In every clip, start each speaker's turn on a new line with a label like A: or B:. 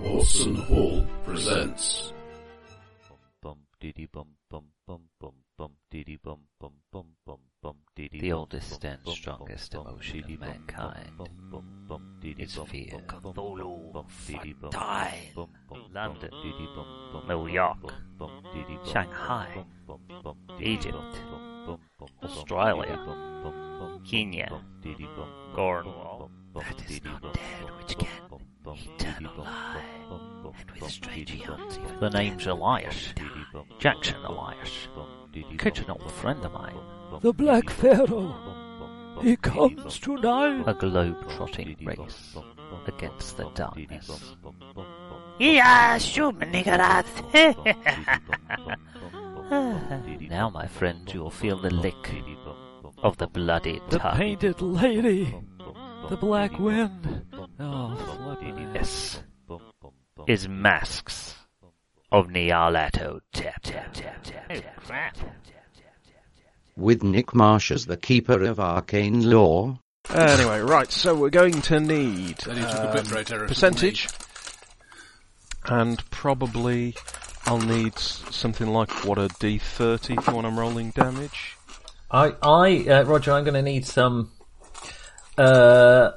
A: Watson Hall presents.
B: The oldest and strongest emotion of mankind is fear. Cthulhu, Tyne, London, New York, Shanghai, Egypt, Australia, Kenya, Cornwall. That is not dead, which can eternalize. And with strange eons, even the name's Elias, Jackson Elias, Kitchen old friend of mine.
C: The Black Pharaoh. He comes tonight.
B: A globe-trotting race against the darkness. Yeah, shoot, niggerat. Now, my friend, you'll feel the lick of the bloody
C: The
B: tongue.
C: painted lady. The black wind. Oh, flippin' heck.
B: Yes. Is masks of Nyarlathotep. Tap, tap, tap, tap, tap.
D: with Nick Marsh as the keeper of arcane law.
E: Anyway, right, so we're going to need um, percentage, and probably I'll need s- something like what a d30 for when I'm rolling damage.
F: I, I, uh, Roger, I'm going to need some. Uh,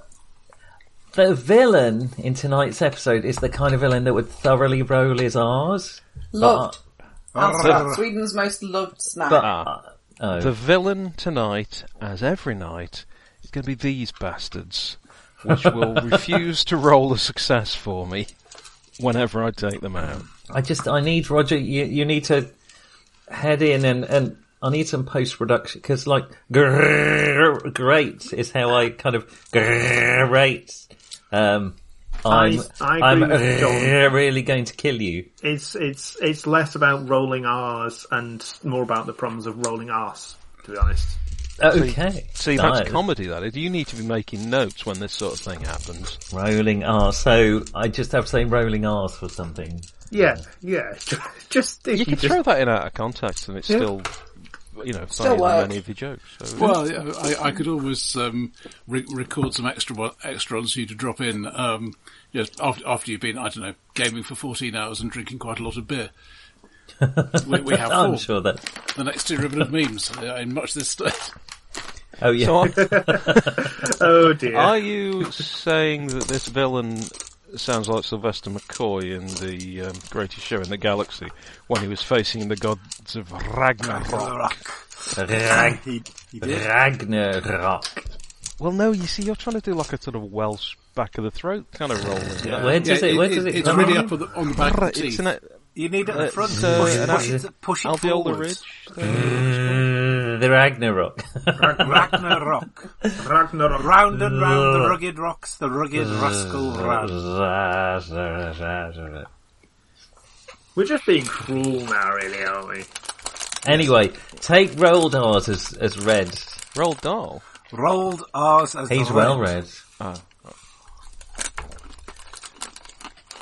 F: the villain in tonight's episode is the kind of villain that would thoroughly roll his R's.
G: Loved. That's
E: Arr.
G: Sweden's most loved snack.
F: But oh,
E: The villain tonight, as every night, is going to be these bastards, which will refuse to roll a success for me whenever I take them out.
F: I just, I need Roger. You, you need to head in and and I need some post production because like grrr, great is how I kind of grrr, great. Um, I'm,
H: I agree
F: am
H: with John.
F: really going to kill you.
H: It's it's it's less about rolling R's and more about the problems of rolling R's. To be honest,
F: Okay.
E: See, that's
F: nice.
E: comedy, that is. You need to be making notes when this sort of thing happens.
F: Rolling R. So I just have to say rolling R's for something.
H: yeah, yeah. just if
E: You
H: you,
E: can
H: just
E: throw that in out of context and it's
H: Yeah.
E: still, you know, funnier
G: Still
E: than
G: works.
E: any of your jokes. So,
A: Well, yeah, I, I could always um, re- record some extra one, extra ones for you to drop in. Um, just after, after you've been, I don't know, gaming for fourteen hours and drinking quite a lot of beer. We, we have
F: I'm
A: four.
F: sure that.
A: The next derivative of memes uh, in much this state.
F: Oh yeah.
E: So are,
H: oh dear.
E: are you saying that this villain sounds like Sylvester McCoy in the um, Greatest Show in the Galaxy when he was facing the gods of Ragnarok?
F: Rag- Ragnarok.
E: Well, no, you see, you're trying to do like a sort of Welsh back of the throat kind of roll. isn't it?
F: Where does
A: Yeah,
F: it? Where does it?
A: it's
F: come
A: really
F: from?
A: up on the, on the back of the
E: It's
A: teeth.
E: an a-
I: You need it at the
E: Let's,
I: front.
E: uh,
I: push, it,
E: an
I: push, it, push it
E: alveolar
I: forwards.
E: ridge.
F: The Ragnarok.
I: Ragnarok.
H: Ragnarok.
I: Round and round the rugged rocks, the rugged rascal ran.
H: We're just being cruel now, really, aren't we?
F: anyway, take rolled R's as as red.
E: Roll doll.
I: Rolled R's as
F: He's
I: the
F: well
I: red.
F: read.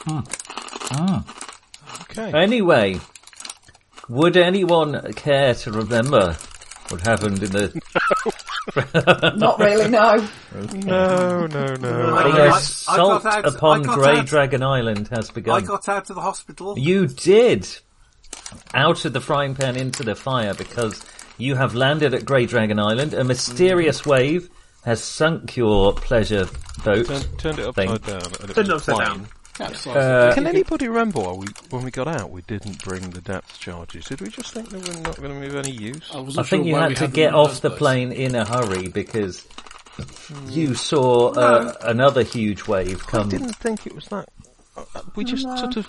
E: Ah, Okay.
F: Anyway, would anyone care to remember what happened in the?
G: Not really,
I: Um,
E: No,
G: no.
E: no, no.
I: I-
F: The
I: I- I
F: assault
I: got out-
F: upon
I: I got
F: Grey
I: out-
F: Dragon Island has
I: I
F: begun.
I: got out of the hospital.
F: You did! Out of the frying pan into the fire because you have landed at Grey Dragon Island. A mysterious
I: Mm.
F: wave has sunk your pleasure boat.
E: Turned, turned it
F: Thing.
E: upside down. And it
H: Turned
E: was
H: upside
E: flying.
H: down.
A: That's like-
F: Uh,
E: Can anybody remember why we, when we got out, we didn't bring the depth charges? Did we just think that we're not going to move any use?
A: I, wasn't
F: I think
A: sure
F: you
A: why we
F: had to
A: them in
F: get off
A: first
F: the
A: place.
F: plane in a hurry because
I: Hmm.
F: you saw uh, another huge wave
E: I
F: come.
E: didn't think it was that. uh, We just sort of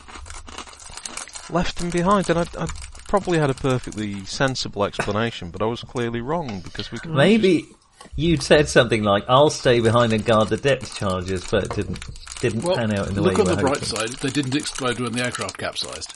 E: left them behind, and I, I probably had a perfectly sensible explanation, but I was clearly wrong because we could
F: Maybe you'd said something like, I'll stay behind and guard the depth charges, but it didn't, didn't
A: Well,
F: pan out in the way
A: look
F: you
A: on
F: were
A: the bright side.
F: hoping.
A: They didn't explode when the aircraft capsized.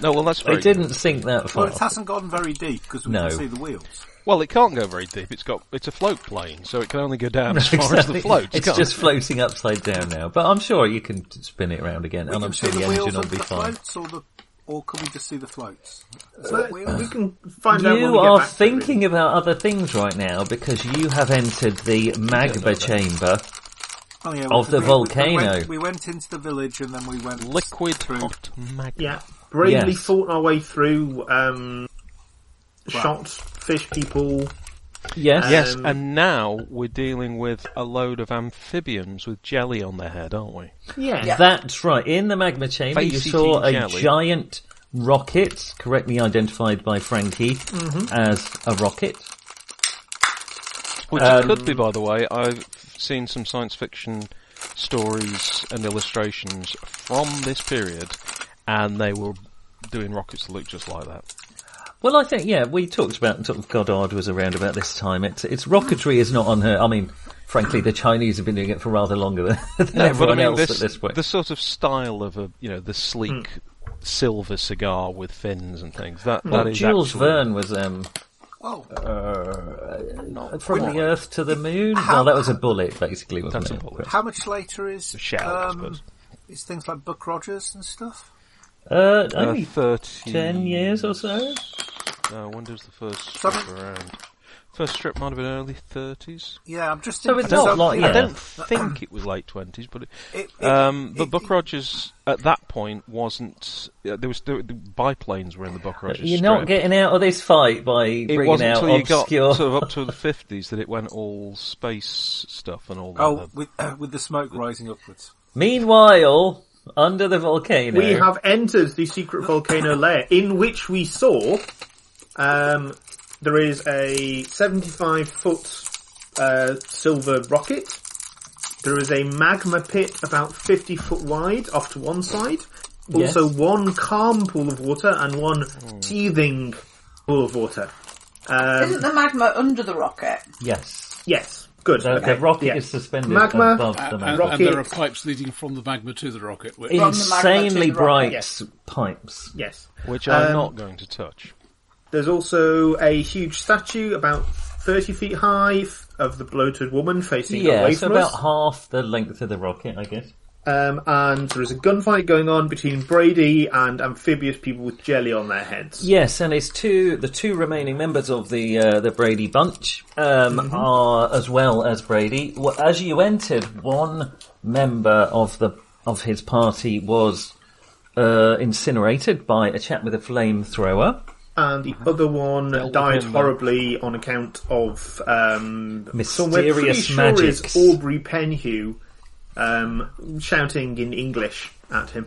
E: No, well that's
F: They
E: very
F: didn't sink that
I: Well,
F: far.
I: it hasn't gone very deep because we
F: No.
I: can see the wheels.
E: Well, it can't go very deep. It's got it's a float plane, so it can only go down as far as the
F: Exactly.
E: float.
F: It's
E: can't
F: just
E: it?
F: floating upside down now, but I'm sure you can spin it around again,
I: We
F: and
I: can
F: I'm
I: see
F: sure
I: the
F: the
I: wheels
F: engine will
I: and
F: be
I: the
F: fine.
I: floats, or the or can we just see the floats? Is
H: But
I: that wheels?
H: we can find out. when
F: You
H: we get
F: are
H: back to it, really.
F: thinking about other things right now because you have entered the magma chamber
I: Oh, yeah,
F: Of
I: we-
F: the
I: we- We
F: volcano.
I: went, we went into the village and then we went
E: Liquid
I: through.
E: hot magma.
H: Yeah, bravely
F: Yes.
H: fought our way through. Um, Shot fish people.
F: Yes.
E: Yes,
H: Um,
E: and now we're dealing with a load of amphibians with jelly on their head, aren't we?
H: Yeah,
F: That's right. In the magma chamber, you
E: Face-eating
F: saw a
E: jelly.
F: giant rocket, correctly identified by Frankie as a rocket.
E: Which
F: Um,
E: could be, by the way. I've seen some science fiction stories and illustrations from this period, and they were doing rockets that look just like that.
F: Well, I think yeah, we talked about sort of Goddard was around about this time. It's it's rocketry is not on her. I mean, frankly, the Chinese have been doing it for rather longer than, than everyone else
E: this,
F: at this Hmm. point.
E: the sort of style of a you know the sleek silver cigar with fins and things that that is
F: Jules
E: actually-
F: Verne was um,
I: Oh,
F: uh, from the Earth to the Moon. well, that was a bullet, basically, wasn't
E: That's a
F: it?
E: bullet.
I: how much later is
E: shell, I
I: um,
E: suppose.
I: is things like Buck Rogers and stuff?
F: Uh,
E: Uh,
F: only
E: thirty
F: ten years or so.
E: Uh, when does the first strip
I: Seven.
E: around? First strip might have been early thirties.
I: Yeah, I'm just
F: So
I: thinking.
F: it's not like-
E: I
F: yeah.
E: don't think it was late twenties, but it,
I: it- it-
E: um, but
I: it-
E: Buck Rogers at that point wasn't. Uh, there was there, the biplanes were in the Buck Rogers.
F: Uh, You're not
E: strip.
F: getting out of this fight by
E: It
F: bringing
E: wasn't
F: out
E: until you
F: obscure.
E: got sort of up to the fifties that it went all space stuff and all that.
I: Oh, with with the smoke rising upwards.
F: Meanwhile, under the volcano,
H: We have entered the secret volcano lair in which we saw um, there is a 75 foot uh, silver rocket. There is a magma pit about 50 foot wide off to one side. Also
F: Yes.
H: one calm pool of water and one
F: Hmm.
H: teething pool of water.
G: Isn't
H: Um,
G: the magma under the rocket?
F: yes.
H: yes, good.
F: The,
H: okay,
F: the rocket
H: yeah.
F: is suspended
H: Magma
F: above the
A: And,
F: magma.
A: and there are
H: Rocket.
A: pipes leading from the magma to the rocket. Which,
G: magma to the
F: Insanely
G: rocket.
F: bright
H: Yes.
F: pipes.
H: Yes.
E: which I'm
H: um,
E: not going to touch.
H: There's also a huge statue about 30 feet high f- of the bloated woman facing
F: Yeah,
H: away
F: so
H: from
F: about
H: us.
F: half the length of the rocket, I guess.
H: Um, and there is a gunfight going on between Brady and amphibious people with jelly on their heads.
F: Yes, and it's two the two remaining members of the uh, the Brady bunch um,
G: Mm-hmm.
F: are as well as Brady. Well, as you entered, one member of the of his party was uh, incinerated by a chap with a flamethrower,
H: And the
F: Uh-huh.
H: other one died
E: him.
H: horribly on account of um, someone we're pretty
F: Mysterious
H: sure is
F: magics.
H: Aubrey Penhew um, shouting in English at him.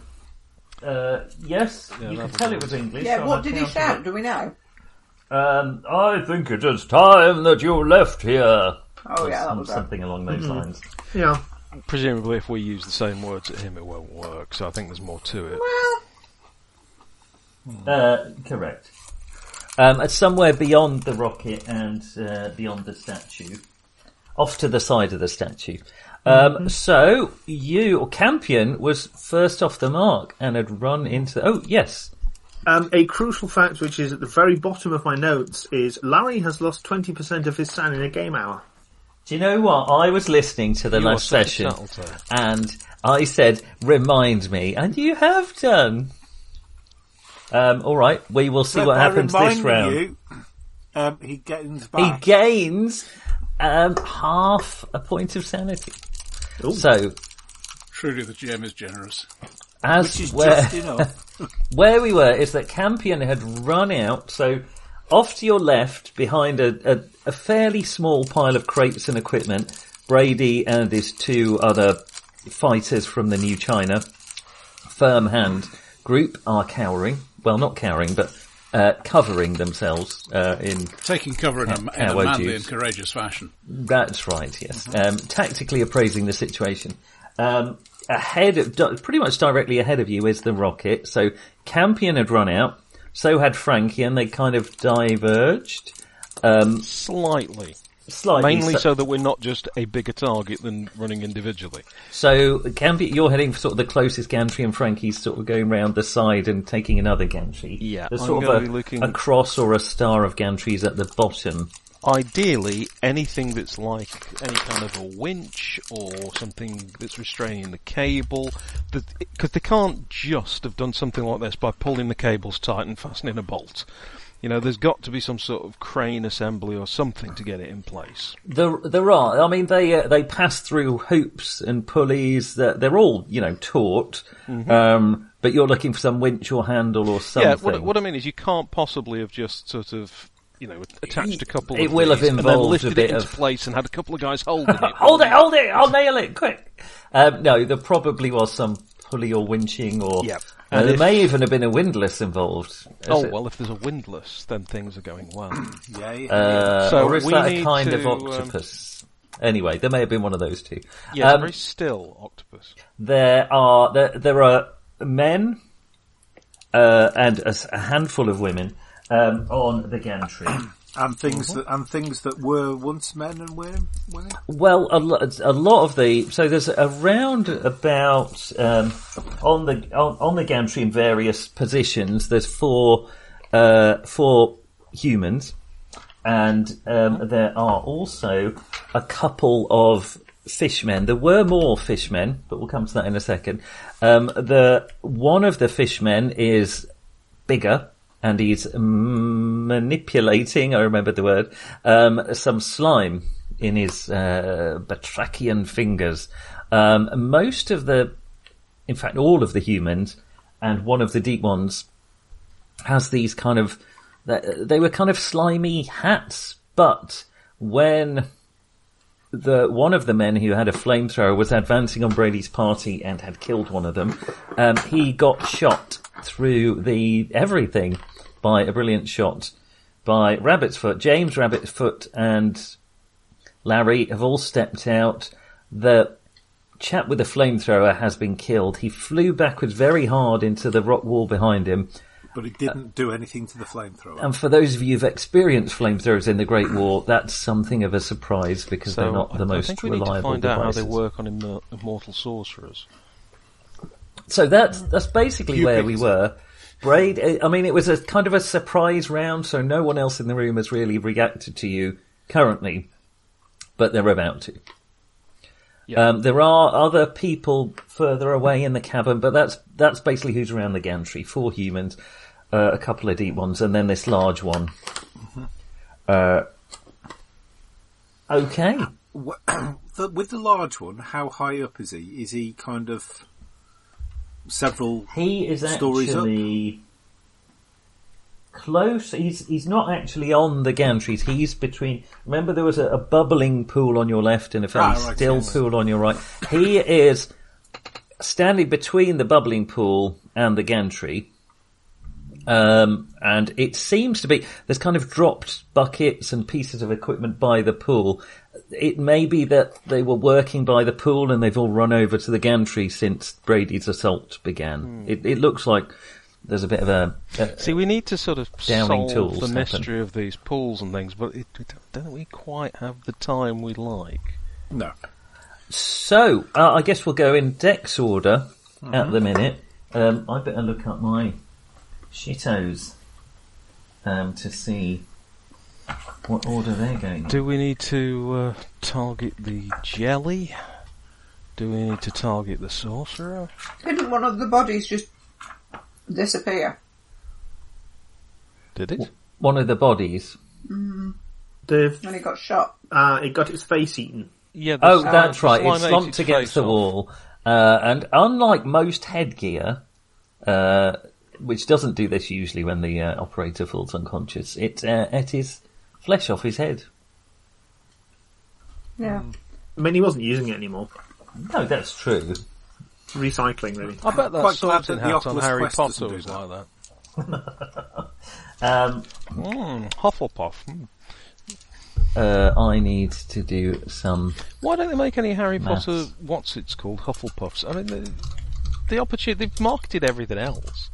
F: Uh, yes, you
E: that
F: can
E: was
F: tell it was English.
G: Yeah,
F: on
G: what did he
F: account
G: shout? Do we know?
F: Um, I think it is time that you left here.
G: Oh, yeah, that Mm-hmm.
F: Some-
G: was that.
F: something along those lines.
H: Yeah.
E: Presumably, if we use the same words at him, it won't work. So I think there's more to it.
G: Well,
F: Uh, correct. Um, it's somewhere beyond the rocket and uh, beyond the statue, off to the side of the statue. Um,
E: Mm-hmm.
F: So you or Campion was first off the mark and had run into. Oh yes,
H: Um, a crucial fact, which is at the very bottom of my notes, is Larry has lost 20% of his sand in a game hour.
F: Do you know what? I was listening to the
E: You are
F: last
E: such a
F: session
E: tattletale.
F: and I said, remind me, and you have done. Um, alright, we will see
I: But
F: what
I: by
F: happens this
I: reminding
F: round.
I: You, um, he gains
F: he
I: back.
F: gains um, half a point of sanity.
H: Ooh.
F: So,
A: truly, the GM is generous.
F: as
I: which is
F: where,
I: just enough.
F: where we were is that Campion had run out, so off to your left, behind a, a, a fairly small pile of crates and equipment, Brady and his two other fighters from the New China firm hand group are cowering. Well, not cowering, but uh, covering themselves uh, in
A: Taking cover in a, in a
F: Coward
A: manly
F: use.
A: and courageous fashion.
F: that's right, yes.
E: Mm-hmm.
F: Um, tactically appraising the situation. Um, ahead of, di- pretty much directly ahead of you is the rocket. So Campion had run out, so had Frankie, and they kind of diverged. Um,
E: Slightly.
F: slightly.
E: Mainly
F: so,
E: so that we're not just a bigger target than running individually.
F: so Campion, you're heading for sort of the closest gantry, and Frankie's sort of going round the side and taking another gantry.
E: Yeah,
F: There's
E: I'm
F: sort
E: gonna
F: of a,
E: be looking-
F: a cross or a star of gantries at the bottom.
E: Ideally, anything that's like any kind of a winch or something that's restraining the cable, because they can't just have done something like this by pulling the cables tight and fastening a bolt. You know, there's got to be some sort of crane assembly or something to get it in place.
F: There, there are. I mean, they uh, they pass through hoops and pulleys. That they're all you know taut. Um, but you're looking for some winch or handle or something.
E: Mm-hmm. Yeah, what, what I mean is you can't possibly have just sort of, you know, attached a couple
F: It
E: of
F: will have
E: these and then
F: involved a
E: lifted
F: bit
E: it into
F: of-
E: place and had a couple of guys holding it.
F: hold it, hold it! I'll nail it quick. Um, no, there probably was some pulley or winching or.
E: Yep.
F: Uh,
E: And
F: there
E: if-
F: may even have been a windlass involved. Is
E: Oh,
F: it-
E: well, if there's a windlass, then things are going well.
I: Yay.
F: Uh,
E: So
F: or is
E: we
F: that a
E: need
F: kind
E: to,
F: of
E: um,
F: octopus? Anyway, there may have been one of those two.
E: Yeah,
F: Um,
E: very still octopus.
F: there are there, there are men uh, and a, s- a handful of women um, on the gantry.
I: and things
F: Mhm.
I: that and things that were once men and women. women.
F: well, a, lo- a lot of the so there's around about um, on the on, on the gantry in various positions. There's four uh, four humans, and um, there are also a couple of fishmen. There were more fishmen, but we'll come to that in a second. Um, the one of the fishmen is bigger and he's manipulating, I remember the word, um, some slime in his uh, batrachian fingers. Um, most of the, in fact, all of the humans and one of the deep ones has these kind of, they were kind of slimy hats, but when the one of the men who had a flamethrower was advancing on Brady's party and had killed one of them. Um, he got shot through the everything by a brilliant shot by Rabbit's Foot. James Rabbit's Foot and Larry have all stepped out. The chap with the flamethrower has been killed. He flew backwards very hard into the rock wall behind him.
I: But it didn't do anything to the flamethrower.
F: And for those of you who've experienced flamethrowers in the Great War, that's something of a surprise because they're not the
E: I,
F: most
E: I think we need
F: reliable
E: to find out how
F: devices.
E: they work on immor- immortal sorcerers.
F: So that's that's basically
A: You
F: where
A: picked
F: we
A: it.
F: were. Braid. eh, I mean, it was a kind of a surprise round, so no one else in the room has really reacted to you currently, but they're about to.
E: Yeah.
F: Um, there are other people further away in the cavern, but that's that's basically who's around the gantry. Four humans, uh, a couple of deep ones, and then this large one. Uh, okay.
I: Wha- the, with the large one, how high up is he? Is he kind of several?
F: He is
I: Stories up.
F: actually close. He's he's not actually on the gantries. He's between. Remember, there was a, a bubbling pool on your left and a fairly
I: Ah, right,
F: still
I: yes.
F: pool on your right. He is standing between the bubbling pool and the gantry. Um, and it seems to be there's kind of dropped buckets and pieces of equipment by the pool. It may be that they were working by the pool and they've all run over to the gantry since Brady's assault began. It, it looks like there's a bit of a, a
E: Hmm. See, we need to sort of
F: Uh, Downing
E: solve
F: tools
E: the
F: happen.
E: mystery of these pools and things, but it, we don't- don't we quite have the time we like?
I: No.
F: So, uh, I guess we'll go in dex order
E: Hmm.
F: at the minute. Um, I better look up my shittos um, to see what order they're going.
E: Do we need to uh, target the jelly? Do we need to target the sorcerer?
G: Didn't one of the bodies just disappear?
E: Did it?
F: One of the bodies.
H: The
G: When he got shot.
H: uh, it got its face eaten.
E: Yeah. the
F: Oh,
E: slime-
F: that's
E: the
F: right.
E: slime
F: It
E: ate
F: slumped
E: its
F: against
E: face
F: the
E: off.
F: wall, uh, and unlike most headgear, uh, which doesn't do this usually when the uh, operator falls unconscious, it uh, ate his flesh off his head.
G: Yeah.
I: Mm.
H: I mean, he wasn't using it anymore.
F: No, that's true.
H: Recycling, really.
E: I bet that
I: Quite glad
E: Sorting
I: that the
E: Hat on
I: Oculus
E: Harry
I: Quest
E: Potter
I: doesn't do
E: was
I: that.
E: like that.
F: Um,
E: Mm, Hufflepuff. Mm.
F: uh, I need to do some.
E: Why don't they make any Harry
F: Maths.
E: Potter? What's it's called? Hufflepuffs. I mean, the, the opportunity they've marketed everything else.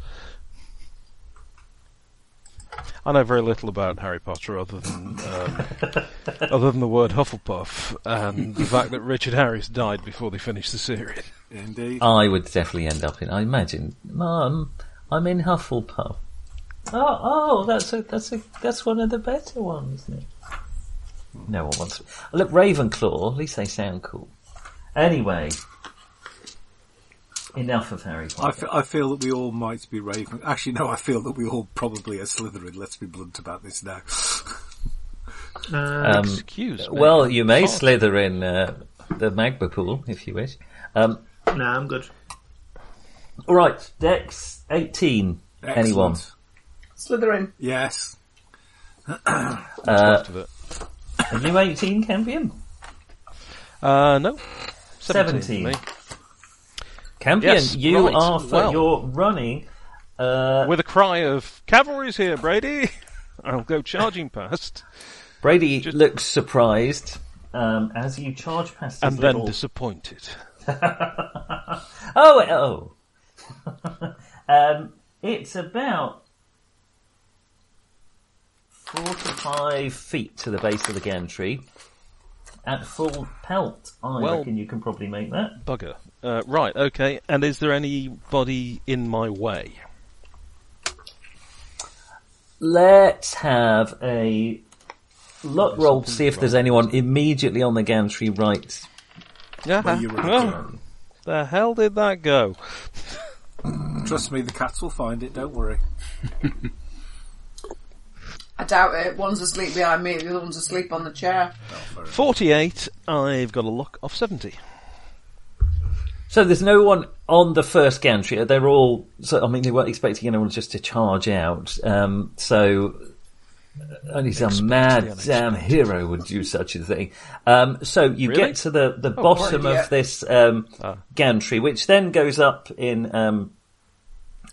E: I know very little about Harry Potter other than um, other than the word Hufflepuff and the fact that Richard Harris died before they finished the series.
I: Indeed.
F: I would definitely end up in. I imagine, Mum, I'm in Hufflepuff. Oh, oh, that's a that's a that's one of the better ones. Isn't it? No one wants. Look, Ravenclaw. At least they sound cool. Anyway, Enough of Harry
I: I,
F: Potter.
I: f- I feel that we all might be Raven. Actually, no, I feel that we all probably are Slytherin. Let's be blunt about this now.
H: Uh,
E: Excuse me.
F: Um, Well, you may slither in uh, the magma pool if you wish. Um,
H: Uh, nah, I'm good.
F: all right, Dex 18. Anyone?
I: Excellent.
G: Slytherin.
I: Yes.
F: Uh,
E: Left of it.
F: are you 18, Campion?
E: Uh, no. eh?
F: 17.
E: Me.
F: Campion,
E: Yes,
F: you
E: right,
F: are for,
E: well.
F: you're running. Uh,
E: With a cry of, cavalry's here, Brady! I'll go charging past.
F: Brady
E: Just-
F: looks surprised um, as you charge past. his
E: and then
F: little-
E: disappointed.
F: oh, oh. um, it's about four to five feet to the base of the gantry. At full pelt, I
E: Well-
F: reckon you can probably make that.
E: Bugger. Uh, right, okay. And is there anybody in my way?
F: Let's have a luck roll to see if there's anyone immediately on the gantry right.
E: Yeah.
I: Well, you were
E: Oh, the hell did that go?
I: Trust me, the cats will find it. Don't worry.
G: I doubt it. One's asleep behind me, the other one's asleep on the chair.
E: 48. I've got a lock of 70.
F: So there's no one on the first gantry. They're all. So I mean, they weren't expecting anyone just to charge out. Um, so uh, only some mad damn hero would do such a thing. Um, so you
E: Really? Oh,
F: get to the the bottom
G: right, yeah.
F: of this um,
E: Ah.
F: gantry, which then goes up in um,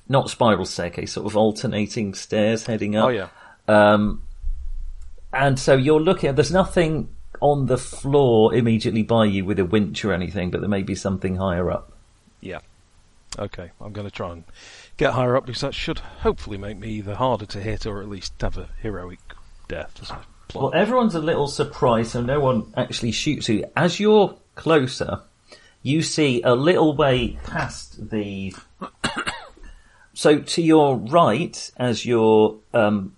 F: not spiral staircase, sort of alternating stairs heading up.
E: Oh, yeah.
F: Um, and so you're looking. There's nothing on the floor immediately by you with a winch or anything, but there may be something higher up.
E: Yeah. Okay, I'm going to try and get higher up because that should hopefully make me either harder to hit or at least have a heroic death. as a plot.
F: Well, everyone's a little surprised, so no one actually shoots you. As you're closer, you see a little way past the. so to your right, as you're um,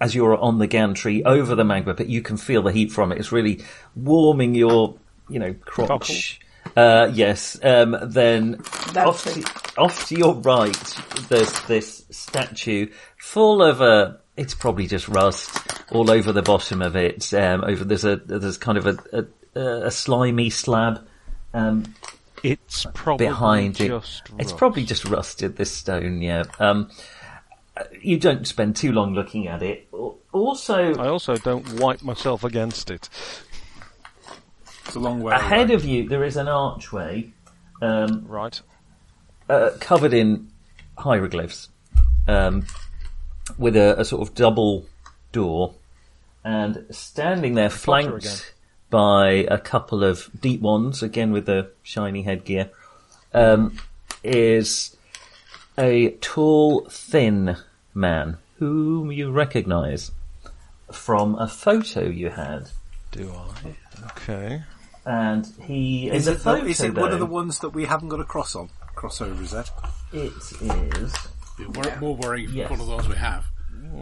F: as you're on the gantry over the magma pit, you can feel the heat from it. It's really warming your you know crotch. Uh, yes. Um, then off
G: it.
F: to, off to your right, there's this statue full of a. It's probably just rust all over the bottom of it. Um, over there's a there's kind of a a, a slimy slab um,
E: it's probably
F: behind it.
E: just
F: It's
E: rust.
F: probably just rusted. This stone, yeah. Um, uh, you don't spend too long looking at it. Al- Also,
E: I also don't wipe myself against it.
I: It's a long way.
F: ahead
I: away.
F: of you there is an archway um,
E: Right.
F: uh, covered in hieroglyphs um, with a, a sort of double door and standing there
E: again.
F: flanked by a couple of deep ones again with the shiny headgear um, is a tall thin man whom you recognize from a photo you had
E: Do I? Okay.
F: and he
I: Is
F: in
I: it,
F: the photo,
I: the- is it one of the
F: though,
I: ones that we haven't got a cross on? Crossover, is that?
F: It is.
A: Yeah, wor- More worrying
F: Yes.
A: for one of those we have.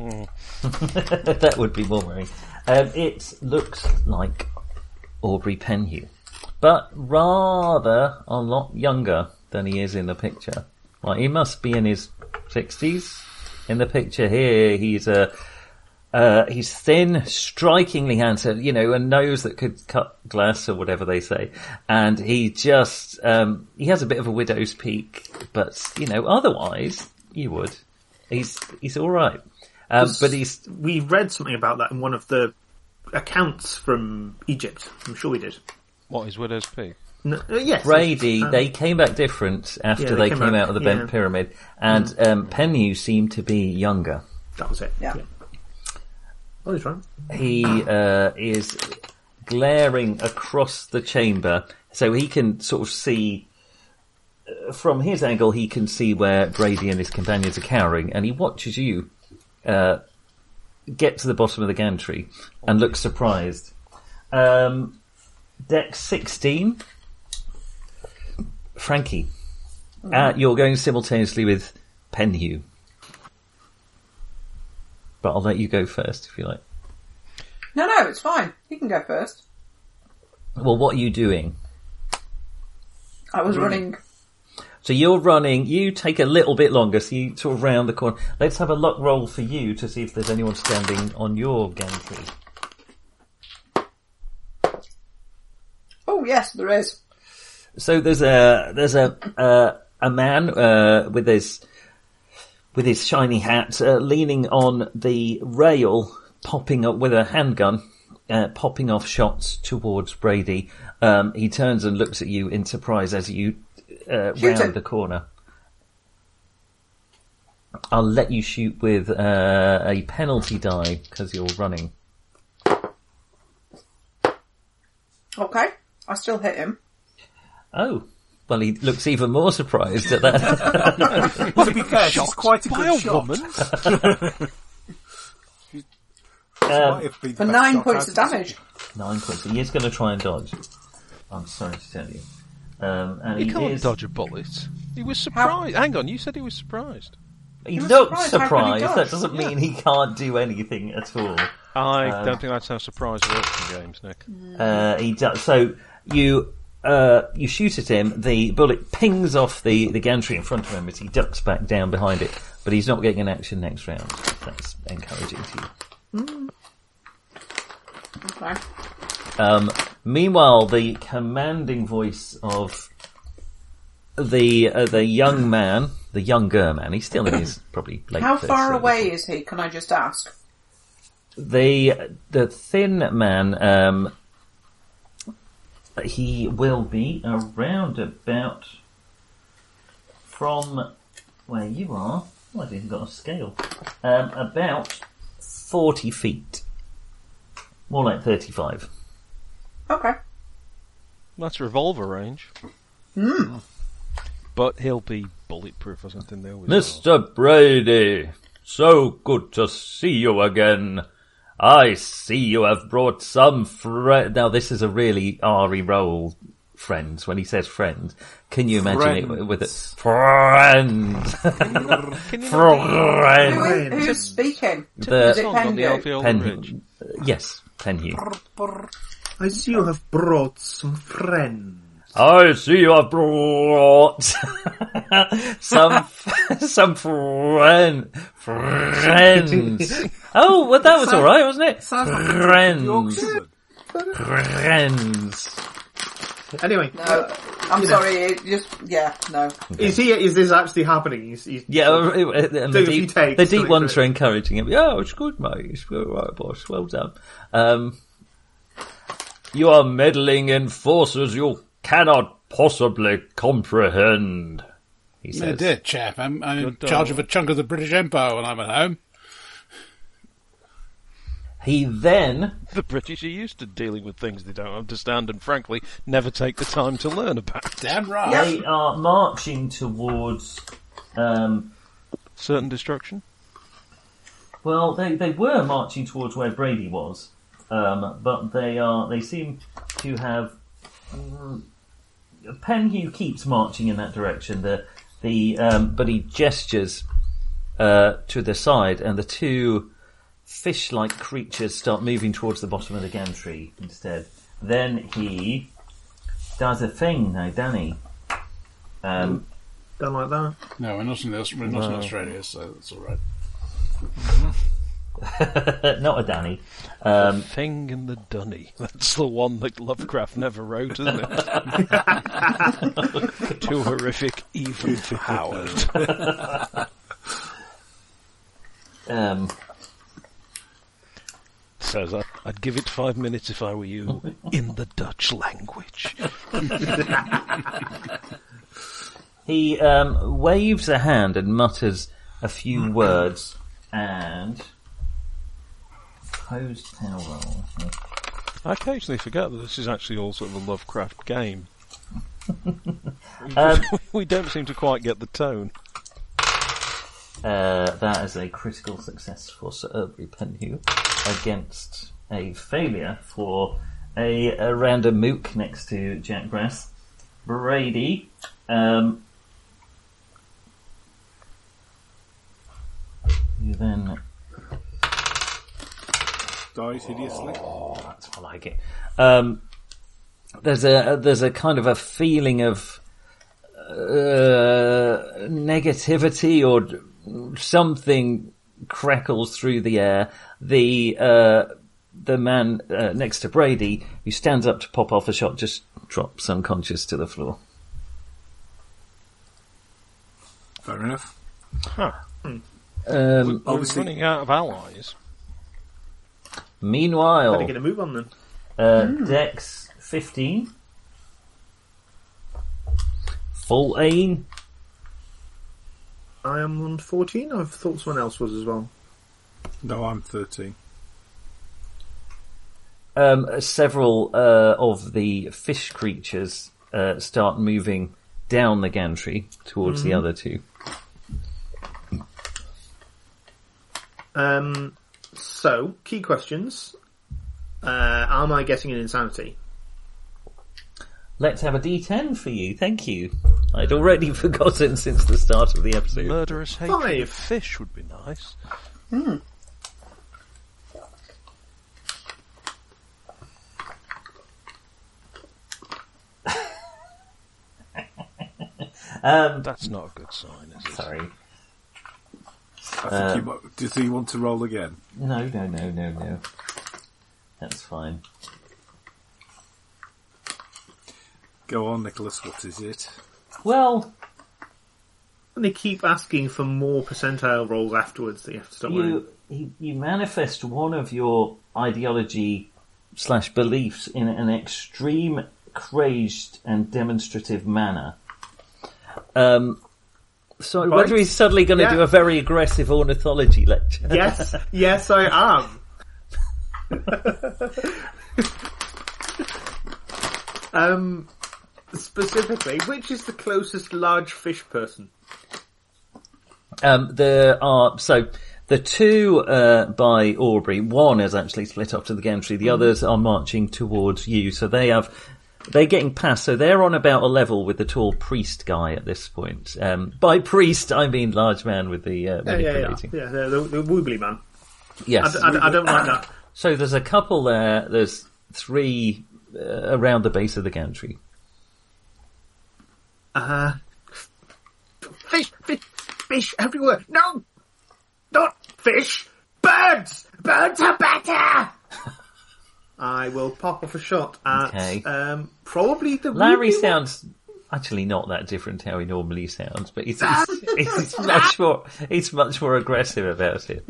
F: that would be more worrying. Um, it looks like Aubrey Penhew, but rather a lot younger than he is in the picture. Like he must be in his sixties. In the picture here, he's a uh, he's thin, strikingly handsome, you know, a nose that could cut glass or whatever they say. And he just, um, he has a bit of a widow's peak, but, you know, otherwise, you would. He's, he's alright. Um, but he's
H: We read something about that in one of the accounts from Egypt. I'm sure we did.
E: What is Widow's Peak?
H: No, uh, yes.
F: Brady,
H: Um,
F: they came back different after
H: Yeah,
F: they, came, out, of the bent
H: yeah. Mm.
F: pyramid, and um, Penyu seemed to be younger.
H: That was it.
G: Yeah.
H: Oh, he's right.
F: He uh, is glaring across the chamber, so he can sort of see uh, from his angle. He can see where Brady and his companions are cowering, and he watches you uh, get to the bottom of the gantry and looks surprised. Um, deck sixteen, Frankie. Uh, you're going simultaneously with Penhew. But I'll let you go first if you like.
G: No, no, it's fine. He can go first.
F: Well, what are you doing?
G: I was running.
F: So you're running. You take a little bit longer. So you sort of round the corner. Let's have a luck roll for you to see if there's anyone standing on your gantry.
G: Oh yes, there is.
F: So there's a there's a uh, a man uh, with his with his shiny hat uh, leaning on the rail, popping up with a handgun, uh, popping off shots towards Brady. Um, he turns and looks at you in surprise as you uh,
G: Shoot him.
F: round the corner. I'll let you shoot with uh, a penalty die because you're running.
G: Okay, I still hit him.
F: Oh, well, he looks even more surprised at that.
I: Well, to be fair, she's quite a
C: By
I: good
C: a
I: shot.
C: woman?
F: um,
I: Might have been the
G: For
I: best
G: nine
I: shot
G: points
I: I've
G: of damage.
F: nine points. He is going to try and dodge. I'm sorry to tell you. Um, and
C: He
F: he,
C: can't
F: is,
C: dodge a bullet. He was surprised. Hang on, you said he was surprised.
F: He,
G: was
F: looked surprised.
G: surprised. How can he
F: That
G: dodge?
F: doesn't mean he can't do anything at all.
E: I don't think that's how surprise works in games, Nick.
F: Uh, he does. So you uh, you shoot at him. The bullet pings off the, the gantry in front of him as he ducks back down behind it. But he's not getting an action next round. That's encouraging to you.
G: Okay.
F: Um, meanwhile, the commanding voice of the uh, the young man, the younger man, he's still in his probably late.
G: How
F: 30s,
G: far
F: early
G: away is he? Can I just ask?
F: the the thin man um he will be around about from where you are oh, I've even got a scale um about 40 feet more like 35
G: Okay.
E: That's revolver range. But he'll be bulletproof or something. There,
F: Mr. Brady, so good to see you again. I see you have brought some friend. Now, this is a really Ari roll, friends. When he says friend, can you imagine it with it? Friend,
G: Who
F: friend.
G: is, who's speaking?
F: The-
G: is it
E: on the
G: Pengu?
E: Alveolar Ridge.
F: Penhue. Yes, Penhue.
H: I see you have brought some friends.
F: I see you have brought some some friend friends. Oh, well, that was all right, wasn't it?
I: Sounds like a
F: Friends.
I: Yorkshireman.
F: friends.
H: Anyway,
G: No, Oh, I'm
H: You know.
G: sorry. It just yeah, no.
H: is he? Is this actually happening? He's, he's,
F: Yeah, uh, uh, and the
H: a few
F: deep,
H: takes
F: the
H: to
F: deep
H: it,
F: ones
H: but-
F: are encouraging him. Yeah, it's good, mate. It's all right, boss. Well done. Um, you are meddling in forces you cannot possibly comprehend. He
A: My
F: says.
A: dear chap, I'm, I'm in
E: Good
A: charge of
E: dog.
A: a chunk of the British Empire when I'm at home.
F: He then
E: the British are used to dealing with things they don't understand, and frankly, never take the time to learn about.
A: Damn right.
F: They are marching towards. Um,
E: Certain destruction.
F: well, they, they were marching towards where Brady was, um, but they are they seem to have. mm, Penhue keeps marching in that direction. The the um, but he gestures uh, to the side, and the two fish-like creatures start moving towards the bottom of the gantry instead. Then he does a thing, though, Danny. Um,
H: Done like that.
A: No, we're not in, Aus- we're not in Australia, so that's all right.
F: Uh, not a Danny. Um,
E: Thing and the Dunny. That's the one that Lovecraft never wrote, isn't it? Too horrific, even for Howard.
F: um,
E: Says I, I'd give it five minutes if I were you, in the Dutch language.
F: he um, waves a hand and mutters a few words and opposed power roll.
E: I occasionally forget that this is actually all sort of a Lovecraft game.
F: Um,
E: We don't seem to quite get the tone.
F: uh, that is a critical success for Sir Aubrey Penhew against a failure for a, a random mook next to Jack Brass. Brady. Um, you then
I: Died
A: Oh.
I: hideously.
F: That's what I like it. Um, there's a there's a kind of a feeling of uh, negativity or d- something crackles through the air. The uh, the man uh, next to Brady, who stands up to pop off a shot, just drops unconscious to the floor.
I: Fair enough.
F: Um,
E: Obviously. We're running out of allies.
H: Better
F: meanwhile,
H: get a move on then.
F: uh, Dex fifteen, full aim.
H: I am on 14. I thought someone else was as well.
I: No, I'm 13.
F: um, several uh, of the fish creatures uh, start moving down the gantry towards the other two.
H: Um, so, key questions. Uh, am I getting an insanity?
F: Let's have a D10 for you. Thank you. I'd already forgotten since the start of the episode.
E: Murderous hatred
H: Five.
E: of fish would be nice. That's not a good sign, is it?
F: Sorry.
I: I think
F: Uh,
I: you might, do you want to roll again?
F: No, no, no, no, no. That's fine.
I: Go on, Nicholas, what is it?
F: Well,
H: And they keep asking for more percentile rolls afterwards that you have to stop
F: you, you you manifest one of your ideology slash beliefs in an extreme, crazed, and demonstrative manner. Um, so whether he's suddenly going to
H: Yeah.
F: do a very aggressive ornithology lecture?
H: Yes, yes, I am. um, specifically, which is the closest large fish person?
F: Um, there are so the two uh, by Aubrey. One is actually split off to the gantry.
H: Hmm.
F: The others are marching towards you. So they have they're getting past. So they're on about a level with the tall priest guy at this point. Um, by priest, I mean large man with the uh,
H: Yeah, yeah, yeah.
F: manipulating.
H: yeah the, the, the woogly man. I,
F: Yes.
H: d- I d- I don't like that.
F: so there's a couple there. There's three uh, around the base of the gantry.
H: Uh, fish, fish, fish everywhere. No! Not fish! Birds! Birds are better! I will pop off a shot at
F: Okay.
H: um, probably the
F: Larry
H: woogly
F: sounds actually not that different to how he normally sounds, but he's, he's, he's much more he's much more aggressive about it.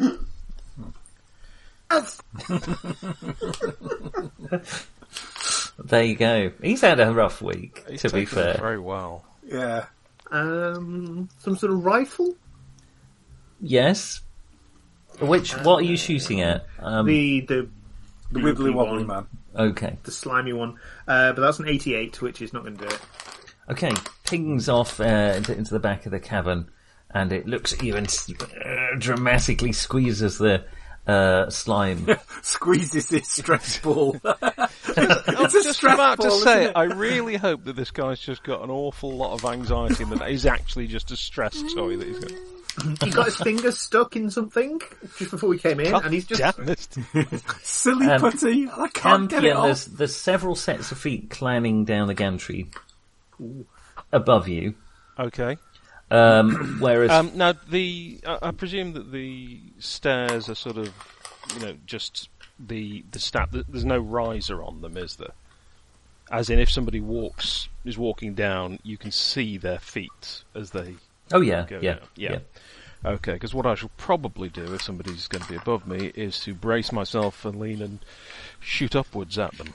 F: there you go. He's had a rough week,
E: He's
F: to be
E: taken it
F: fair.
E: very well.
I: Yeah.
H: Um, some sort of rifle.
F: Yes. Which what are you shooting at? Um,
H: The the
I: The wibbly wobbly man.
F: okay,
H: the slimy one. Uh, but that's an 88, which is not going to do it.
F: okay. Pings off uh, into, into the back of the cavern, and it looks at you and s- uh, dramatically squeezes the uh, slime
I: Squeezes this stress ball.
E: I was
I: it's a
E: just
I: stress
E: about
I: ball.
E: to
I: isn't
E: say,
I: it?
E: I really hope that this guy's just got an awful lot of anxiety and that he's actually just a stress toy that he's got.
H: He got his finger stuck in something just before we came in, and he's just
E: Damn this.
I: Silly
F: Um,
I: putty. I can't get it
F: Campion,
I: off.
F: there's, there's several sets of feet climbing down the gantry above you.
E: Okay.
F: Um, whereas,
E: Um, now, the I, I presume that the stairs are sort of, you know, just the the stat. There's no riser on them, is there? As in, if somebody walks is walking down, you can see their feet as they
F: oh yeah,
E: go
F: yeah,
E: down.
F: yeah,
E: Okay, because what I shall probably do if somebody's going to be above me is to brace myself and lean and shoot upwards at them.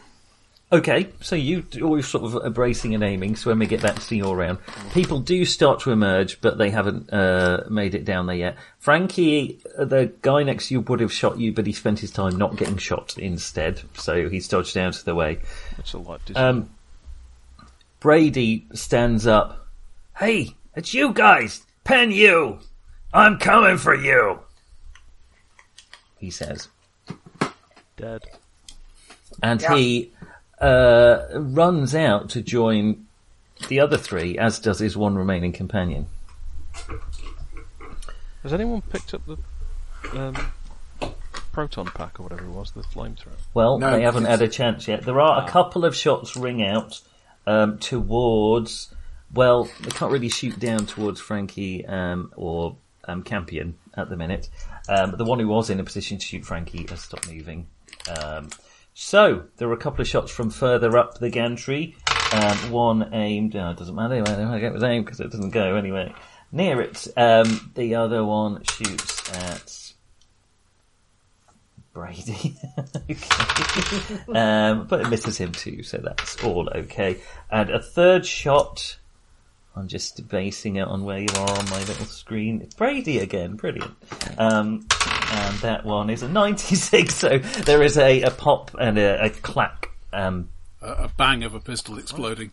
F: Okay, so you d- always sort of are bracing and aiming. So when we get back to your round, people do start to emerge, but they haven't uh, made it down there yet. Frankie, uh, the guy next to you would have shot you, but he spent his time not getting shot instead, so he's dodged out of the way.
E: It's a light dis-
F: Um, Brady stands up. Hey, it's you guys! Pen you! I'm coming for you! He says.
E: dead.
F: And he uh, runs out to join the other three, as does his one remaining companion.
E: Has anyone picked up the um, proton pack or whatever it was, the flamethrower?
F: Well,
I: No,
F: they haven't
I: it's-
F: had a chance yet. There are a couple of shots ring out um, towards Well, they can't really shoot down towards Frankie um, or um, Campion at the minute. Um, but the one who was in a position to shoot Frankie has stopped moving. Um, so there were a couple of shots from further up the gantry. Um, one aimed, oh, it doesn't matter where it was aimed because it doesn't go anyway. Near it, um, the other one shoots at Brady. okay. um, but it misses him too, so that's all okay. And a third shot. I'm just basing it on where you are on my little screen. Brady again, brilliant. Um, and that one is a 96, so there is a, a pop and a, a clack, um,
J: A, a bang of a pistol exploding.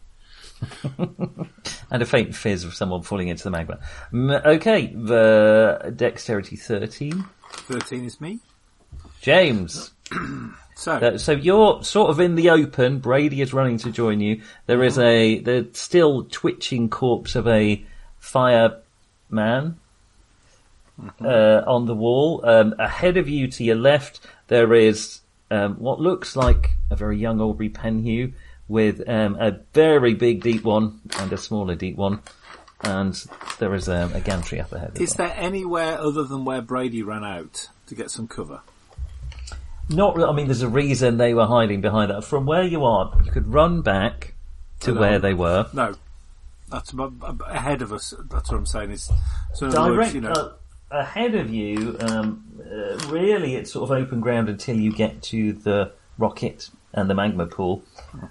F: and a faint fizz of someone falling into the magma. M- okay, the dexterity 13.
A: 13 is me.
F: James.
A: So,
F: Uh, so you're sort of in the open. Brady is running to join you. There is a the still twitching corpse of a fireman uh, on the wall. Um, ahead of you, to your left, there is um, what looks like a very young Aubrey Penhew with um, a very big deep one and a smaller deep one, and there is um, a gantry up ahead. as
A: is
F: well.
A: there anywhere other than where Brady ran out to get some cover?
F: Not, re- I mean, there's a reason they were hiding behind that. From where you are, you could run back to
A: Hello.
F: where they were.
A: No. That's ab- ab- ahead of us. That's what I'm saying. Is so in other words,
F: Direct
A: you know,
F: uh, ahead of you. Um, uh, really, it's sort of open ground until you get to the rocket and the magma pool.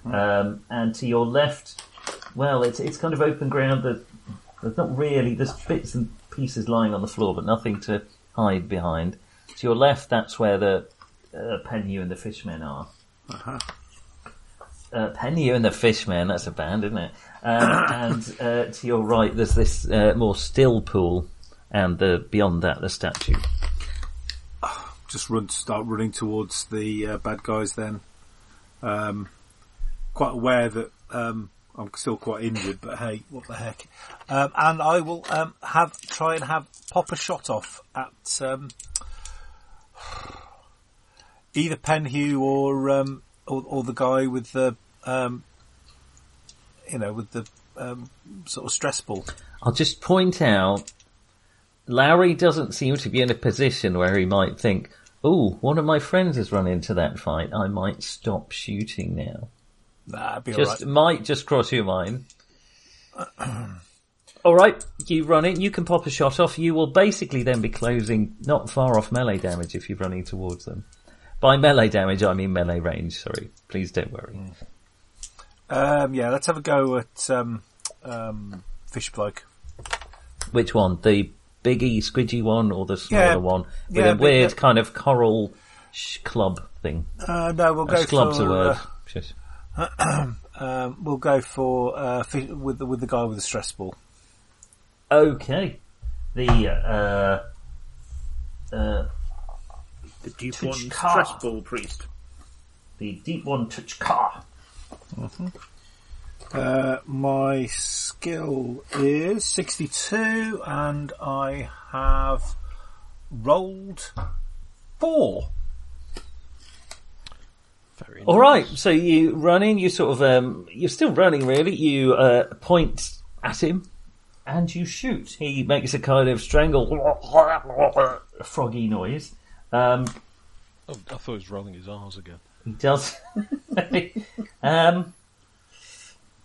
F: Um, and to your left, well, it's it's kind of open ground. That there's not really there's bits and pieces lying on the floor, but nothing to hide behind. To your left, that's where the uh, Penhew and the Fishmen are. uh Penny and the Fishmen, that's a band, isn't it? Um, and uh, to your right, there's this uh, more still pool, and the, beyond that, the statue.
A: just run, start running towards the uh, bad guys. Then, um, quite aware that um, I'm still quite injured, but hey, what the heck? Um, and I will um, have try and have pop a shot off at um, either Penhew or, um, or or the guy with the um, you know with the um, sort of stress ball.
F: I'll just point out, Lowry doesn't seem to be in a position where he might think, "Oh, one of my friends has run into that fight. I might stop shooting now."
A: That'd be
F: Just
A: all right.
F: might just cross your mind. All right, you run in. You can pop a shot off. You will basically then be closing not far off melee damage if you're running towards them. By melee damage, I mean melee range. Sorry, please don't worry.
A: Hmm. Um, yeah, let's have a go at um, um, fish bloke.
F: Which one? The biggie, squidgy one, or the smaller
A: Yeah.
F: one with
A: Yeah,
F: a
A: big-
F: weird
A: yeah.
F: kind of coral sh- club thing?
A: Uh, no, we'll
F: Uh,
A: go
F: club's
A: for
F: a word.
A: uh,
F: Shush.
A: um, we'll go for uh, fi- with the, with the guy with the stress ball.
F: Okay, the uh, uh,
H: The Duke
F: Touch
H: One
F: car.
H: Stress Ball Priest.
F: the deep one touch car.
A: Uh, my skill is sixty two, and I have rolled four.
E: Very
F: All right, so you run in. You sort of um, you're still running, really. You uh, point at him, and you shoot. He makes a kind of strangle froggy noise. Um,
E: Oh, I thought he was rolling his R's again.
F: he does. um,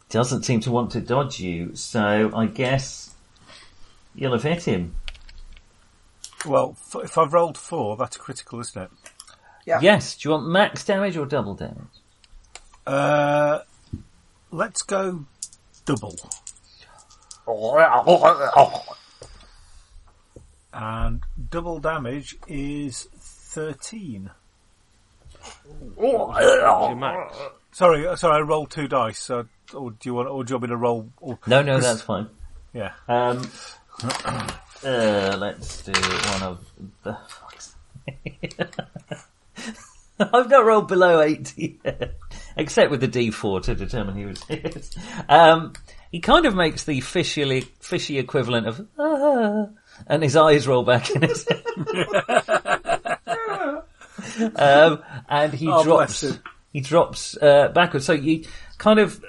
F: doesn't seem to want to dodge you, so I guess you'll have hit him.
A: Well, f- if I've rolled four, that's critical, isn't it?
G: Yeah.
F: Yes. Do you want max damage or double damage?
A: Uh, let's go double, and double damage is thirteen.
E: Is he max?
A: Sorry, uh, sorry, I rolled two dice. So, or do you want, or do you want me to roll? Or,
F: No, no, that's fine.
A: yeah.
F: Um, uh, let's do one of the. fuck's sake. I've not rolled below 80 yet, except with the d4 to determine who it is. Um, he kind of makes the fishy, fishy equivalent of, "Ah," and his eyes roll back in his head. um, and he
A: Oh, bless
F: drops,
A: him.
F: he drops, uh, backwards. So you kind of,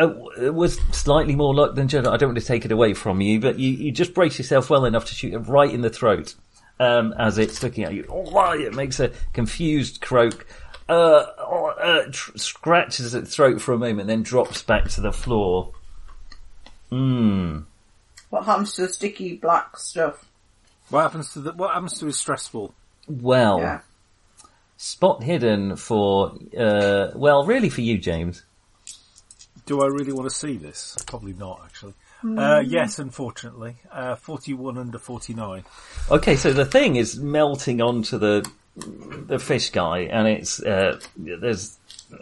F: uh, it was slightly more luck than Jedi. I don't want to take it away from you, but you, you just brace yourself well enough to shoot it right in the throat um, as it's looking at you. Oh, it makes a confused croak, uh, oh, uh, tr- scratches its throat for a moment, then drops back to the floor. Mmm.
G: What happens to the sticky black stuff?
I: What happens to the, what happens to his stressful?
F: Well,
G: Yeah.
F: spot hidden for, uh, well, really for you, James.
I: Do I really want to see this? Probably not, actually. Uh, yes, unfortunately. Uh, 41 under 49.
F: Okay, so the thing is melting onto the the fish guy, and it's uh, there's uh,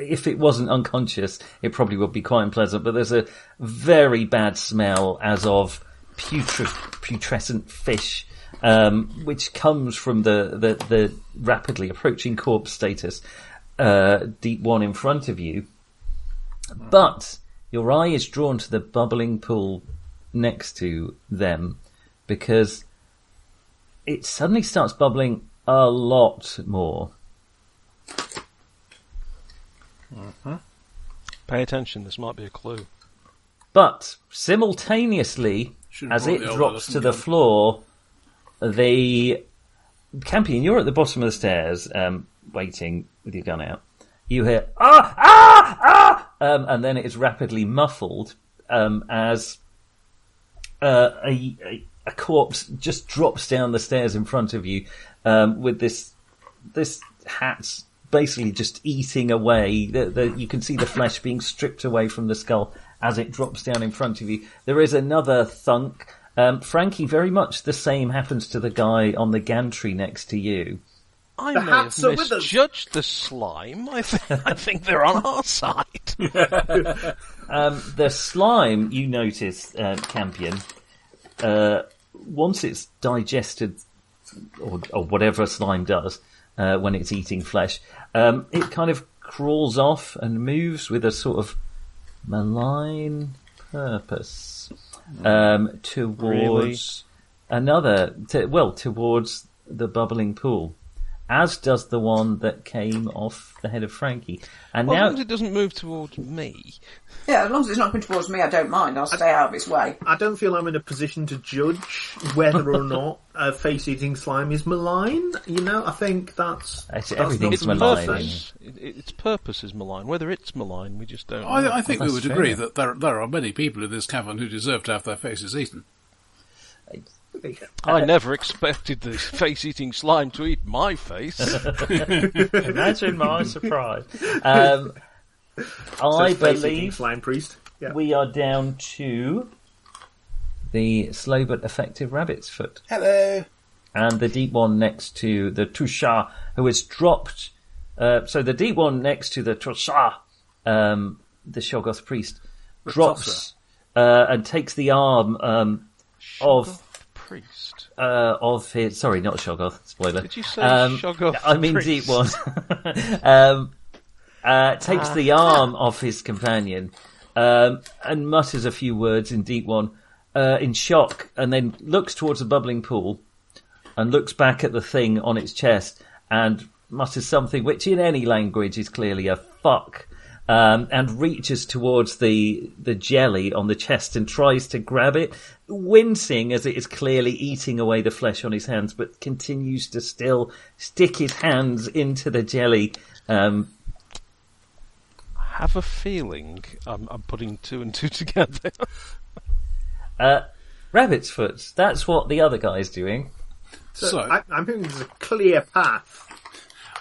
F: if it wasn't unconscious, it probably would be quite unpleasant. But there's a very bad smell as of putre, putrescent fish, um, which comes from the, the the rapidly approaching corpse status, uh, deep one in front of you. But your eye is drawn to the bubbling pool next to them because it suddenly starts bubbling a lot more.
E: Pay attention, this might be a clue.
F: But simultaneously,
A: Should've
F: as
A: brought
F: it
A: the old
F: drops to
A: elephant
F: the
A: gun.
F: floor, the Campion, you're at the bottom of the stairs, um, waiting with your gun out. You hear ah ah ah, um, and then it is rapidly muffled um, as uh, a, a a corpse just drops down the stairs in front of you um, with this this hat's basically just eating away. The, the, you can see the flesh being stripped away from the skull as it drops down in front of you. There is another thunk. Um, Frankie, very much the same happens to the guy on the gantry next to you.
E: I
H: The
E: may have
H: hats are with us.
E: misjudged the slime. I, th- I think they're on our side.
F: Um, The slime, you notice, uh, Campion, uh, once it's digested, or, or whatever slime does, uh, when it's eating flesh, um, it kind of crawls off and moves with a sort of malign purpose um, towards
E: Really?
F: another, to, well, towards the bubbling pool. As does the one that came off the head of Frankie, and
E: Well, as long
F: now
E: as it doesn't move towards me.
G: Yeah, as long as it's not coming towards me, I don't mind. I'll stay out of its way.
H: I don't feel I'm in a position to judge whether or not a face-eating slime is malign. You know, I think that's,
F: Actually,
H: that's
F: everything's
E: Its
H: not-
F: malign.
E: purpose, it, its purpose is malign. Whether it's malign, we just don't. know.
A: I, I think we
F: that's
A: would
F: fair.
A: agree that there there are many people in this cavern who deserve to have their faces eaten.
E: I never expected this face-eating slime to eat my face.
F: Imagine my surprise. Um, I
H: that's face-eating
F: believe
H: slime priest. Yeah.
F: we are down to the slow but effective rabbit's foot. Hello. And the deep one next to the Tusha, who has dropped. Uh, so the deep one next to the Tusha, um, the Shoggoth priest, drops uh, and takes the arm um, of
E: priest.
F: uh, of his. Sorry, not Shoggoth. Spoiler.
E: Did you say
F: um,
E: Shoggoth
F: I mean
E: priest?
F: Deep One. um, uh, takes the arm of his companion um, and mutters a few words in Deep One uh, in shock, and then looks towards the bubbling pool and looks back at the thing on its chest and mutters something which, in any language, is clearly a fuck. Um, and reaches towards the the jelly on the chest and tries to grab it, wincing as it is clearly eating away the flesh on his hands, but continues to still stick his hands into the jelly. Um,
E: I have a feeling I'm, I'm putting two and two together.
F: uh, rabbit's foot. That's what the other guy's doing.
H: So,
A: So-
H: I, I'm thinking there's a clear path.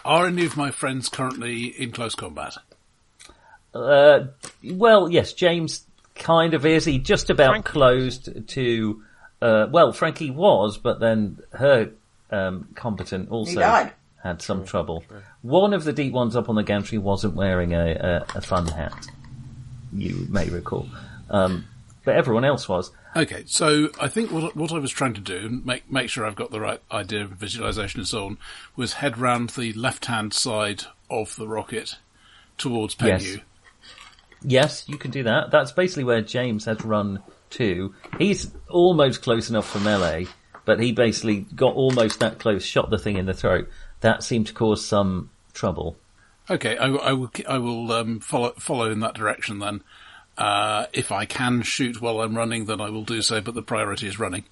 A: Are any of my friends currently in close combat?
F: Uh, well, yes, James kind of is. He just about
E: Frankie
F: closed to. Uh, well, Frankie was, but then her um, competent also
G: died.
F: had some trouble. One of the deep ones up on the gantry wasn't wearing a, a, a fun hat. You may recall, um, but everyone else was.
A: Okay, so I think what what I was trying to do, and make make sure I've got the right idea of visualization and so on, was head round the left hand side of the rocket towards
F: Yes.
A: Pengu.
F: Yes, you can do that. That's basically where James has run to. He's almost close enough for melee, but he basically got almost that close, shot the thing in the throat. That seemed to cause some trouble.
A: Okay, I, I will. I will um, follow follow in that direction then. Uh, if I can shoot while I'm running, then I will do so. But the priority is running.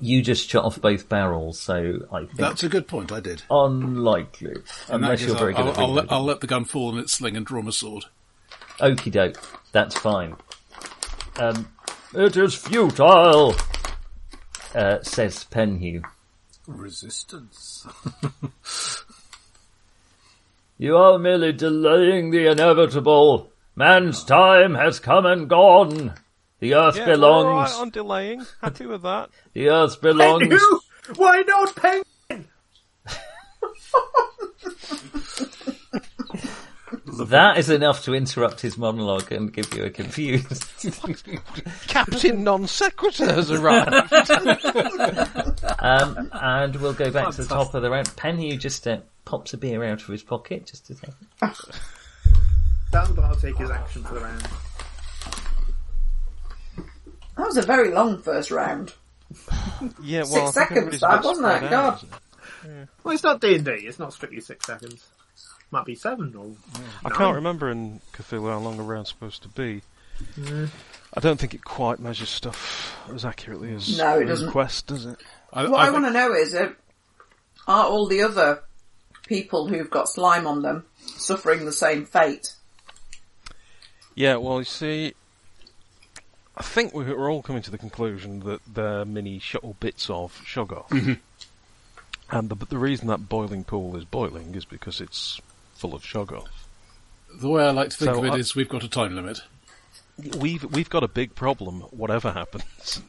F: You just shot off both barrels, so I think
A: That's a good point. I did.
F: unlikely.
A: In that
F: Unless
A: case,
F: you're very
A: I'll,
F: good
A: I'll,
F: at
A: I'll let the gun fall in its sling and draw my sword.
F: Okey doke. That's fine. Um, it is futile, uh, says Penhew.
I: Resistance.
F: You are merely delaying the inevitable. Man's time has come and gone. The earth
E: Yeah,
F: belongs.
E: alright, I'm delaying. Happy with that.
F: The earth belongs.
H: You? Why not pay?
F: That is enough to interrupt his monologue and give you a confused.
C: Captain Non Sequitur has arrived.
F: Um, and we'll go back to the top of the round. Penhew just uh, pops a beer out of his pocket just to take.
H: That'll I'll take his action for the round.
G: That was a very long first round.
E: Yeah,
G: Six
E: well, I think
G: seconds
E: everybody's a bit
G: that, wasn't it?
E: spread
G: God.
E: out.
H: Well, it's not D and D. It's not strictly six seconds. Might be seven or.
E: I can't remember in Cthulhu how long a round's supposed to be. I don't think it quite measures stuff as accurately as
G: No, it
E: Rune
G: doesn't.
E: Quest, does it?
A: I,
G: What I,
A: I
G: want to know is, uh, are all the other people who've got slime on them suffering the same fate?
E: Yeah, well, you see, I think we were all coming to the conclusion that they're mini shuttle bits of Shoggoth. And the, but the reason that boiling pool is boiling is because it's full of Shoggoth.
A: think the way I like to think
E: So
A: of it
E: I-
A: is we've got a time limit.
E: We've we've got a big problem, whatever happens.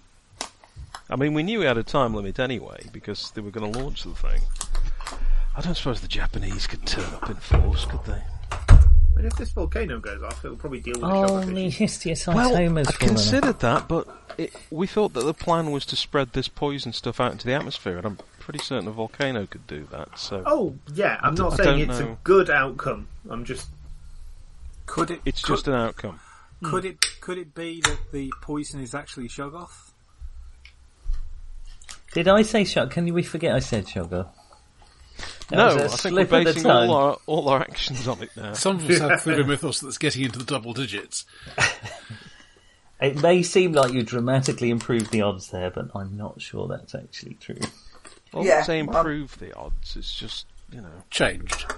E: I mean, we knew we had a time limit anyway because they were going to launch the thing. I don't suppose the Japanese could turn up in force, could they?
H: But if this volcano goes off, it'll probably deal with the
F: Oh,
H: shock
F: the
H: issue.
F: histius
E: Well,
F: itomas
E: I
F: for them.
E: considered that, but it, we thought that the plan was to spread this poison stuff out into the atmosphere, and I'm pretty certain a volcano could do that. So
H: Oh yeah, I'm
E: d-
H: not
E: I
H: saying
E: don't
H: it's a
E: know.
H: good outcome. I'm just
I: Could it?
E: it's
I: could,
E: just an outcome.
I: Could it? Could it be that the poison is actually Shoggoth?
F: Did I say shot? Can we forget I said sugar? That
E: no,
F: was a
E: I think we're
F: slip of the
E: basing all
F: tongue.
E: our all our actions on it now.
A: Some of us have the mythos that's getting into the double digits.
F: It may seem like you dramatically improved the odds there, but I'm not sure that's actually true.
E: Well,
G: Yeah,
E: say
G: well-
E: improve the odds. It's just you know.
A: Changed.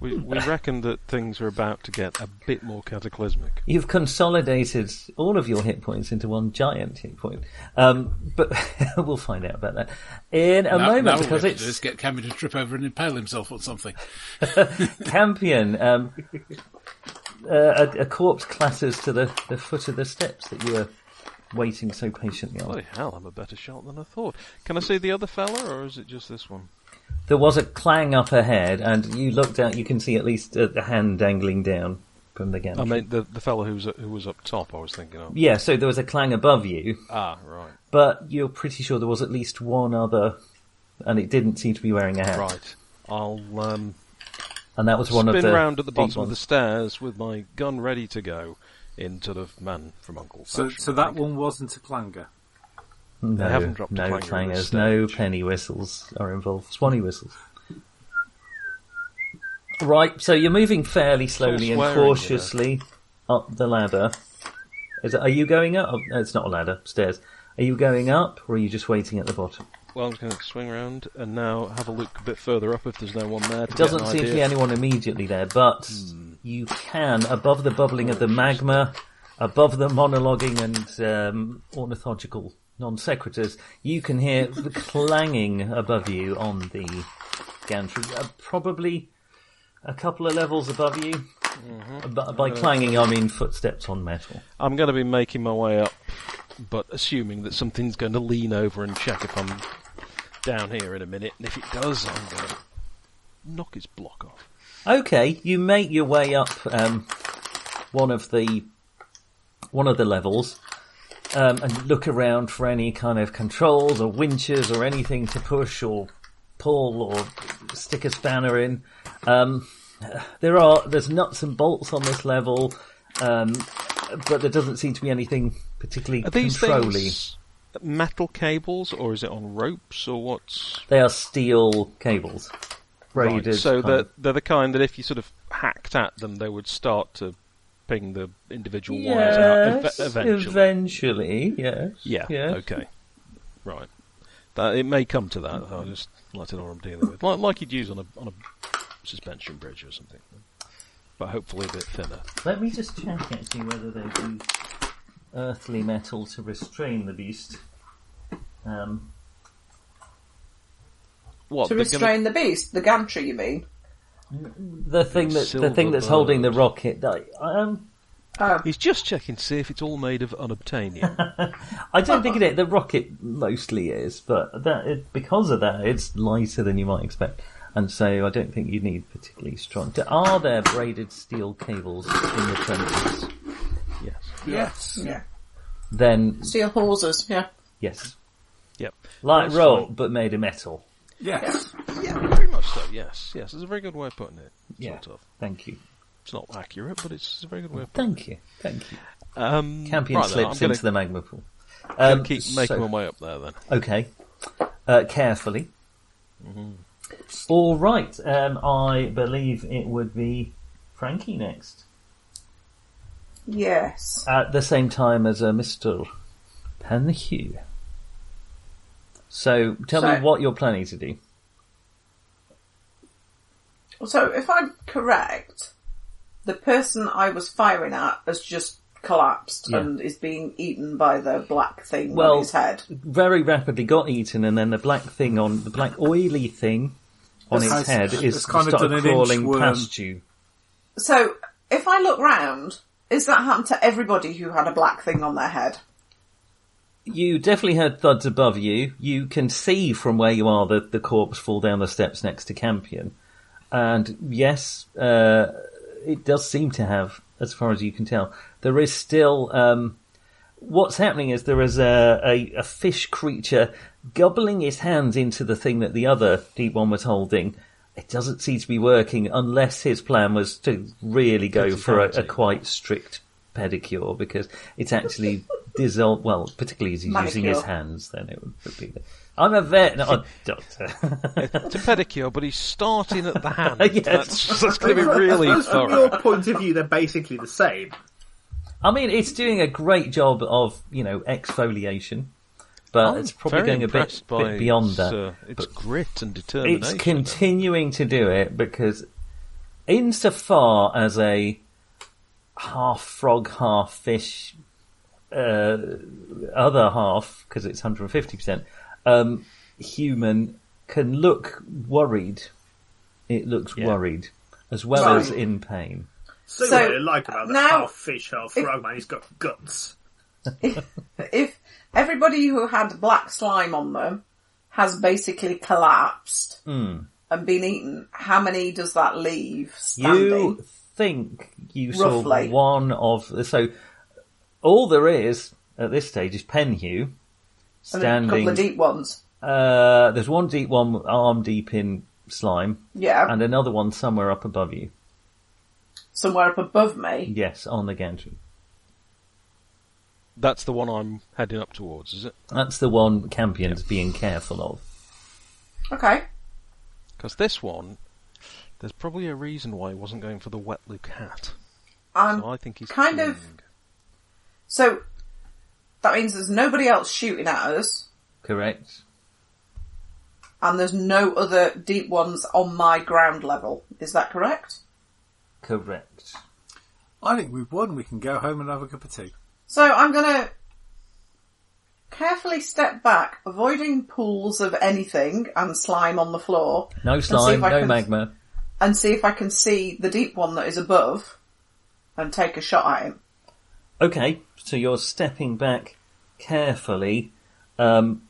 E: We, we reckoned that things were about to get a bit more cataclysmic.
F: You've consolidated all of your hit points into one giant hit point. Um, but we'll find out about that in a
A: now,
F: moment
A: now all we
F: because
A: have to do
F: it's
A: is get Cammy to trip over and impale himself on something.
F: Campion. Um, uh, a, a corpse clatters to the, the foot of the steps that you were waiting so patiently on.
E: Bloody hell, I'm a better shot than I thought. Can I see the other fella, or is it just this one?
F: There was a clang up ahead, and you looked out. You can see at least a, a hand dangling down from the
E: I
A: Oh,
F: gantry.
E: mean, the the fella who was who was up top. I was thinking of.
F: yeah, so there was a clang above you,
E: Ah, right,
F: but you're pretty sure there was at least one other, and it didn't seem to be wearing a hat.
E: right. I'll um,
F: And that was one
E: spin
F: of the
E: round at the
F: big
E: bottom of the
F: ones.
E: stairs with my gun ready to go, in sort of man from Uncle.
I: So,
E: fashion,
I: so
E: I
I: that
E: think.
I: one wasn't a clanger.
F: No,
E: haven't dropped a
F: no
E: clanger on this
F: clangers, no
E: stage.
F: penny whistles are involved. Swanee whistles. Right, so you're moving fairly slowly and
E: swearing, you know.
F: cautiously up the ladder. Is, are you going up? Oh, no, it's not a ladder, stairs. Are you going up, or are you just waiting at the bottom?
E: Well, I'm going to swing round and now have a look a bit further up if there's no one there. To
F: It doesn't
E: get an
F: seem to be
E: idea. Hmm.
F: anyone immediately there, but you can, above the bubbling of the magma, above the monologuing and um, ornithological non sequiturs, you can hear the clanging above you on the gantry. Uh, probably a couple of levels above you.
E: Mm-hmm.
F: But by clanging, I mean footsteps on metal.
E: I'm going to be making my way up, but assuming that something's going to lean over and check if I'm down here in a minute. And if it does, I'm going to knock its block off.
F: Okay, you make your way up um, one of the one of the levels um, and look around for any kind of controls or winches or anything to push or pull or stick a spanner in. Um, there are there's nuts and bolts on this level, um, but there doesn't seem to be anything particularly
E: Are these
F: controlly.
E: things metal cables, or is it on ropes, or what's
F: They are steel cables. braided.
E: so
F: kind
E: they're,
F: of-
E: they're the kind that if you sort of hacked at them, they would start to ping the individual wires out
F: yes,
E: ev- eventually.
F: eventually, yes,
E: yeah,
F: yes.
E: okay. Right. That, it may come to that. I just like to know what I'm dealing with. Like, like you'd use on a, on a suspension bridge or something. But hopefully a bit thinner.
F: Let me just check actually whether they do earthly metal to restrain the beast. Um,
E: What,
G: to
E: they're gonna-
G: restrain the beast, the gantry, you mean?
F: the thing
E: Big
F: that the
E: silver
F: thing that's holding the
E: bird.
F: rocket. I, um,
E: He's just checking to see if it's all made of unobtainium.
F: I don't think it is. The rocket mostly is, but that it, because of that, it's lighter than you might expect, and so I don't think you need particularly strong. Are there braided steel cables in the trenches?
E: yes.
G: Yes. Yeah.
F: Then
G: Steel hawsers, yeah.
F: yes,
E: Yep.
F: like
E: That's
F: roll, but made of metal.
I: Yes.
E: Pretty much so, yes. Yes, it's a very good way of putting it.
F: Yeah.
E: Sort of.
F: Thank you.
E: It's not accurate, but it's a very good way of
F: Thank you. Thank you.
E: Um,
F: Campion
E: right then,
F: slips
E: I'm gonna,
F: into the magma pool.
E: gonna
F: Um,
E: keep
F: so-
E: making my Mm-hmm. way up there then.
F: Okay. Uh, carefully. All right. Um, I believe it would be Frankie next.
G: Yes.
F: At the same time as uh, Mr. Penhew. So tell
G: So-
F: me what you're planning to do.
G: So, if I'm correct, the person I was firing at has just collapsed
F: Yeah.
G: and is being eaten by the black thing
F: Well-
G: on his head.
F: Very rapidly got eaten, and then the black thing on the black oily thing on
I: It's-
F: its head
I: it's-
F: is
I: it's kind of done
F: started
I: an
F: crawling
I: inchworm.
F: past you.
G: So, if I look round, is that happened to everybody who had a black thing on their head?
F: You definitely heard thuds above you. You can see from where you are the, the corpse fall down the steps next to Campion. And yes, uh, it does seem to have, as far as you can tell. There is still, um, what's happening is there is a, a, a fish creature gobbling his hands into the thing that the other deep one was holding. It doesn't seem to be working unless his plan was to really go for a, a quite strict pedicure because it's actually dissolved. Well, particularly as he's using his
G: Manicure.
F: hands, then it would be. I'm a vet, not a doctor.
E: It's a pedicure, but he's starting at the hand.
F: Yes.
E: That's, that's going to be really
H: From
E: thorough.
H: your point of view, they're basically the same.
F: I mean, it's doing a great job of you know exfoliation, but
E: I'm
F: it's probably
E: very
F: going a bit,
E: impressed by
F: bit beyond that.
E: uh, It's grit and determination.
F: it's continuing to do it because insofar as a half frog half fish uh, other half because it's 150% um, human can look worried it looks worried as well
G: Right.
F: as in pain
H: So,
G: So,
H: what I like about that
G: now-
H: half fish, half frog man, he's got guts.
G: if everybody who had black slime on them has basically collapsed
F: Hmm.
G: and been eaten, how many does that leave standing?
F: You think you saw
G: Roughly.
F: one of so all there is at this stage is Penhew
G: and then a couple of
F: standing.
G: deep ones.
F: Uh, there's one deep one arm deep in slime,
G: Yeah,
F: and another one somewhere up above you.
G: somewhere up above me.
F: Yes, on the gantry.
E: That's the one I'm heading up towards, is it?
F: That's the one Campion's being careful of.
G: Okay.
E: Because this one, there's probably a reason why he wasn't going for the wet look hat.
G: I'm
E: So I think he's
G: kind of-
E: cleaning.
G: So that means there's nobody else shooting at us,
F: Correct.
G: and there's no other deep ones on my ground level. Is that correct?
F: Correct.
I: I think we've won. We can go home and have a cup of tea.
G: So I'm gonna carefully step back, avoiding pools of anything and slime on the floor.
F: No
G: and see
F: slime,
G: if I
F: no
G: can-
F: magma.
G: And see if I can see the deep one that is above and take a shot at him.
F: Okay, so you're stepping back carefully. Um,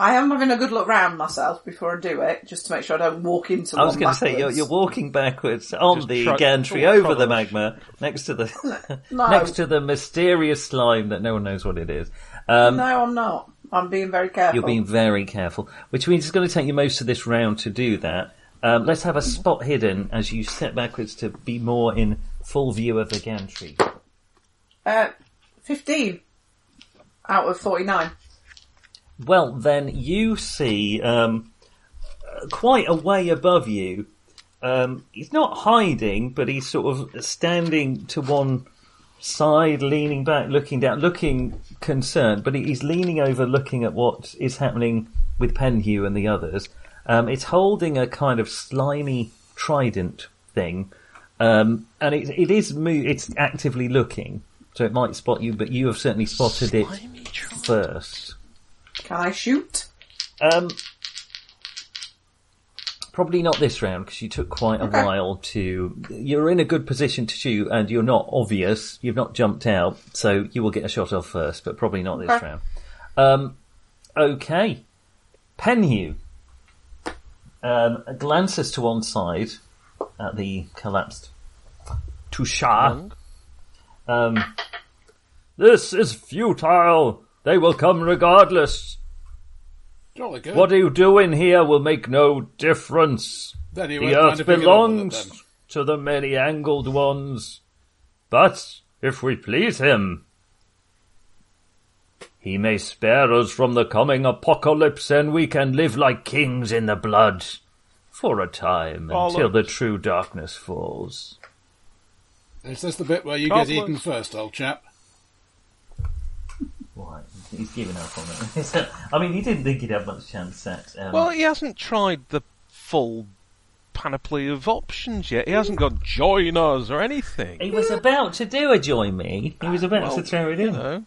G: I am having a good look round myself before I do it, just to make sure I don't walk into
F: I was
G: one
F: going to say you're,
G: backwards.
F: you're walking backwards on
E: Just
F: the
E: try-
F: gantry
E: oh,
F: over the
E: gosh.
F: magma next to the
G: No.
F: next to the mysterious slime that no one knows what it is. Um,
G: No, I'm not. I'm being very careful.
F: You're being very careful, which means it's going to take you most of this round to do that. Um, let's have a spot hidden as you step backwards to be more in full view of the gantry.
G: Uh, 15 out of 49.
F: Well, then you see um, quite a way above you. Um, he's not hiding, but he's sort of standing to one side, leaning back, looking down, looking concerned, but he- he's leaning over, looking at what is happening with Penhew and the others. Um, it's holding a kind of slimy trident thing, um, and it, it is mo- it's actively looking, so it might spot you, but you have certainly spotted it first.
G: Can I shoot?
F: Um, probably not this round because you took quite a
G: Okay.
F: while to. You're in a good position to shoot, and you're not obvious. You've not jumped out, so you will get a shot off first, but probably not this
G: Okay.
F: round. Um, okay, Penhew um, glances to one side at the collapsed Tushar. Um, this is futile. They will come regardless.
A: Jolly good.
F: What you do in here will make no difference.
A: Then he
F: The
A: won't mind
F: earth
A: if we get on with it then.
F: belongs to the many angled ones. But if we please him, he may spare us from the coming apocalypse and we can live like kings in the blood for a time
E: Oh,
F: until
E: look.
F: the true darkness falls.
A: Is this the bit where you
E: Can't
A: get eaten
E: look.
A: first, old chap?
F: Right, he's given up on it. I mean, he didn't think he'd have much chance at. Um,
E: Well, he hasn't tried the full panoply of options yet. He hasn't got join us or anything.
F: he was about to do a join me. He was about
E: Well,
F: to throw it
E: you
F: in.
E: know.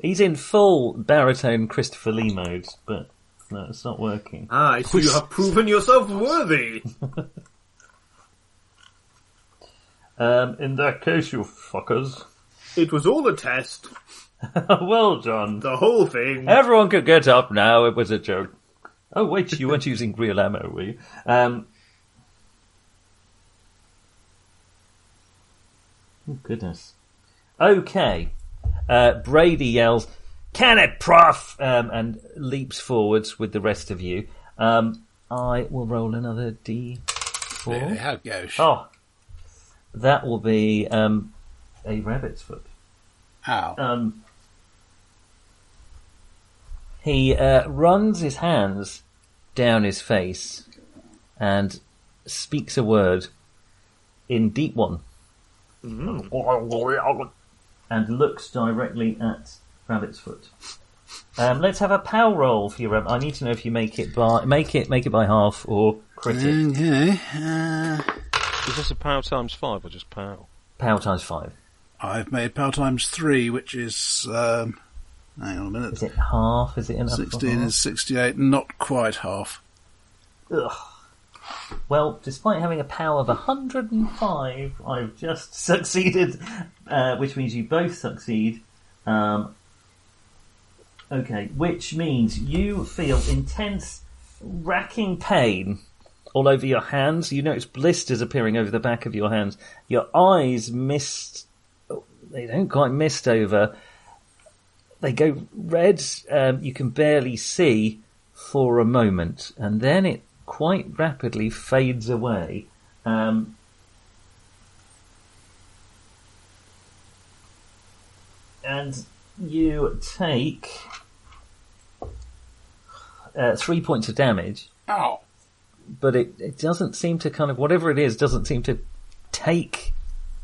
F: He's in full baritone Christopher Lee mode, but no, it's not working.
H: Ah, I see you have proven yourself worthy.
F: Um, in that case, you fuckers.
H: It was all a test,
F: well done.
H: the whole thing.
F: Everyone could get up now. It was a joke. Oh wait, you weren't using real ammo, were you? Um, oh goodness. Okay. Uh, Brady yells, "Can it, Prof?" Um, and leaps forwards with the rest of you. Um, I will roll another d four.
A: Yeah, how gosh.
F: Oh, that will be um, a rabbit's foot.
A: How?
F: Um, he uh, runs his hands down his face and speaks a word in deep one and looks directly at Rabbit's Foot. Um, let's have a pow roll for your rabbit. I need to know if you make it by make it make it by half or crit it.
A: Mm. Okay. Uh,
E: Is this a pow times five or just pow?
F: Pow times five.
A: I've made power times three, which is um, hang on a minute.
F: Is it half? Is it enough? for
A: Sixteen
F: half?
A: is sixty-eight, not quite half.
F: Ugh. Well, despite having a power of 105, I've just succeeded, uh, which means you both succeed. Um, okay, which means you feel intense, racking pain all over your hands. You notice blisters appearing over the back of your hands. Your eyes mist. They don't quite mist over. They go red. Um, you can barely see for a moment, and then it quite rapidly fades away. Um, and you take uh, three points of damage,
A: Ow!
F: but it, it doesn't seem to kind of, whatever it is, doesn't seem to take.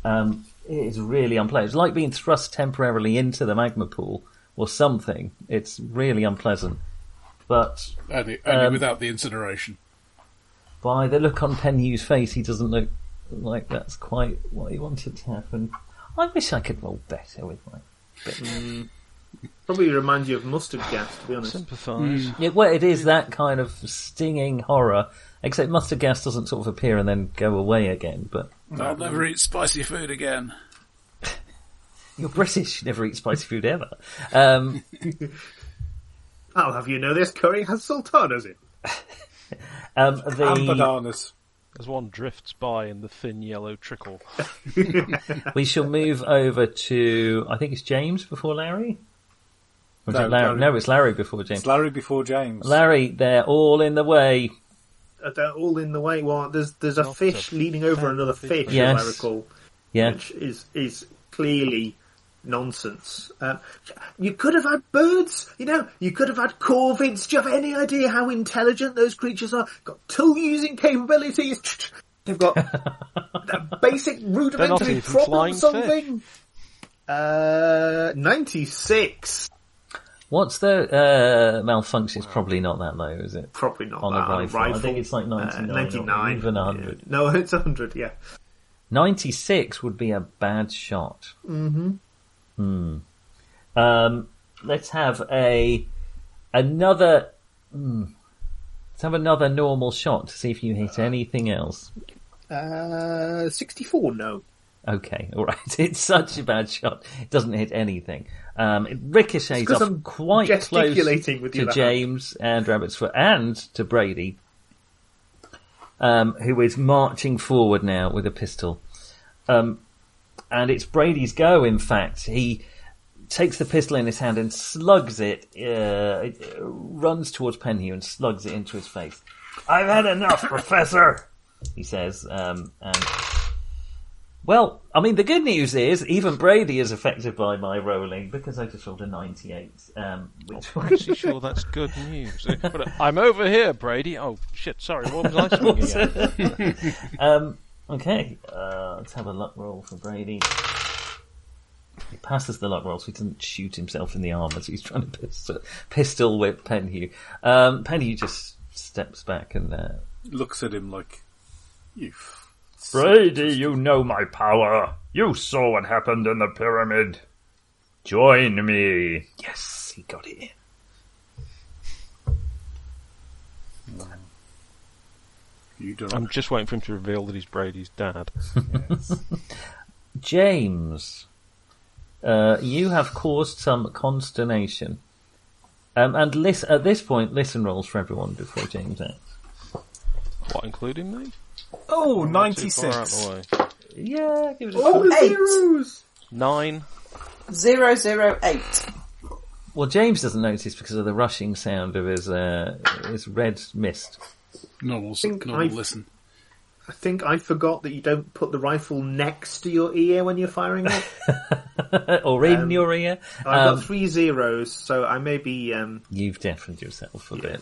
F: Um, it is really unpleasant. It's like being thrust temporarily into the magma pool or something. It's really unpleasant. But
A: Only, only
F: Um,
A: without the incineration.
F: By the look on Penhu's face, he doesn't look like that's quite what he wanted to happen. I wish I could roll better with my.
H: Probably reminds you of mustard gas, to be honest.
E: Sympathise.
F: Yeah, well, it is that kind of stinging horror, except mustard gas doesn't sort of appear and then go away again. But
A: I'll never eat spicy food again.
F: you're British, you never eat spicy food ever. Um,
H: I'll have you know this curry has sultanas in.
F: um,
I: And
F: the,
I: bananas.
E: As one drifts by in the thin yellow trickle.
F: we shall move over to, I think it's James before Larry? Or is
I: No,
F: it Larry?
I: Larry.
F: No, it's Larry before James.
I: It's Larry before James.
F: Larry, they're all in the way.
H: Uh, They're all in the way. Well, there's there's a
E: Lots
H: fish
E: of
H: leaning over another
E: fancy
H: fish,
F: Yes.
H: as I recall,
F: Yeah.
H: which is is clearly nonsense. Um, you could have had birds, you know, you could have had corvids. Do you have any idea how intelligent those creatures are? Got tool using capabilities. They've got that basic rudimentary
E: even
H: problem
E: flying
H: solving. Uh, 96.
F: What's the uh, malfunction? It's probably not that low, is it?
H: Probably not
F: On a
H: that. on
F: rifle. I think it's like 99 or
H: Uh, 99.
F: even 100.
H: Yeah. No, it's 100, yeah.
F: 96 would be a bad shot. Mm-hmm. Um, let's have a another. mm, let's have another normal shot to see if you hit anything else.
H: Uh, 64, no.
F: Okay, all right. It's such a bad shot. It doesn't hit anything. Um, it ricochets
H: 'cause
F: off
H: I'm
F: quite close
H: gesticulating with the
F: to
H: other hand.
F: James and Rabbit's foot and to Brady, um, who is marching forward now with a pistol. Um, and it's Brady's go. In fact, he takes the pistol in his hand and slugs it. Uh, it, uh, runs towards Penhew and slugs it into his face. I've had enough, Professor. He says, um, and well, I mean, the good news is even Brady is affected by my rolling because I just rolled a 98, um, which
E: I'm pretty sure that's good news. But I'm over here, Brady. Oh shit! Sorry, what was I saying again?
F: um, okay, uh, let's have a luck roll for Brady. He passes the luck roll, so he doesn't shoot himself in the arm as he's trying to pistol, pistol whip Penhew. Um, Penhew just steps back and uh,
I: Looks at him like, you. f-
K: Brady, you know my power. You saw what happened in the pyramid. Join me.
F: yes, he got it in.
I: You don't.
F: Um,
E: I'm just waiting for him to reveal that he's Brady's dad.
F: James, uh, you have caused some consternation. Um, and lis- at this point, listen rolls for everyone before James acts.
E: What, including me?
I: oh,
E: Too far out
I: 96.
E: the way.
F: Yeah, give it a shot.
H: Oh, the
G: Eight.
H: zeros!
E: Nine.
G: Zero zero eight.
F: Well, James doesn't notice because of the rushing sound of his uh, his red mist.
A: Normal,
H: Think
A: normal
H: I-
A: listen.
H: I think I forgot that you don't put the rifle next to your ear when you're firing it.
F: Uh, or in your ear.
H: I've
F: Um,
H: got three zeros, so I may be. Um,
F: You've deafened yourself a bit.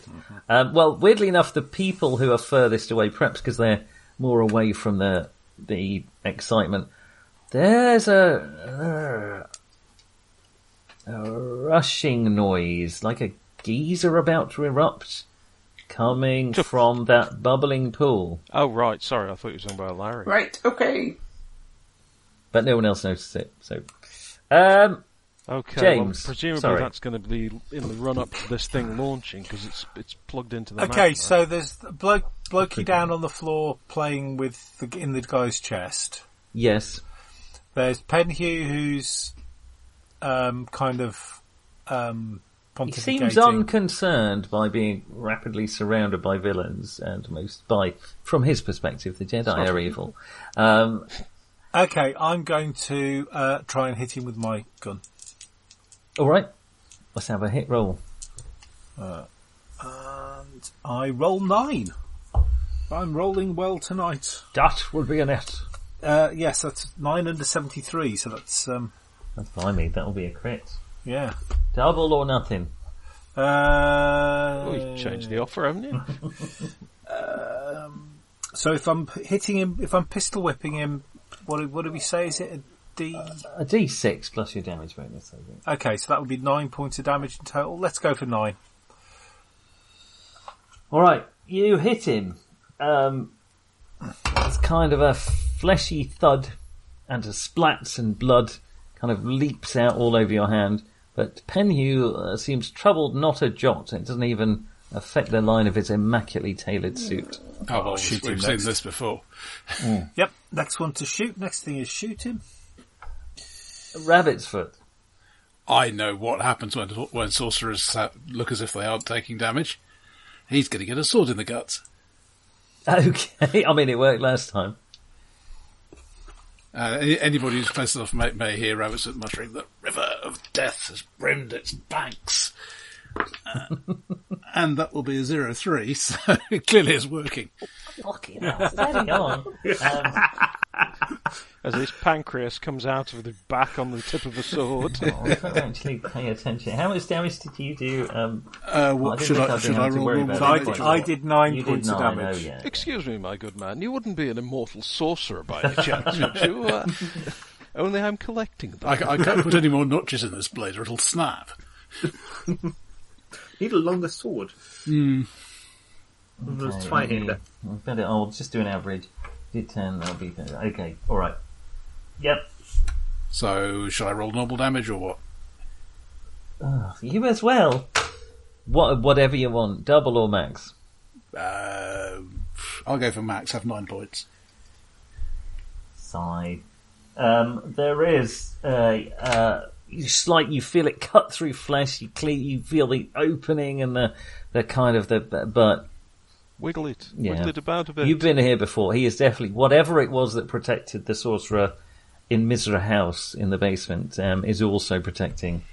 F: Um, well, weirdly enough, the people who are furthest away, perhaps because they're more away from the the excitement, there's a, a rushing noise, like a geyser about to erupt, coming from that bubbling pool.
E: Oh right, sorry, I thought you were talking about Larry.
G: Right, okay.
F: But no one else noticed it. So, um,
E: Okay,
F: James,
E: well, presumably
F: sorry.
E: that's going to be in the run up to this thing launching because it's it's plugged into the.
I: Okay,
E: map,
I: so there's the bloke, blokey down on the floor playing with the, in the guy's chest.
F: yes,
I: There's Penhew who's, um, kind of, um,
F: He
I: pontificating.
F: seems unconcerned by being rapidly surrounded by villains and most by, from his perspective, the Jedi are evil. Um,
I: Okay, I'm going to, uh, try and hit him with my gun.
F: all right, let's have a hit roll.
I: And I roll nine. I'm rolling well tonight.
F: That would be a net.
I: Uh, yes, that's nine under 73, so that's, um,
F: That's by me. That'll be a crit.
I: yeah.
F: Double or nothing.
I: Uh,
E: Right? Oh, you changed the offer, haven't you?
I: so if I'm p- hitting him, if I'm pistol whipping him, what, do- what do we say? Is it a D?
F: A d6 plus your damage bonus. I think.
I: Okay, so that would be nine points of damage in total. Let's go for nine.
F: All right, you hit him. Um, it's kind of a fleshy thud, and a splats and blood kind of leaps out all over your hand. But Penhew uh, seems troubled not a jot. It doesn't even affect the line of his immaculately tailored suit.
A: Oh, well,
I: shoot him
A: we've seen
I: next.
A: this before.
I: Yep, next one to shoot. Next thing is shoot him.
F: Rabbit's foot.
A: I know what happens when when sorcerers sa- look as if they aren't taking damage. He's going to get a sword in the guts,
F: Okay, I mean it worked last time.
A: uh, any- anybody who's close enough may, may hear Robertson muttering, "The river of death has brimmed its banks," Uh, and that will be a zero three. So clearly, it's working.
F: Fucking hell, steady on. Um,
E: as his pancreas comes out of the back on the tip of a sword.
F: Oh, I can't actually pay attention. How much damage did you do? Um,
A: Uh, what
F: didn't
A: should
F: think
A: I-
F: I'd been
A: should
F: able
A: I
F: to
A: roll
F: worry
A: one
F: about
A: for
F: it
A: damage?
F: before.
A: I did nine
F: You did
A: points of
F: nine,
A: damage.
F: oh, yeah.
E: Excuse me, my good man, you wouldn't be an immortal sorcerer by any chance, would you? Uh, only I'm collecting them.
A: I, ca- I can't put any more notches in this blade or it'll snap.
H: Need a longer sword.
A: Hmm.
F: Okay,
H: Let's try
F: let me-
H: it.
F: I better. I'll just do an average. Did ten? That'll be better. Okay. All right. Yep.
A: So, should I roll normal damage or what?
F: Oh, you as well. What? Whatever you want, double or max.
A: Uh, I'll go for max, have nine points.
F: Side. Um, there is a. Uh, you slight. You feel it cut through flesh. You cle You feel the opening and the the kind of the. But
E: Wiggle it.
F: Yeah.
E: Wiggle it about a bit.
F: You've been here before. He is definitely whatever it was that protected the sorcerer in Misra House in the basement um, is also protecting.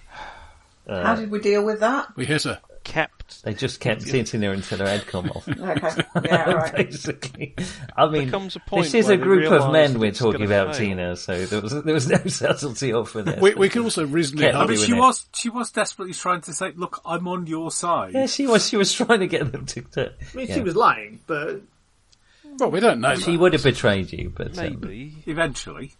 E: Uh,
G: How did we deal with that?
A: We hit her.
E: Kept.
F: They just kept sitting there until her head come off.
G: Okay. Yeah, all right.
F: Basically, I mean,
E: comes a point
F: this is
E: where
F: a
E: they
F: group
E: realise
F: of men
E: that
F: we're
E: it's gonna
F: talking about,
E: fail.
F: Tina. So there was there was no subtlety offered there.
A: We, we can also reasonably
F: Kept
I: I
A: hard.
I: mean,
F: doing
I: she
F: it.
I: was she was desperately trying to say, "Look, I'm on your side."
F: yeah, she was she was trying to get them to. to
H: I mean,
F: yeah.
H: she was lying, but
A: Well, we don't know.
F: She
A: that.
F: would have betrayed you, but um,
E: Maybe.
I: Eventually,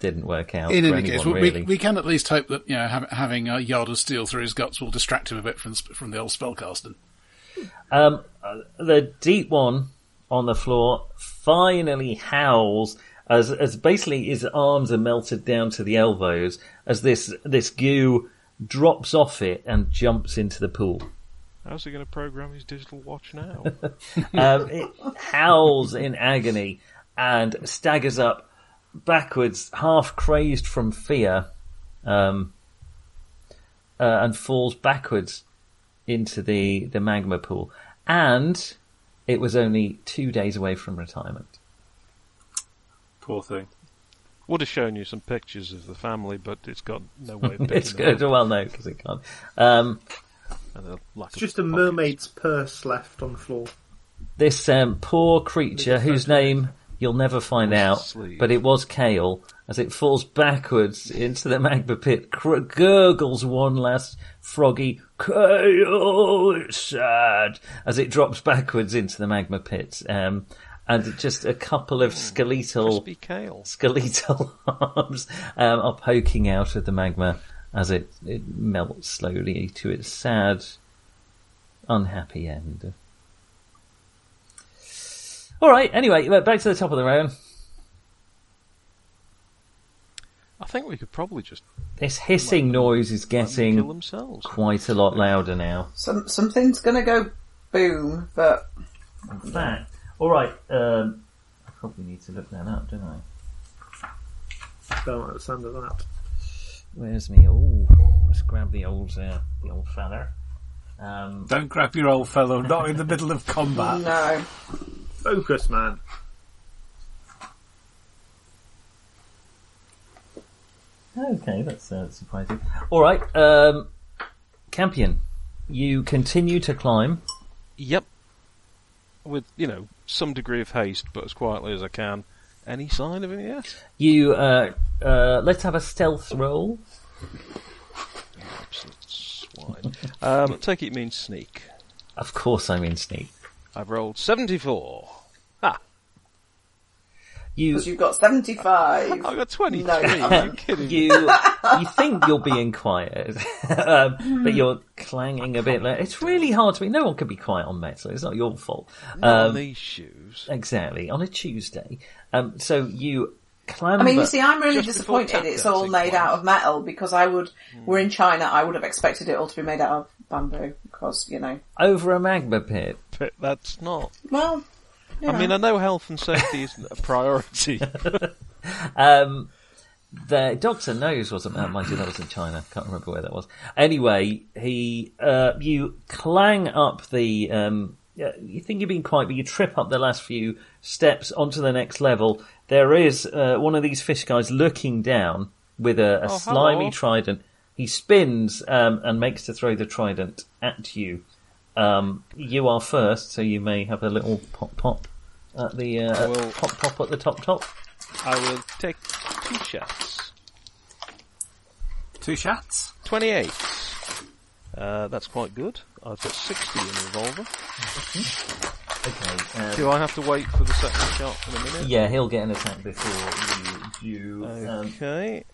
F: didn't work out
A: In
F: for
A: any case,
F: anyone
A: we,
F: really.
A: we, we can at least hope that you know ha- having a yard of steel through his guts will distract him a bit from sp- from the old spellcasting.
F: Um, uh, the deep one on the floor finally howls as as basically his arms are melted down to the elbows as this this goo drops off it and jumps into the pool.
E: How's he going to program his digital watch now?
F: Um, it howls in agony and staggers up backwards, half crazed from fear, um, uh, and falls backwards into the, the magma pool. And it was only two days away from retirement.
I: poor thing.
E: Would have shown you some pictures of the family, but it's got no way of picking
F: it's
E: them
F: good. Well, no, because it can't. Um,
E: up, and the lack
H: it's
E: of
H: just a
E: pockets.
H: mermaid's purse left on the floor.
F: this um, poor creature, whose name you'll never find out,
E: Sleeve.
F: but it was Kale, as it falls backwards into the magma pit, cr- gurgles one last froggy, Kale, it's sad, as it drops backwards into the magma pit. Um, and just a couple of skeletal
E: Crispy kale.
F: skeletal arms um, are poking out of the magma as it, it melts slowly to its sad, unhappy end. All right. Anyway, uh, back to the top of the round.
E: I think we could probably just
F: This hissing noise is
E: let them kill
F: getting
E: themselves.
F: quite a lot louder now.
G: Some something's gonna go boom, but
F: That. All right. Um, I probably need to look that up, don't I?
H: Don't like the sound of that.
F: Where's me? Oh, let's grab the old uh, the old fella. Um,
I: Don't grab your old fellow. Not in the middle of
E: Ah.
I: combat.
G: no.
H: Focus, man.
F: Okay, that's uh, surprising. All right, um, Campion, you continue to climb.
E: Yep. With, you know, some degree of haste, but as quietly as I can. Any sign of him yet?
F: You uh, uh, let's have a stealth roll.
E: Absolute swine. um, I take it you mean sneak.
F: Of course, I'm in sneak.
E: I've rolled 74.
F: You
G: Because you've got seventy five.
E: I got 23.
G: No.
E: Are you kidding me?
F: you you think you're being quiet, um, but you're clanging a bit. Like, it's really hard to be. No one can be quiet on metal. It's not your fault.
E: On
F: Um,
E: these shoes.
F: exactly on a Tuesday. Um, so you clamber.
G: I mean, you see, I'm really
E: Just before
G: disappointed it's
E: tap
G: all
E: dancing
G: made
E: class.
G: out of metal because I would,
E: Hmm.
G: we're in China, I would have expected it all to be made out of bamboo because, you know,
F: over a magma pit.
E: But that's not.
G: well, you
E: I mean, uh
G: know.
E: I know health and safety isn't a priority.
F: Um, the Doctor Knows wasn't that, mind you, that was in China. Can't remember where that was. Anyway, he, uh, you clang up the, um, yeah, you think you've been quiet, but you trip up the last few steps onto the next level. There is uh, one of these fish guys looking down with a, a
E: Oh, hello.
F: slimy trident. He spins um, and makes to throw the trident at you. Um, you are first, so you may have a little pop pop at the uh,
E: will-
F: pop pop at the top top.
E: I will take two shots.
I: Two shots?
E: 28. Uh, that's quite good. I've got 60 in the revolver.
F: Okay. um,
E: Do I have to wait for the second shot for the minute?
F: Yeah, he'll get an attack before you. you um,
E: Okay.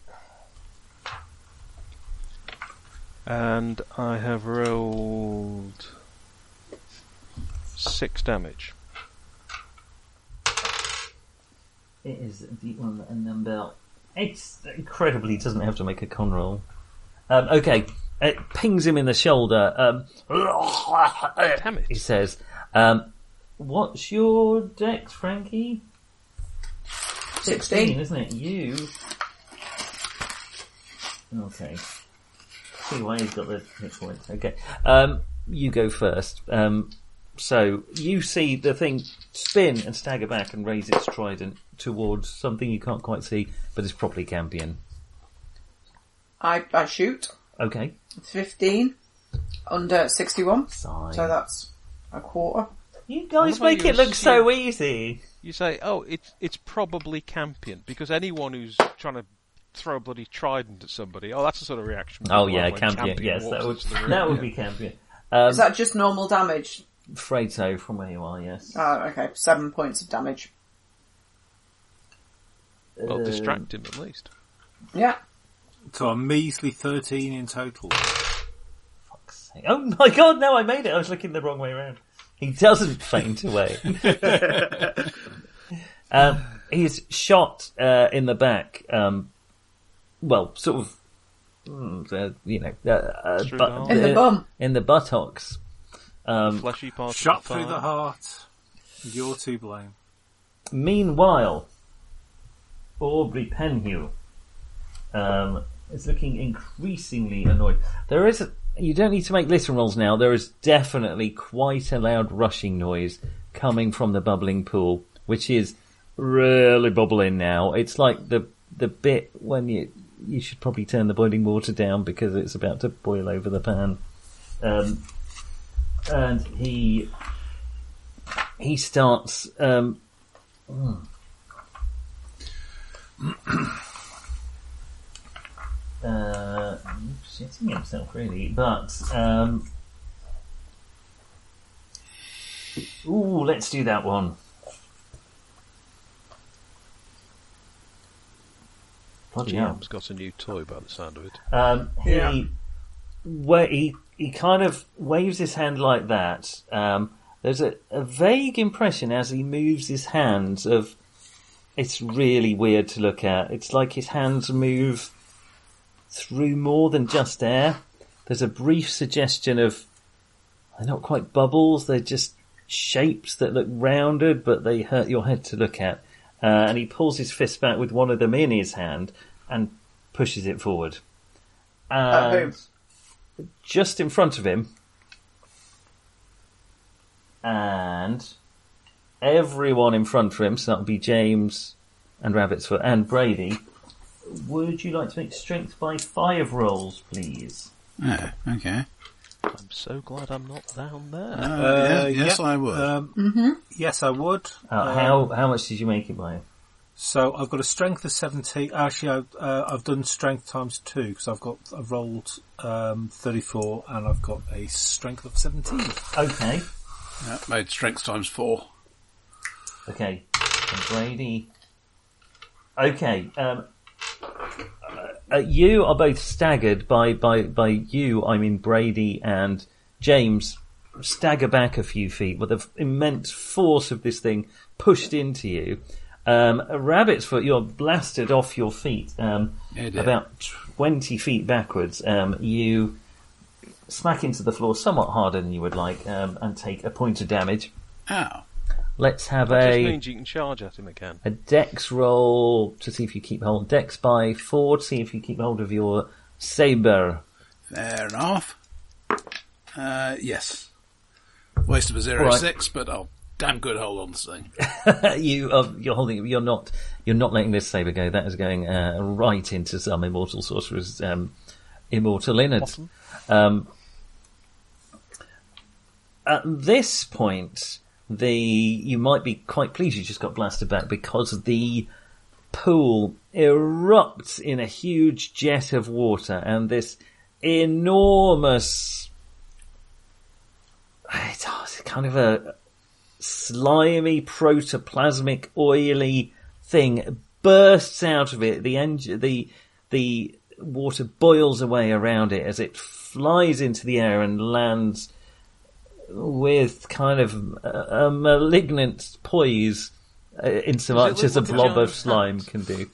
E: And I have rolled six damage.
F: it is the one that a number. It's incredibly doesn't have to make a con roll. Um, okay, it pings him in the shoulder. Um,
E: Damn
F: he
E: it.
F: says, um, "What's your dex, Frankie?
G: 16.
F: isn't it? You." Okay. See why he's got the hit points. Okay, um, you go first. Um, so you see the thing spin and stagger back and raise its trident towards something you can't quite see, but is properly Campion.
G: I, I shoot.
F: Okay,
G: It's 15 under 61.
F: Fine.
G: So that's a quarter.
F: You guys
E: What
F: make
E: about you
F: it look so easy.
E: You say, oh, it's it's probably campion because anyone who's trying to throw a bloody trident at somebody, oh, that's the sort of reaction.
F: Oh
E: people
F: yeah,
E: have when
F: Campion. Yes,
E: walks
F: that would
E: into the room.
F: that would
E: Yeah.
F: be Campion. Um,
G: Is that just normal damage?
F: afraid so from where you are. Yes.
G: Oh, okay. Seven points of damage.
E: Well,
F: Um,
E: distract him at least.
G: Yeah.
I: So a measly 13 in total.
F: fuck's sake. Oh my god! No, I made it. I was looking the wrong way around. He doesn't faint away. um, he's shot uh, in the back. Um, well, sort of. mm, uh, you know, uh, uh,
E: Through
F: but-
E: the heart.
G: In the bum.
F: in the buttocks. Um,
E: Fleshy part. of
I: Shot
E: the
I: through the
E: thigh.
I: heart. You're to blame.
F: Meanwhile, Aubrey Penhew um, is looking increasingly annoyed. There is a, you don't need to make listen rolls now. There is definitely quite a loud rushing noise coming from the bubbling pool, which is really bubbling now. It's like the the bit when you you should probably turn the boiling water down because it's about to boil over the pan. Um, and he he starts um, uh, shitting himself really, but um, ooh, let's do that one. Bloody hell.
E: Jam's got a new toy by the sound of it.
F: Um, he, where he he kind of waves his hand like that. Um, there's a, a vague impression as he moves his hands of it's really weird to look at. It's like his hands move through more than just air. There's a brief suggestion of they're not quite bubbles; they're just shapes that look rounded, but they hurt your head to look at. Uh, and he pulls his fist back with one of them in his hand and pushes it forward.
G: At
F: And
G: whom?
F: just in front of him, and everyone in front of him, so that would be James and Rabbitsfoot and Brady. Would you like to make strength by five rolls, please?
A: Oh, okay.
E: I'm so glad I'm not down there.
A: Uh,
I: Uh,
A: yeah, uh, yes,
I: yeah,
A: I would. Mm-hmm.
I: Um, Yes, I would.
F: Uh,
I: Uh,
F: how how much did you make it by?
I: So I've got a strength of 17. Actually, I, uh, I've done strength times two because I've got, I've rolled, um, 34 and I've got a strength of 17.
F: Okay,
A: Yeah, made strength times four.
F: okay, and Brady. Okay, um, uh, you are both staggered by by by you. I mean Brady and James stagger back a few feet with the f- immense force of this thing pushed into you. Um, rabbit's foot, you're blasted off your feet, um,
A: Yeah, dear.
F: about 20 feet backwards. Um, you smack into the floor somewhat harder than you would like, um, and take a point of damage.
A: Ow.
F: Let's have
E: That just
F: a
E: means you can charge at him again.
F: a dex roll to see if you keep hold. Dex by four to see if you keep hold of your saber.
A: Fair enough. Uh, yes. Waste of a zero
F: All right.
A: six, but I'll damn good hold on this thing.
F: you are you're holding. You're not. You're not letting this saber go. That is going uh, right into some immortal sorcerer's um, immortal innards. Um, at this point, the you might be quite pleased you just got blasted back because the pool erupts in a huge jet of water and this enormous it's oh, it's kind of a slimy protoplasmic oily thing bursts out of it the engine the the water boils away around it as it flies into the air and lands with kind of a, a malignant poise, uh,
L: Does
F: insomuch
L: it
F: as a
L: look like a
F: blob
L: giant
F: of slime can do.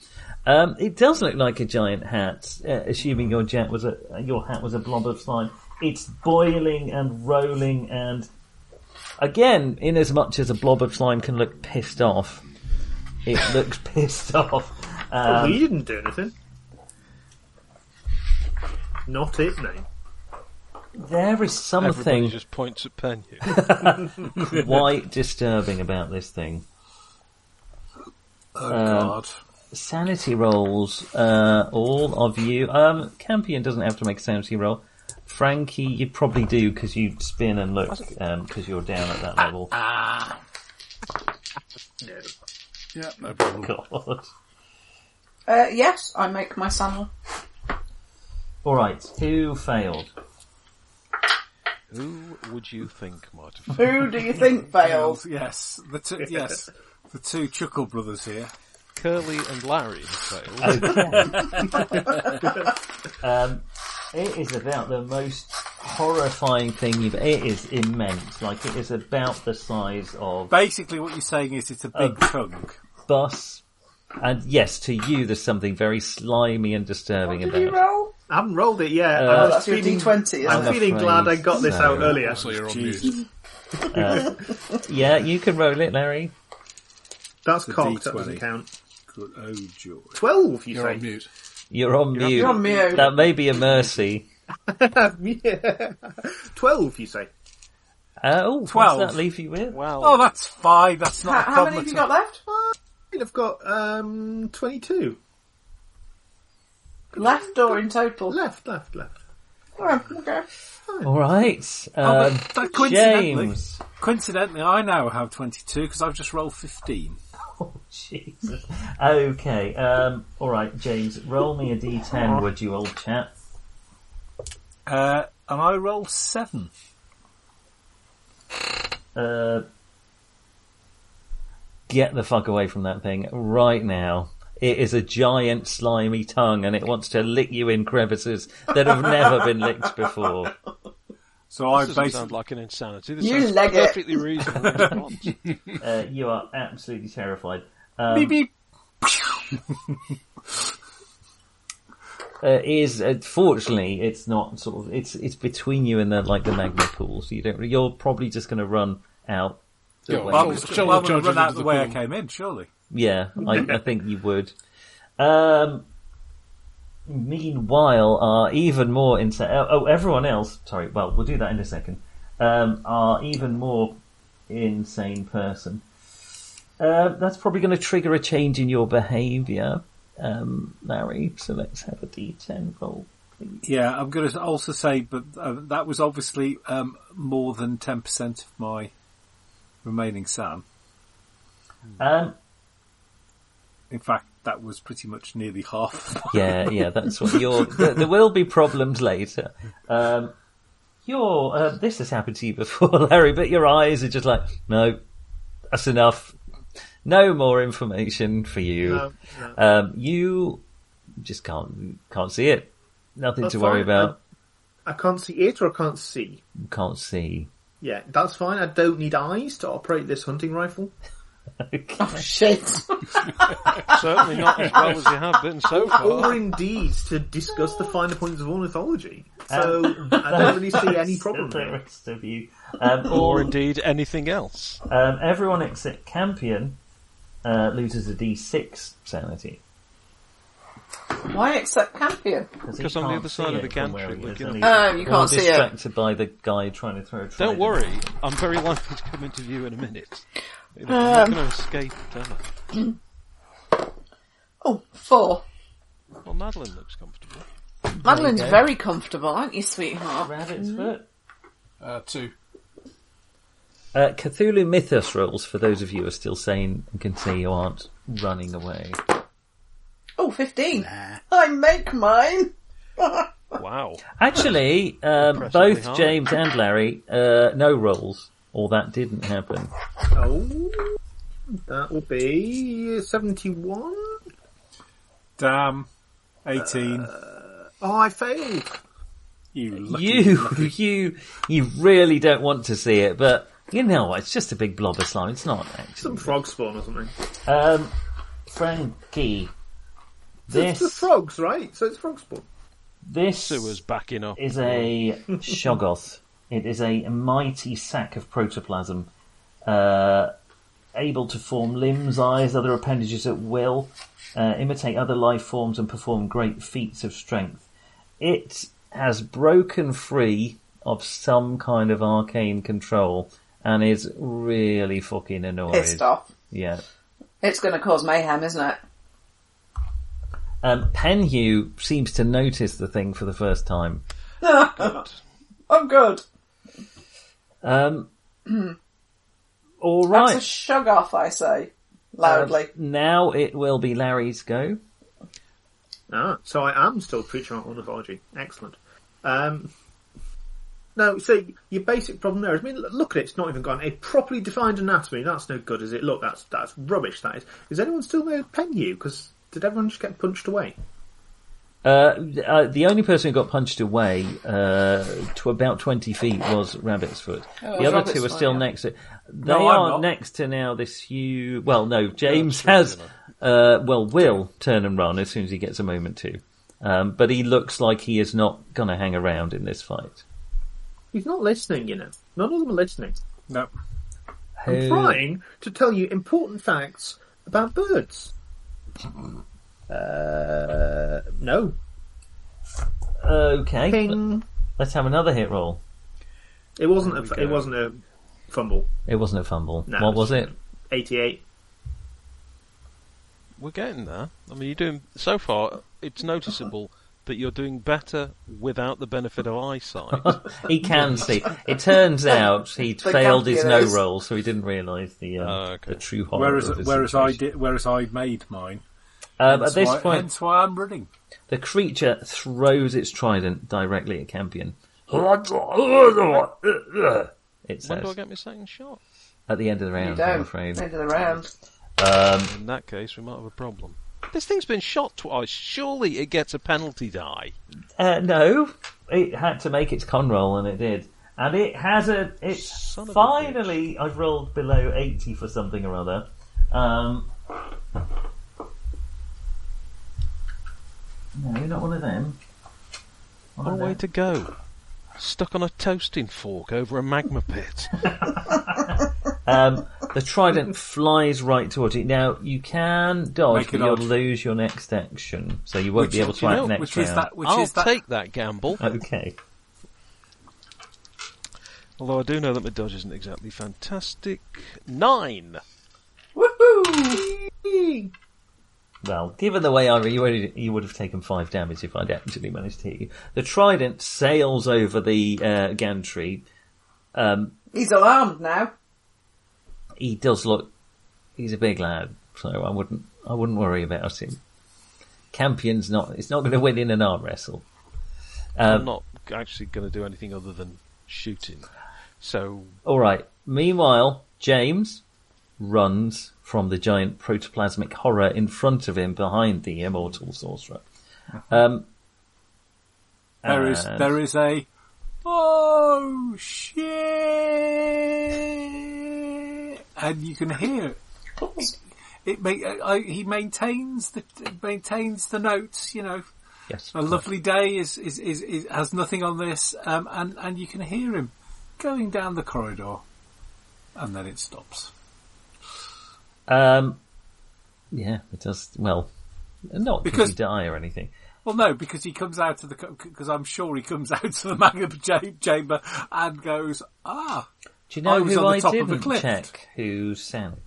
F: Um, it does look like a giant hat, uh, assuming your jet was a your hat was a blob of slime. It's boiling and rolling, and again, in as much as a blob of slime can look pissed off, it looks pissed off.
H: oh,
F: Um,
H: we didn't do anything. Not it, mate.
F: There is
E: Everybody
F: something
E: just points at Penny.
F: quite disturbing about this thing.
I: Oh,
F: Um,
I: God.
F: Sanity rolls, uh, all of you. Um, Campion doesn't have to make a sanity roll. Frankie, you probably do because you spin and look because you're down at
A: Ah,
F: that level.
A: Yeah, no problem.
F: God.
G: Uh, yes, I make my sandal.
F: All right, who failed?
E: Who would you think might have?
G: Who do you think failed?
I: Yes, the two, yes, the two Chuckle brothers here.
E: Curly and Larry have
G: Oh,
E: failed.
F: Okay. um, it is about the most horrifying thing you've. It is immense. Like it is about the size of
I: Basically, what you're saying is it's a big
H: Uh,
I: chunk.
F: bus. And yes, to you, there's something very slimy and disturbing
G: Did
F: about.
G: you
F: it.
G: roll?
H: I haven't rolled it yet.
F: Uh,
H: I was
G: That's your
H: feeling,
G: D20,
H: I'm
G: isn't it?
H: feeling
F: afraid
H: glad I got this out
F: so.
H: earlier.
A: So you're on
I: Jesus.
A: mute.
F: Yeah, you can roll it, Larry.
H: That's
I: The
H: cocked. That
I: D20.
H: doesn't count.
I: Good, oh joy.
H: Twelve, you
A: You're on
H: say?
A: mute.
F: You're on mute.
G: You're on mute.
F: That may be a mercy.
H: Yeah. Twelve, you say?
F: Uh, oh,
I: Twelve.
F: What's that leave you with?
E: Well,
I: Oh, that's fine. That's not
G: How,
I: a
G: how
I: problem.
G: many have you
I: at all.
G: got left?
H: I've got um twenty-two
G: Left or in total?
H: left, left, left.
G: Oh, okay.
F: All right.
I: Oh,
F: Um,
I: but- but coincidentally,
F: James.
I: coincidentally, I now have 22 because I've just rolled 15.
F: Oh, Jesus. Okay. Um, all right, James. Roll me a d10, would you, old chap?
I: Uh, and I rolled 7.
F: Uh, get the fuck away from that thing right now. It is a giant slimy tongue, and it wants to lick you in crevices that have never been licked before.
I: So
E: this
I: I
E: doesn't
I: basically
E: sound like an insanity. This
G: You
E: sounds
G: leg it.
E: perfectly reasonable response.
F: Uh, you are absolutely terrified. Um,
I: Beep, beep.
F: uh, is uh, fortunately it's not sort of it's it's between you and the like the magma pool, so you don't. You're probably just going to run out. the
A: Yeah,
F: way.
A: well,
I: I was
A: Shall-
I: shall
A: shall
I: I
A: we charge
I: run
A: into
I: out the
A: the
I: way I
A: pool?
I: came in, surely.
F: Yeah, I, I think you would. Um, meanwhile, are even more into oh, oh everyone else. Sorry, well we'll do that in a second. Um, are even more insane person. Uh, that's probably going to trigger a change in your behaviour, um, Larry. So let's have a D10 roll.
I: Yeah, I'm going to also say, but uh, that was obviously um, more than 10% of my remaining SAM.
F: Um,
I: In fact, that was pretty much nearly half.
F: yeah, yeah, that's what you're. There, there will be problems later. Um, your uh, this has happened to you before, Larry, but your eyes are just like, no, that's enough. No more information for you.
H: No, no.
F: Um, you just can't can't see it. Nothing
H: That's
F: to worry
H: fine.
F: about.
H: I can't see it, or I can't see.
F: Can't see.
H: Yeah, that's fine. I don't need eyes to operate this hunting rifle.
G: Oh, shit.
E: Certainly not as well as you have been so
H: or
E: far.
H: indeed to discuss the finer points of ornithology. So I don't really see any problem
F: The
H: there.
F: rest of you, um,
E: Or
F: all-
E: indeed anything else.
F: um, everyone except Campion uh, loses a D6 sanity.
G: Why except Campion?
E: Because on the other side of the gantry, looking
F: Oh,
E: at-
G: Oh, you can't see it.
F: distracted by the guy trying to throw a trident.
E: Don't worry, I'm very likely to come into view in a minute. You know, I'm not
G: Um.
E: going to escape, uh, am I?
G: Oh, four.
E: Well, Madeline looks comfortable.
G: Madeline's
F: go.
G: very comfortable, aren't you, sweetheart?
F: Rabbit's foot.
A: Uh, two.
F: Uh, Cthulhu Mythos rolls for those of you who are still sane and can see you aren't running away.
G: Oh, 15. I make mine.
E: Wow.
F: Actually, um,
E: Impressively
F: both
E: high.
F: James and Larry, uh, no rolls, or that didn't happen.
H: Oh, that will be 71.
I: Damn. 18.
H: Oh, I failed.
I: you lucky.
F: You, you, you really don't want to see it, but you know what? It's just a big blob of slime. It's not actually.
H: Some frog spawn or something.
F: Um, Frankie,
H: So It's the
F: this
H: frogs, right? So it's frog spawn.
F: this
E: Sewer's backing up.
F: is a shoggoth. It is a mighty sac of protoplasm, uh, able to form limbs, eyes, other appendages at will, uh, imitate other life forms, and perform great feats of strength. It has broken free of some kind of arcane control and is really fucking annoyed.
G: Pissed off.
F: Yeah.
G: It's going to cause mayhem, isn't it?
F: Um, Penhew seems to notice the thing for the first time.
G: I'm good.
F: Um, all
G: That's
F: right.
G: a shug off, I say. Loudly.
F: Um, Now it will be Larry's go.
H: Ah, so I am still preaching my own apology. Excellent. Um, no, so your basic problem there is, I mean, l- look at it, it's not even got a properly defined anatomy. That's no good, is it? Look, that's that's rubbish, that is. Is anyone still there with Penyu? Because did everyone just get punched away?
F: Uh, th- uh, the only person who got punched away uh, to about 20 feet was Rabbit's Foot. the other
G: Oh, Rabbit's
F: two are
G: Foot,
F: still
G: yeah.
F: next to... They
I: No, I'm
F: are
I: not.
F: next to now this huge... Well, no, James has... Uh, well, will turn and run as soon as he gets a moment to. Um, but he looks like he is not going to hang around in this fight.
H: He's not listening, you know. None of them are listening.
I: No.
H: I'm trying to tell you important facts about birds. Uh, no.
F: Okay.
H: Ping.
F: Let's have another hit roll.
H: It wasn't a, it wasn't a fumble.
F: It wasn't a fumble.
H: No,
F: what
H: it
F: was
H: was-
F: it?
H: 88.
E: We're getting there. I mean, you're doing so far. It's noticeable that you're doing better without the benefit of eyesight.
F: he can see. It turns out he
G: The
F: failed his no
G: calculus.
F: roll, so he didn't realise the, um,
E: Oh,
F: the
E: okay.
F: true horror.
I: Whereas,
F: of the
I: whereas I
F: situation.
I: did, whereas I made mine.
F: Um,
I: Hence
F: at this
I: why-
F: point,
I: hence why I'm running.
F: the creature throws its trident directly at Campion. It
E: when do I
F: says
E: get my second shot?
F: at the end of the
G: you
F: round. I'm
G: don't.
F: afraid. Um,
G: End of the round.
E: In that case, we might have a problem. This thing's been shot twice. Surely it gets a penalty die.
F: Uh, no, it had to make its con roll, and it did. And it has a. It's
E: Son of a
F: finally. I've rolled below eighty for something or other. Um, no, not one of them.
I: Oh,
F: One
E: What a
F: of
E: way
F: them.
E: to go. Stuck on a toasting fork over a magma pit.
F: Um, the trident flies right towards you. Now you can dodge,
I: Make it
F: but you'll
I: dodge.
F: lose your next action, so you won't be able to act
E: know,
F: next
I: which
F: round.
I: is that, which
E: I'll
I: is that,
E: take that gamble.
F: Okay.
E: Although I do know that my dodge isn't exactly fantastic. Nine!
H: Woohoo!
F: Well, given the way I you would, you would have taken five damage if I'd actually managed to hit you. The trident sails over the uh, gantry. Um,
G: He's alarmed now.
F: he does look. He's a big lad, so I wouldn't. I wouldn't worry about him. Campion's not. It's not going to win in an arm wrestle.
I: Um,
F: Um,
E: I'm not actually going to do anything other than shooting. So,
F: All right. Meanwhile, James runs from the giant protoplasmic horror in front of him, behind the immortal sorcerer. Um,
I: There is
F: and-
I: there is a oh shit, and you can hear it. It ma- uh, I, he maintains the maintains the notes. You know,
F: Yes.
I: a lovely day is is, is, is has nothing on this, um, and and you can hear him going down the corridor, and then it stops.
F: Um, yeah, it does. Well, not because
I: Because-
F: you die or anything.
I: Well, no, because he comes out of the because I'm sure he comes out of the magma cha- chamber and goes ah
F: Do you
I: I
F: know
I: was
F: who
I: on the
F: I
I: top of a
F: didn't
I: cliff.
F: check who sanity,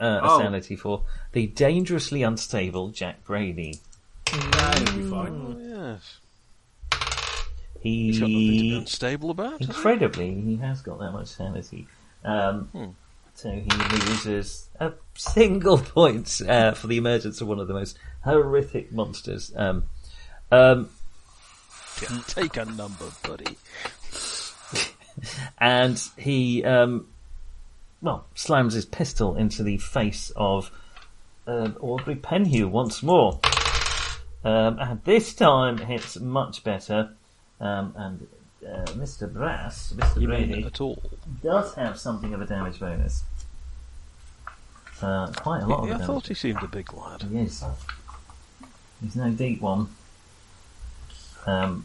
F: uh,
I: Oh.
F: sanity for? The dangerously unstable Jack Brady.
I: no, it'll be
E: Mm.
I: fine.
E: yes.
F: He
E: He's got nothing to be unstable about. Hmm.
F: Incredibly, he has got that much sanity. Um, So he loses a single point uh, for the emergence of one of the most horrific monsters. Um, um,
E: Take a number, buddy.
F: and he, um, well, slams his pistol into the face of um, Audrey Penhew once more. Um, and this time it's much better. Um, and uh, Mr. Brass, Mr.
E: You mean
F: Brady,
E: at all?
F: does have something of a damage bonus. Uh, quite a lot of
E: Yeah,
F: a
E: I
F: damage
E: thought he seemed a big lad.
F: he is. He's no deep one. Um,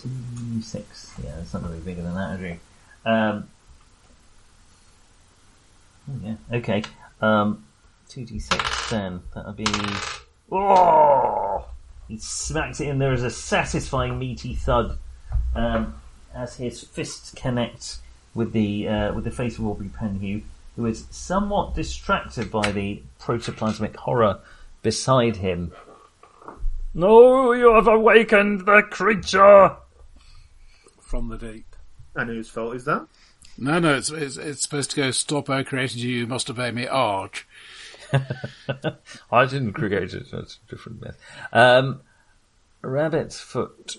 F: two, six. Yeah, it's not going to be bigger than that, is he? Um, oh yeah. Okay. Um, two d six. Then that'll be. Oh! He smacks it in there as a satisfying meaty thud um, as his fists connect with the uh, with the face of Aubrey Penhew, who is somewhat distracted by the protoplasmic horror beside him.
K: No, you have awakened the creature!
A: From the deep.
H: And whose fault is that?
A: No, no, it's, it's, it's supposed to go, stop, I created you, you must obey me, Arch.
F: I didn't create it. That's a different myth. Um, rabbit's foot.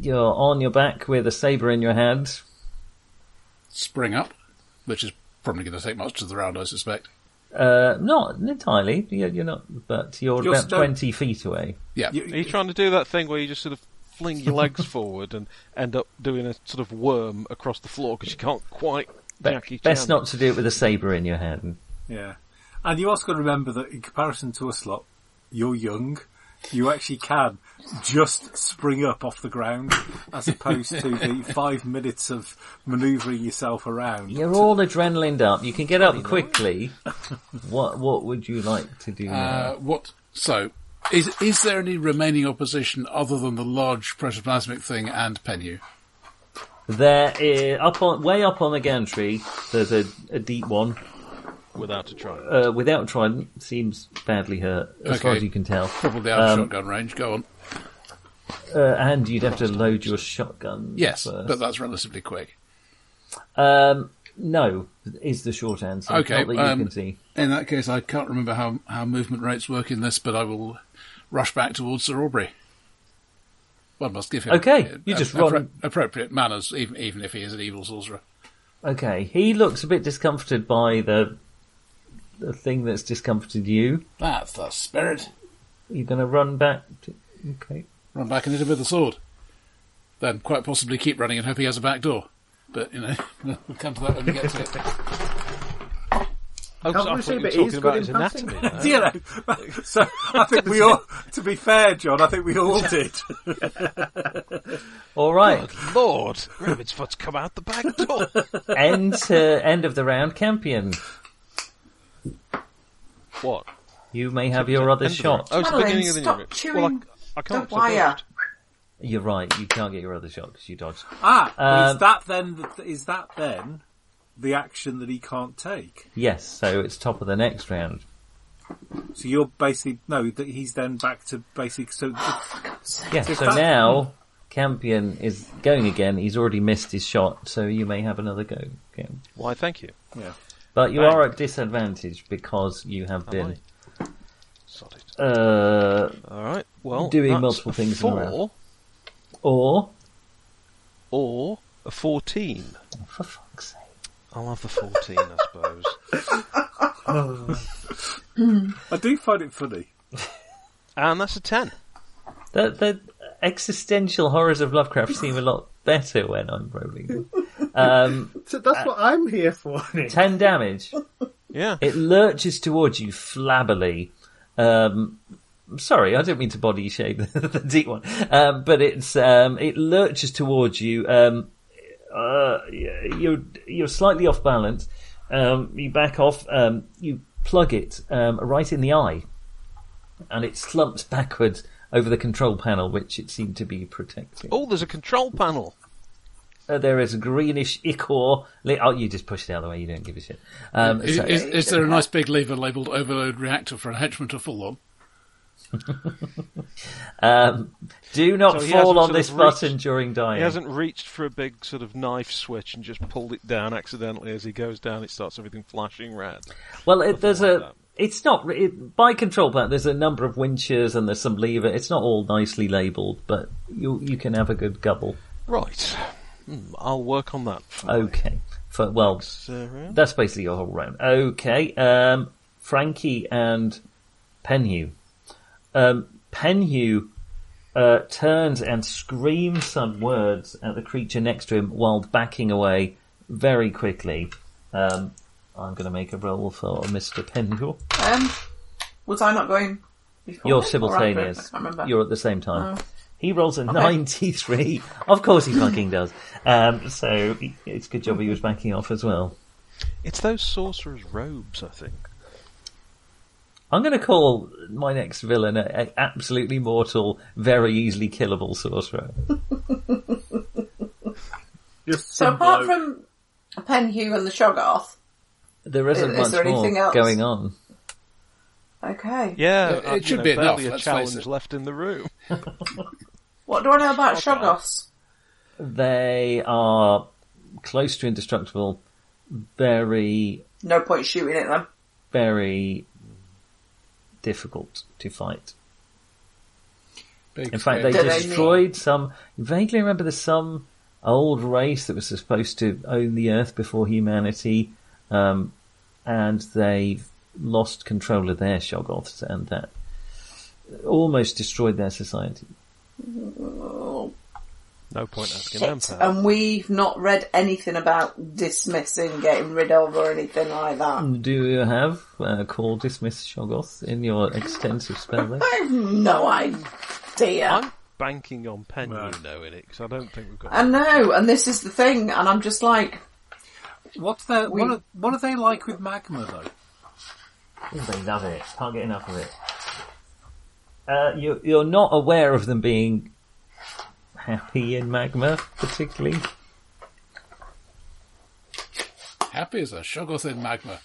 F: You're on your back with a saber in your hand.
A: Spring up, which is probably going to take much of the round, I suspect.
F: Uh, not entirely. You're, you're not, but you're,
I: You're
F: about
I: sto-
F: twenty feet away.
A: Yeah.
E: Are you trying to do that thing where you just sort of fling your legs forward and end up doing a sort of worm across the floor because you can't quite
F: Be-
E: Jackie Chan?
F: best not to do it with a saber in your hand.
I: Yeah. And you also got to remember that in comparison to us lot, you're young. You actually can just spring up off the ground as opposed to the five minutes of manoeuvring yourself around.
F: You're all adrenaline up. You can get up quickly. what What would you like to do? now?
A: Uh, what? So, is is there any remaining opposition other than the large protoplasmic thing and Penyu?
F: There is up on way up on the gantry. There's a, a deep one
E: without a try.
F: uh, without trident. Seems badly hurt, as far
A: Okay.
F: as you can tell.
A: Probably out of
F: Um,
A: shotgun range. Go on.
F: Uh, and you'd have to load your shotgun.
A: Yes,
F: first.
A: but that's relatively quick.
F: um, no is the short answer.
A: Okay,
F: not that you
A: um,
F: can see.
A: In that case, I can't remember how how movement rates work in this, but I will rush back towards Sir Aubrey. One must give him.
F: Okay, you
A: a-
F: just
A: appro-
F: run-
A: appropriate manners, even even if he is an evil sorcerer.
F: Okay, he looks a bit discomforted by the the thing that's discomforted you.
A: That's the spirit.
F: You're going to run back. To, okay.
A: Run back and hit him with the sword. Then quite possibly keep running and hope he has a back door. But you know, we'll come to that when we get to it.
E: Oh, I was,
H: Can't
E: I thought
H: we say
E: you were
H: that
E: talking
H: he's
E: about
H: good
E: his
H: in passing?
E: anatomy. though.
I: You know, so I think we all, to be fair, John, I think we all did.
F: All right.
E: Lord, rabbit's foot's come out the back door.
F: end to end of the round, champion.
E: what?
F: You may have your other
E: End of the
F: shot.
E: round. Oh, it's the
G: Madeline,
E: beginning of the
G: stop
E: new round.
G: chewing
E: Well, I, I can't.
G: the
E: 'cause I
G: wire.
E: dodged.
F: You're right. You can't get your other shot because you dodged.
I: Ah, well,
F: Um,
I: is that then, is that then the action that he can't take?
F: Yes. So it's top of the next round.
I: So you're basically, no, that he's then back to basic, so
F: Yeah.
I: If
F: So
I: that-
F: now champion is going again. He's already missed his shot, so you may have another go. Again.
E: Why? Thank you.
F: But you
E: Right.
F: are at disadvantage because you have been
E: Sod it.
F: uh,
E: All right. Well,
F: Doing
E: that's
F: multiple
E: a
F: things in a
E: Four
F: row. or
E: or a fourteen.
F: for fuck's sake.
E: I'll have the fourteen, I suppose.
I: I do find it funny.
E: And that's a ten.
F: The, the existential horrors of Lovecraft seem a lot better when I'm rolling. them. Um,
H: So that's what I'm here for. Nick.
F: ten damage.
E: Yeah.
F: It lurches towards you flabbily. Um, I'm sorry, I don't mean to body shame the deep one, um, but it's um, it lurches towards you. Um, uh, you're you're slightly off balance. Um, you back off. Um, you plug it um, right in the eye, and it slumps backwards over the control panel, which it seemed to be protecting.
E: Oh, there's a control panel.
F: Uh, there is a greenish ichor. Li- oh, you just push it out of the way. You don't give a shit. Um,
A: Is,
F: so-
A: is, is there a nice big lever labelled overload reactor for enhancement or full on?
F: Um, do not
E: So he
F: fall
E: hasn't
F: on
E: sort
F: this
E: of
F: button
E: reached-
F: during
A: Oh,
F: dying.
E: He hasn't reached for a big sort of knife switch and just pulled it down accidentally. As he goes down, it starts everything flashing red.
F: Well, it, there's a. It's not re- it, by control plan. There's a number of winches and there's some lever. It's not all nicely labelled, but you you can have a good gobble.
E: Right. Hmm, I'll work on that.
A: Uh,
F: Okay. For, well, that's basically your whole round. Okay. Um, Frankie and Penhew. Um, Penhew uh, turns and screams some words at the creature next to him while backing away very quickly. Um, I'm going to make a roll for Mr. Penhew.
G: Um, was I not going before?
F: You're
G: Or after? Oh, I
F: simultaneous.
G: can't remember.
F: You're at the same time.
G: Oh.
F: He rolls a
G: Okay.
F: 93. Of course he fucking does. Um, so it's a good job he was backing off as well.
E: It's those sorcerer's robes, I think.
F: I'm going to call my next villain a, a absolutely mortal, very easily killable sorcerer.
G: so apart from Penhew and the Shoggoth,
F: There isn't
G: Is-
F: much
G: is there
F: more
G: anything else?
F: going on.
G: okay.
E: Yeah,
A: It- it
E: uh, you
A: should
E: know,
A: be enough,
E: barely a
A: let's face
E: challenge
A: it.
E: left in the room.
G: What do I know about Shoggoths?
F: They are close to indestructible, very,
G: No point shooting at them.
F: very difficult to fight.
A: Big
F: In fact, they
G: Do they
F: destroyed some. Vaguely remember there's some old race that was supposed to own the Earth before humanity, um, and they lost control of their Shoggoths, and that almost destroyed their society.
G: Oh,
E: No point asking them.
G: shit.
E: Pal.
G: And we've not read anything about dismissing, getting rid of, or anything like that.
F: Do you have uh, call dismiss Shoggoth in your extensive spell list?
G: I have no idea.
E: I'm banking on Penny
I: Right.
E: knowing it because I don't think we've got.
G: I know, and this is the thing, and I'm just like,
I: What's their,
G: We-
I: what, are, what are they like with magma though?
F: They love it. Can't get enough of it. Uh, you, you're not aware of them being happy in magma, particularly.
A: Happy as a shoggoth in magma.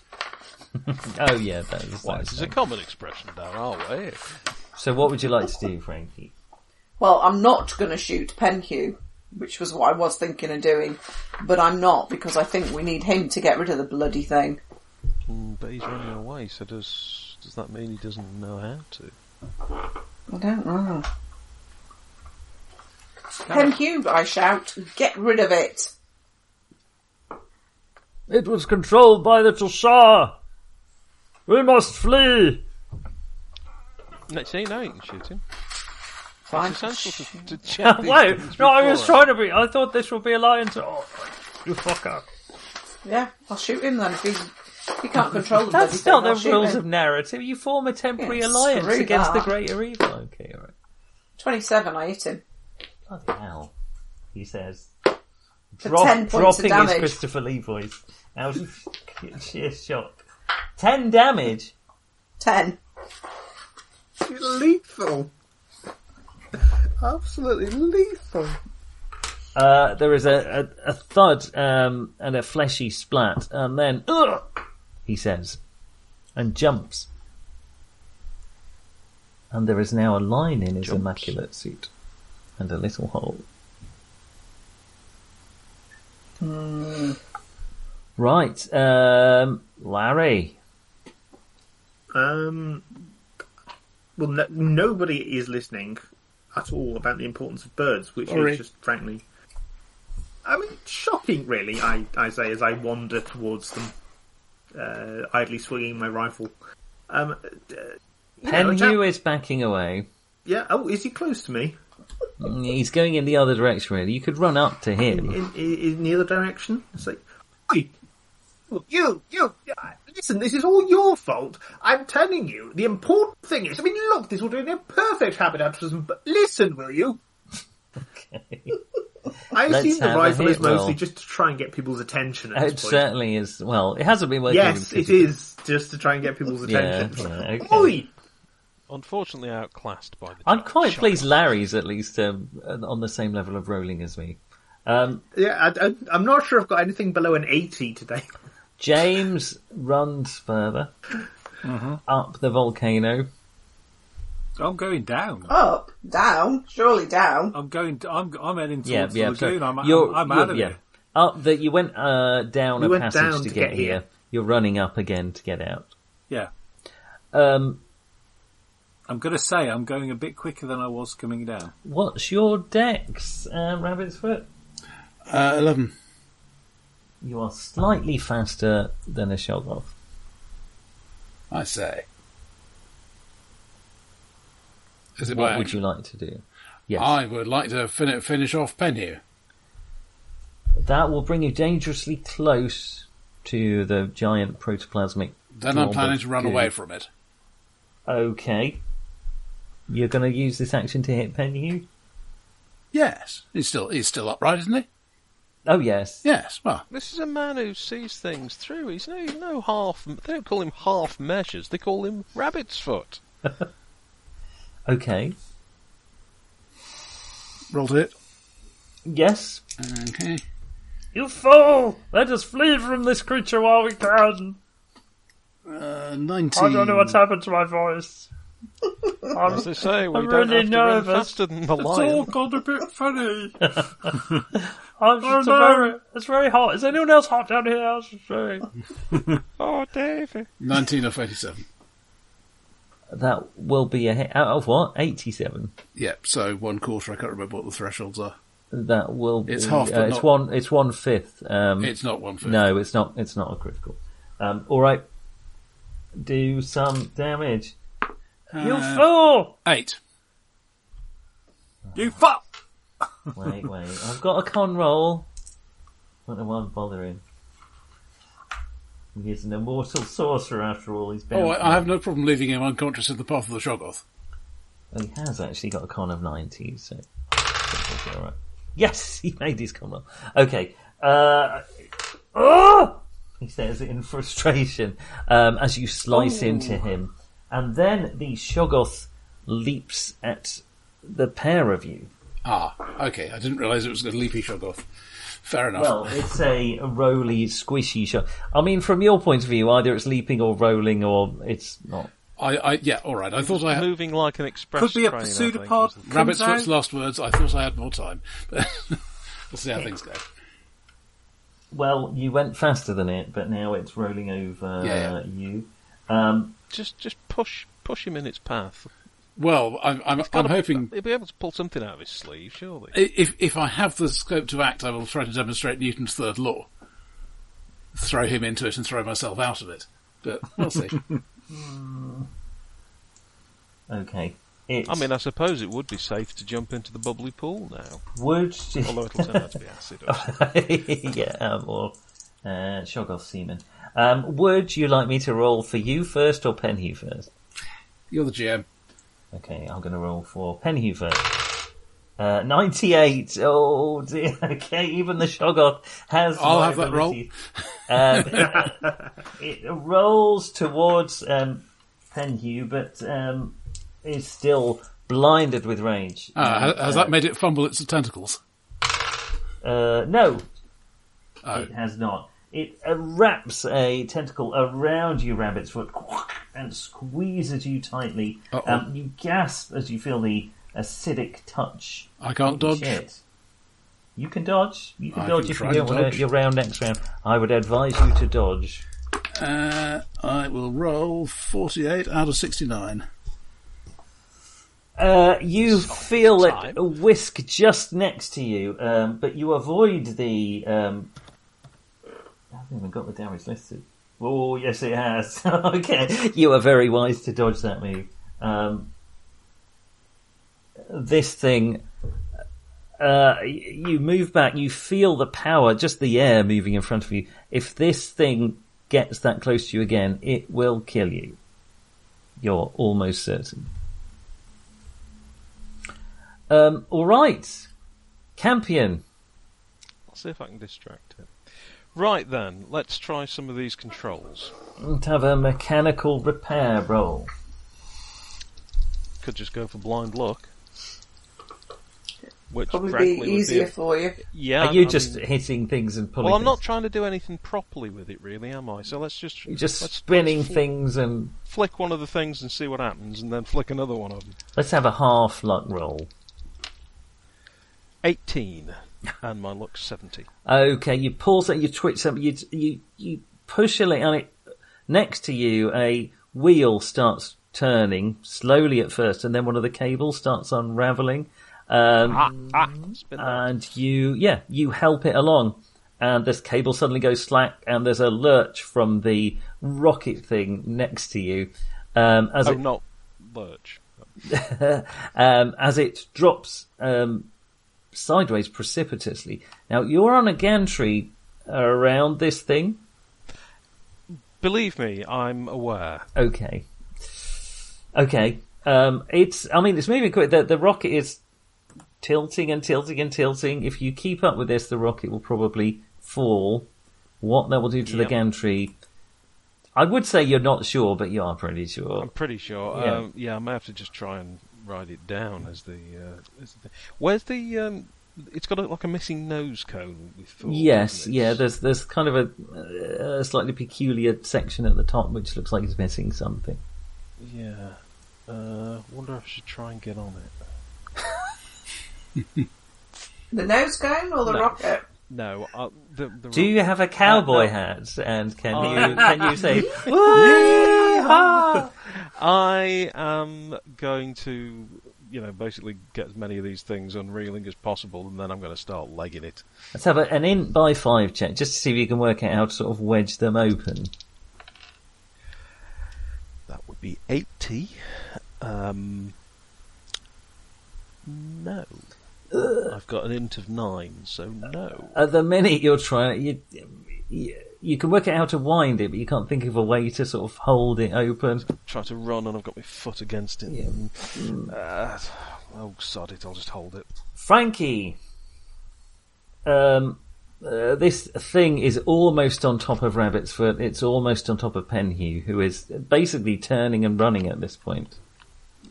F: Oh yeah, that is.
E: Why,
F: that
E: this
F: is
E: is a common expression down our way.
F: So what would you like to do, Frankie?
G: well, I'm not going to shoot Penhew, which was what I was thinking of doing, but I'm not because I think we need him to get rid of the bloody thing.
E: Mm, But he's running away, so does does that mean he doesn't know how to?
G: I don't know. Penhew, I shout, get rid of it.
F: It was controlled by the Tushar. We must flee.
E: No, see, now you can shoot him.
G: Fine.
E: It's essential to, to check these
F: Wait,
E: things
F: no, I was
E: before.
F: trying to be. I thought this would be alliance. Oh, you fucker!
G: Yeah, I'll shoot him then if he, if he can't control the bloody
F: That's
G: thing.
F: not
G: I'll
F: the
G: shoot
F: rules
G: him.
F: of narrative. You form a temporary
G: Yeah,
F: alliance
G: screw
F: against the
G: that.
F: greater evil. Okay, all right.
G: 27, I hit him.
F: Bloody hell, he says.
G: For
F: Drop-
G: 10 points of
F: dropping his
G: damage.
F: Christopher Lee voice out of sheer shock. Ten damage.
G: 10.
H: Lethal. Absolutely lethal.
F: Uh, there is a, a, a thud um, and a fleshy splat, and then "Ugh," he says, and jumps. And there is now a line in his immaculate suit, and a little hole.
H: Hmm.
F: Right, um, Larry.
H: Um, well, no, nobody is listening at all about the importance of birds, which
A: Sorry.
H: is just frankly, I mean, shocking. Really, I, I say as I wander towards them, uh, idly swinging my rifle. Um, d- you know, a chap-
F: Penhew is backing away.
H: yeah. Oh, is he close to me?
F: He's going in the other direction, really. You could run up to him.
H: in, in, in the other direction. It's like, "Oi, you, you, listen, this is all your fault. I'm telling you, the important thing is, I mean, look, this will do a perfect habitat for some, but listen, will you? I
F: Let's
H: assume the
F: have a
H: rifle
F: hit
H: is mostly
F: roll.
H: just to try and get people's attention at
F: It
H: this point.
F: certainly is. Well, it hasn't been working.
H: Yes, it
F: particularly-
H: is, just to try and get people's
F: Yeah,
H: attention. It's
F: yeah,
H: like,
F: okay.
H: Oi!
E: Unfortunately, outclassed by the.
F: I'm quite
E: shot.
F: pleased Larry's at least um, on the same level of rolling as me. Um,
H: Yeah, I, I, I'm not sure I've got anything below an 80 today.
I: Mm-hmm.
F: James runs further up the volcano.
I: I'm going down.
G: Up, down, surely down.
I: I'm going. I'm I'm heading towards
F: Yeah,
I: the
F: yeah.
I: lagoon.
F: so
I: I'm,
F: you're,
I: I'm, I'm
F: you're-
I: out of
F: yeah.
I: it.
F: Up that you went uh, down
H: We
F: a
H: went
F: passage
H: down
F: to, get, here. You're running up again to get out.
I: Yeah,
F: Um,
I: I'm going to say I'm going a bit quicker than I was coming down.
F: what's your dex, uh, Rabbit's Foot?
A: Uh, 11.
F: You are slightly faster than a Shoggoth.
A: I say. Is it
F: What
A: my
F: would
A: action?
F: you like to do? Yes,
A: I would like to fin- finish off Penny.
F: that will bring you dangerously close to the giant protoplasmic.
A: Then I'm
F: blob
A: planning
F: of
A: to run away
F: goo.
A: from it.
F: Okay. You're going to use this action to hit Penhu?
A: Yes. He's still he's still upright, isn't he?
F: Oh yes.
A: Yes. Well,
E: This is a man who sees things through. He's no, he's no half. They don't call him half measures. They call him rabbit's foot.
F: Okay.
A: rolled it.
F: Yes.
A: Okay.
B: You fool! Let us flee from this creature while we can.
A: Uh, 19.
B: I don't know what's happened to my voice.
E: As they say, we
B: I'm
E: don't
B: really
E: have to run
B: nervous.
E: faster than the lion.
I: got a bit funny.
B: I'm
A: Oh,
B: just
I: no.
B: very, it's very hot. Is anyone else hot down here? I was just very-
E: Oh, David.
A: 19 of 87.
F: That will be a hit out of what? 87.
A: Yep, so one quarter. I can't remember what the thresholds are.
F: That will
A: It's
F: be,
A: half,
F: uh,
A: but
F: it's
A: not-
F: one it's one fifth. Um
A: It's not one fifth.
F: no, it's not it's not a critical. Um all right. Do some damage.
A: Uh,
B: You fool!
A: Eight.
I: you fuck.
F: Wait, wait. I've got a con roll. Don't know why I'm bothering. He's an immortal sorcerer after all. He's bound
A: Oh,
F: to
A: I, I have no problem leaving him unconscious in the path of the Shoggoth.
F: Well, he has actually got a con of 90, so. that's all right. Yes, he made his con roll. Okay. Uh, oh! He says in frustration um, as you slice into him. And then the Shoggoth leaps at the pair of you.
A: Ah, okay. I didn't realise it was a leapy Shoggoth. Fair enough.
F: Well, it's a roly, squishy shot. I mean, from your point of view, either it's leaping or rolling or it's not.
A: I, I, yeah, all right. I thought I had
E: Moving like an express
I: Could be a
E: train, I think.
I: pseudopod.
A: Rabbit's
I: comes
A: Foot's last words. I thought I had more time. But we'll see how things go.
F: Well, you went faster than it, but now it's rolling over
A: Yeah, yeah.
F: you. Um,
E: Just, just push, push him in its path.
A: Well, I'm, I'm, I'm
E: Gotta-
A: hoping
E: he'll be able to pull something out of his sleeve, surely.
A: if if I have the scope to act, I will try to demonstrate Newton's third law. Throw him into it and throw myself out of it. But we'll see.
F: Okay. It
E: I mean, I suppose it would be safe to jump into the bubbly pool now,
F: would.
E: although it'll turn out to be acid.
F: Oh.
E: or something.
F: yeah, um, or uh, Shoggoth Seaman. Um, would you like me to roll for you first or Penhu first?
A: You're the GM.
F: Okay, I'm going to roll for Penhu first. Uh, 98. Oh dear. Okay, even the Shoggoth has.
A: I'll have that roll.
F: liabilities. Um, it rolls towards um, Penhu, but um, is still blinded with rage.
A: Ah, ha- has
F: Uh,
A: that made it fumble its tentacles?
F: Uh, no,
A: Oh,
F: It has not. It uh, wraps a tentacle around you, rabbit's foot, and squeezes you tightly.
A: Uh-oh.
F: Um, you gasp as you feel the acidic touch.
A: I can't dodge.
F: Shit. You can dodge. You can
A: I
F: dodge
A: can
F: if
A: try
F: you don't
A: and
F: want
A: dodge.
F: to. Your round next round. I would advise you to dodge.
A: Uh, I will roll 48 out of 69.
F: Uh, you feel
E: time.
F: it whisk just next to you, um, but you avoid the. Um, I haven't even got the damage listed. Oh, yes, it has. okay, you are very wise to dodge that move. Um, this thing. Uh, y- you move back, you feel the power, just the air moving in front of you. If this thing gets that close to you again, it will kill you. You're almost certain. Um, all right, Campion.
E: I'll see if I can distract him. Right then, let's try some of these controls.
F: Let's have a mechanical repair roll.
E: Could just go for blind luck. Which
G: Probably
E: frankly
G: be
E: would
G: easier
E: a-
G: for you.
E: Yeah.
F: Are you
E: I
F: just
E: mean-
F: hitting things and pulling?
E: Well, I'm
F: things?
E: not trying to do anything properly with it, really, am I? So let's just
F: You're just
E: let's,
F: spinning
E: let's fl-
F: things and
E: Flick one of the things and see what happens, and then flick another one of them.
F: let's have a half luck roll.
E: 18, and my luck's 70.
F: Okay, you pull something, you twitch something, you you you push a little, and it next to you a wheel starts turning slowly at first, and then one of the cables starts unraveling. Um,
E: Ah, Spin that.
F: and you yeah you help it along and this cable suddenly goes slack and there's a lurch from the rocket thing next to you um, as
E: oh,
F: it
E: not lurch.
F: um, as it drops um, sideways precipitously now you're on a gantry around this thing
E: Believe me, I'm aware.
F: okay okay um, it's i mean it's moving quick the, the rocket is tilting and tilting and tilting if you keep up with this the rocket will probably fall what that will do to the
E: Yep.
F: gantry i would say you're not sure but you are pretty sure
E: I'm pretty sure.
F: Yeah.
E: Yeah, um, yeah I may have to just try and write it down as the. Uh, as the where's the? Um, it's got a, like a missing nose cone. We thought,
F: Yes,
E: isn't it?
F: yeah. There's there's kind of a, a slightly peculiar section at the top which looks like it's missing something.
E: Yeah. Uh, wonder if I should try and get on it.
G: The nose cone or the
E: No.
G: rocket?
E: No. I, the, the
F: Do you have a cowboy
E: Uh, no. Oh.
F: hat? And can
E: I-
F: you can you say
E: Yeehaw! I am going to, you know, basically get as many of these things unreeling as possible, and then I'm going to start legging it.
F: let's have a, an int by five check just to see if you can work out how to sort of wedge them open.
E: That would be eighty. Um, no. I've got an int of nine, so no.
F: At the minute you're trying, you, you you can work out how to wind it, but you can't think of a way to sort of hold it open.
E: Try to run, and I've got my foot against it. Uh, oh, sod it! I'll just hold it.
F: Frankie, um, uh, this thing is almost on top of Rabbitsfoot. It's almost on top of Penhew, who is basically turning and running at this point.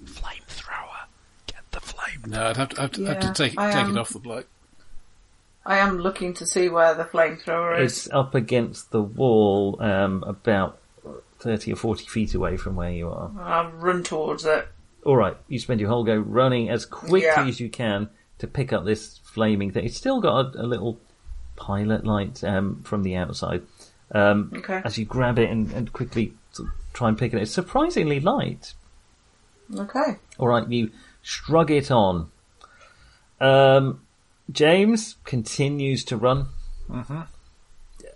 E: Flamethrower. Get the flame.
A: No, I'd have to, have to, have
G: Yeah,
A: to take,
G: I um,
A: take
G: am.
A: it off the block.
G: I am looking to see where the flamethrower is.
F: It's up against the wall, um, about thirty or forty feet away from where you are.
G: I'll run towards it.
F: All right, you spend your whole go running as quickly
G: Yeah.
F: as you can to pick up this flaming thing. It's still got a, a little pilot light um, from the outside. Um,
G: Okay.
F: As you grab it and, and quickly sort of try and pick it, up, it's surprisingly light.
G: Okay.
F: All right, you shrug it on. Um, James continues to run.
G: Mm-hmm.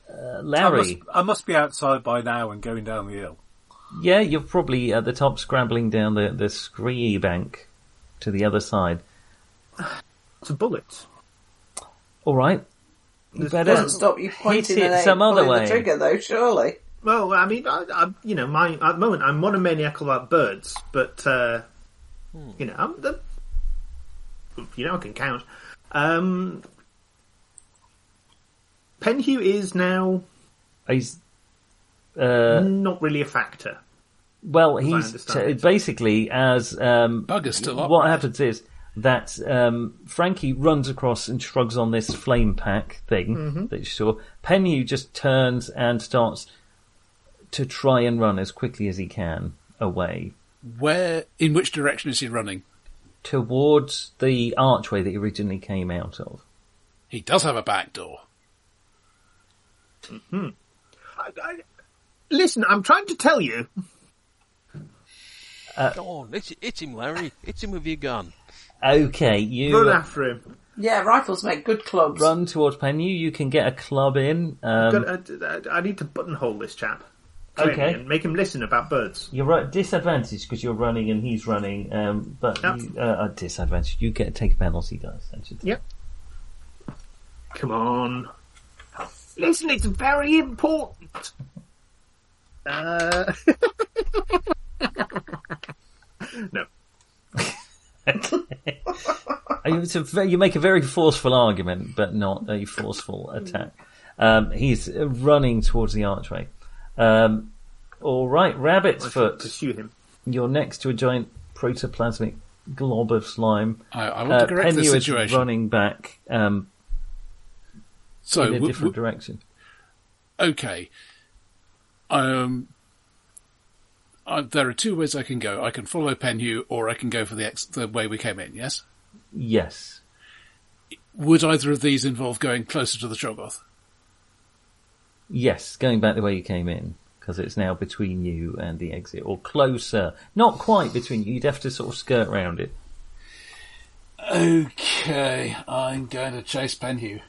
F: Uh,
I: I must,
F: Larry,
I: I must be outside by now and going down the hill.
F: yeah, you're probably at the top scrambling down the, the scree bank to the other side.
H: It's a bullet.
F: All right. You better
G: Doesn't stop you pointing
F: hit
G: and
F: it some other way.
G: the trigger though, surely.
H: Well, I mean, I, I, you know, my at the moment I'm monomaniacal about birds, but uh,
E: Hmm.
H: you know, I'm the, you know, I can count. Um, Penhew is now
F: He's uh,
H: not really a factor.
F: well.
H: I
F: He's
H: understand
F: t-
H: it.
F: basically as um,
A: Bugger's still up.
F: what happens is that um, Frankie runs across and shrugs on this flame pack thing
A: Mm-hmm.
F: that you saw. Penhew just turns and starts to try and run as quickly as he can away
A: Where, in which direction is he running?
F: towards the archway that he originally came out of.
A: He does have a back door.
H: I, I, listen, I'm trying to tell you.
E: Uh, Go on, hit, hit him, Larry. Hit him with your gun.
F: Okay, you
H: Run after him.
G: Yeah, rifles make good clubs.
F: run towards Penhew. You can get a club in. Um,
H: Got- uh, I, I need to buttonhole this chap. Clearly,
F: Okay.
H: And make him listen about birds.
F: You're right, disadvantage because you're running and he's running, um, but
H: Yep.
F: you, uh, a disadvantage. You get take a penalty, guys. I should say.
H: Yep. Come on. Listen, it's very important. Uh... no.
F: Uh, It's a ve- you make a very forceful argument, but not a forceful
A: Mm.
F: attack. Um, he's uh, running towards the archway. Um, all right, rabbit's
H: I should
F: foot.
H: Pursue him.
F: You're next to a giant protoplasmic glob of slime.
A: I, I want to correct the
F: Pennu is
A: situation.
F: Uh, running back um,
A: So,
F: in a
A: w-
F: different
A: w-
F: direction.
A: okay. Um, I, there are two ways I can go. I can follow Penhu, or I can go for the ex- the way we came in. Yes.
F: Yes.
A: Would either of these involve going closer to the Trogoth?
F: Yes, going back the way you came in, because it's now between you and the exit, or closer. Not quite between you, you'd have to sort of skirt round it.
A: Okay, I'm going to chase Penhu.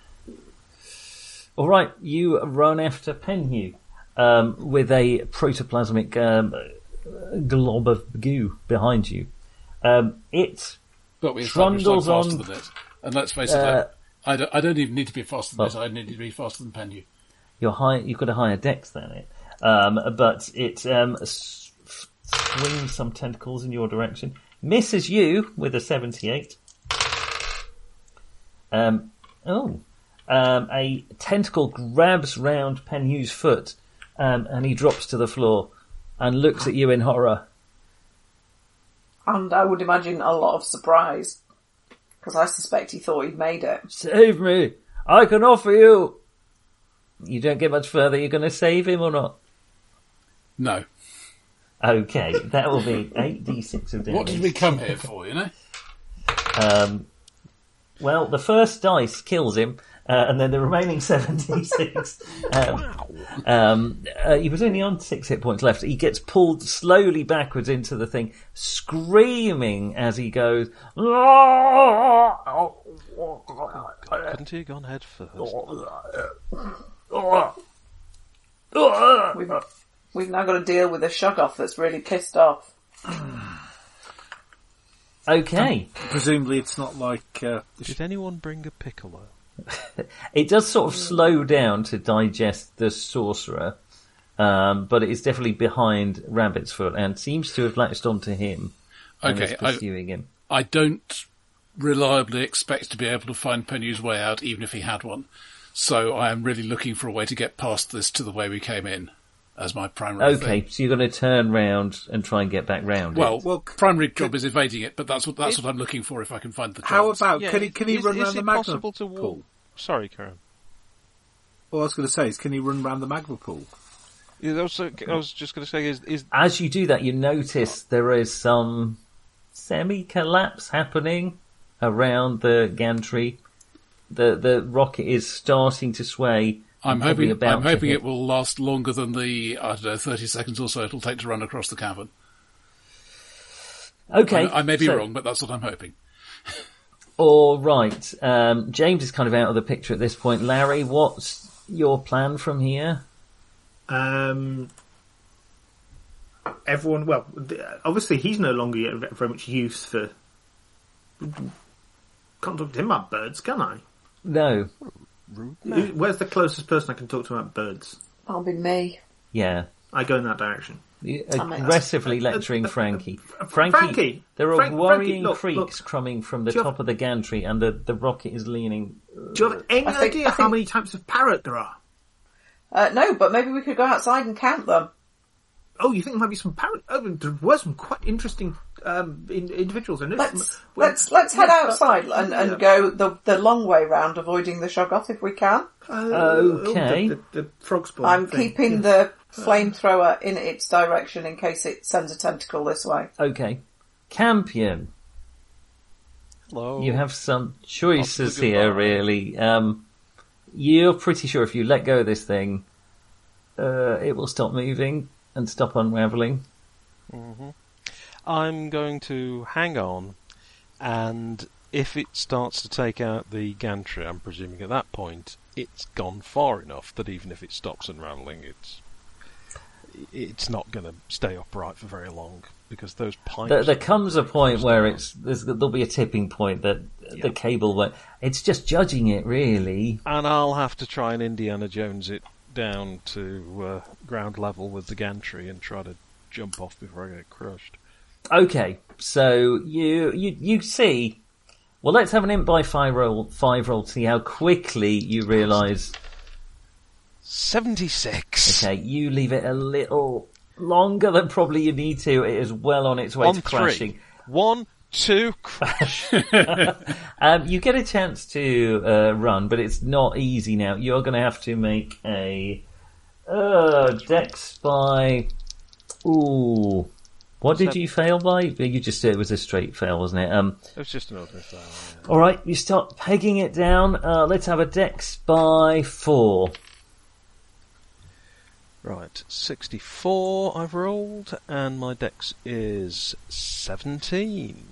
F: Alright, you run after Penhu, um, with a protoplasmic um, glob of goo behind you. Um, it
A: But we established I'm
F: Trundles
A: faster
F: on,
A: than it. And let's face it,
F: uh,
A: I, I don't, I don't even need to be faster than
F: Oh.
A: this. I need to be faster than Penhu.
F: You're high, you've got a higher dex than it. Um, but it um, s- s- swings some tentacles in your direction, misses you with a 78. Um, oh, um, a tentacle grabs round Penhu's foot um, and he drops to the floor and looks at you in horror.
G: And I would imagine a lot of surprise. Because I suspect he thought he'd made it.
F: Save me! I can offer you! You don't get much further, you're going to save him or not?
A: No.
F: Okay, that will be 8d6 of damage.
A: What did we come here for, you know?
F: Um, well, the first dice kills him, uh, and then the remaining 76. um, um, uh, he was only on six hit points left. He gets pulled slowly backwards into the thing, screaming as he goes.
E: Couldn't he have gone head first?
G: We've, we've now got to deal with a Shoggoth that's really pissed off.
F: Okay.
I: Presumably, it's not like uh, the sh-
E: Did anyone bring a piccolo?
F: It does sort of slow down to digest the sorcerer, um, but it is definitely behind Rabbit's Foot and seems to have latched onto him and
A: Okay,
F: is
A: I,
F: pursuing him.
A: I don't reliably expect to be able to find Penhu's way out, even if he had one. So I am really looking for a way to get past this to the way we came in as my primary thing.
F: Okay, so you're going to turn round and try and get back round. it.
A: Well,
I: Well,
A: primary job is evading it, but that's what that's what I'm looking for. If I can find the job.
I: how about Oh, can he can he
E: is,
I: run
E: is
I: round
E: it
I: the magma
E: possible to walk?
I: pool?
E: Sorry, Karen.
I: All I was going to say is, can he run round the magma pool?
E: Yeah, that was, I was just going to say, is, is
F: as you do that, you notice there is some semi-collapse happening around the gantry. The the rocket is starting to sway.
A: I'm
F: probably
A: hoping
F: about
A: I'm
F: to
A: hoping
F: hit.
A: it will last longer than the I don't know 30 seconds or so it'll take to run across the cavern.
F: Okay,
A: I, I may be
F: so-
A: wrong, but that's what I'm hoping.
F: All right, um, James is kind of out of the picture at this point. Larry, what's your plan from here?
H: Um, everyone, well, th- obviously he's no longer yet ve- very much use for. Can't talk to him about birds, can I?
F: No,
H: Who- Where's the closest person I can talk to about birds?
G: That'll be me.
F: yeah,
H: I uh, go in that direction.
F: You-
G: I mean,
F: aggressively lecturing Frankie. Frankie,
H: uh, Frankie,
F: there are
H: Frank-
F: worrying
H: Frankie, look,
F: creaks
H: look.
F: coming from the
H: Do you
F: top
H: have-
F: of the gantry, and the, the rocket is leaning
H: Do you have any
G: I think-
H: idea
G: I
H: how
G: think-
H: many types of parrot there are?
G: Uh, no, but maybe we could go outside and count them.
H: Oh, you think there might be some parrot? Oh, there were some quite interesting um, in, individuals in it.
G: Let's
H: Well,
G: let's let's head
H: yeah, but-
G: outside and,
H: yeah.
G: and go the the long way round, avoiding the Shoggoth if we can.
H: Oh,
F: Okay.
H: the, the, the frog spawn.
G: I'm
H: thing.
G: keeping the flamethrower in its direction in case it sends a tentacle this way.
F: Okay. Campion,
E: hello?
F: you have some choices
E: Off to the
F: here,
E: goodbye.
F: really. Um, you're pretty sure if you let go of this thing, uh, it will stop moving and stop unraveling.
E: I'm going to hang on, and if it starts to take out the gantry, I'm presuming at that point it's gone far enough that even if it stops unravelling, it's it's not going to stay upright for very long because those pipes.
F: There, there comes a point where it's there's, there'll be a tipping point that
E: Yeah.
F: the cable won't. It's just judging it, really.
E: and I'll have to try and Indiana Jones it down to uh, ground level with the gantry and try to jump off before I get crushed.
F: Okay, so you you you see. Well, let's have an int by five roll. Five roll. to See how quickly you realise.
E: Seventy six.
F: Okay, you leave it a little longer than probably you need to. It is well on its way
E: On
F: to
E: three.
F: crashing.
E: One,
C: two crash.
F: um, you get a chance to uh, run, but it's not easy now. You're going to have to make a uh, dex by. Ooh, what did
C: Seven.
F: you fail by? You just said it was a straight fail, wasn't it? Um,
C: It was just an ordinary flower.
F: all right, you start pegging it down. Uh, let's have a dex by four.
E: Right, 64 I've rolled, and my dex is 17.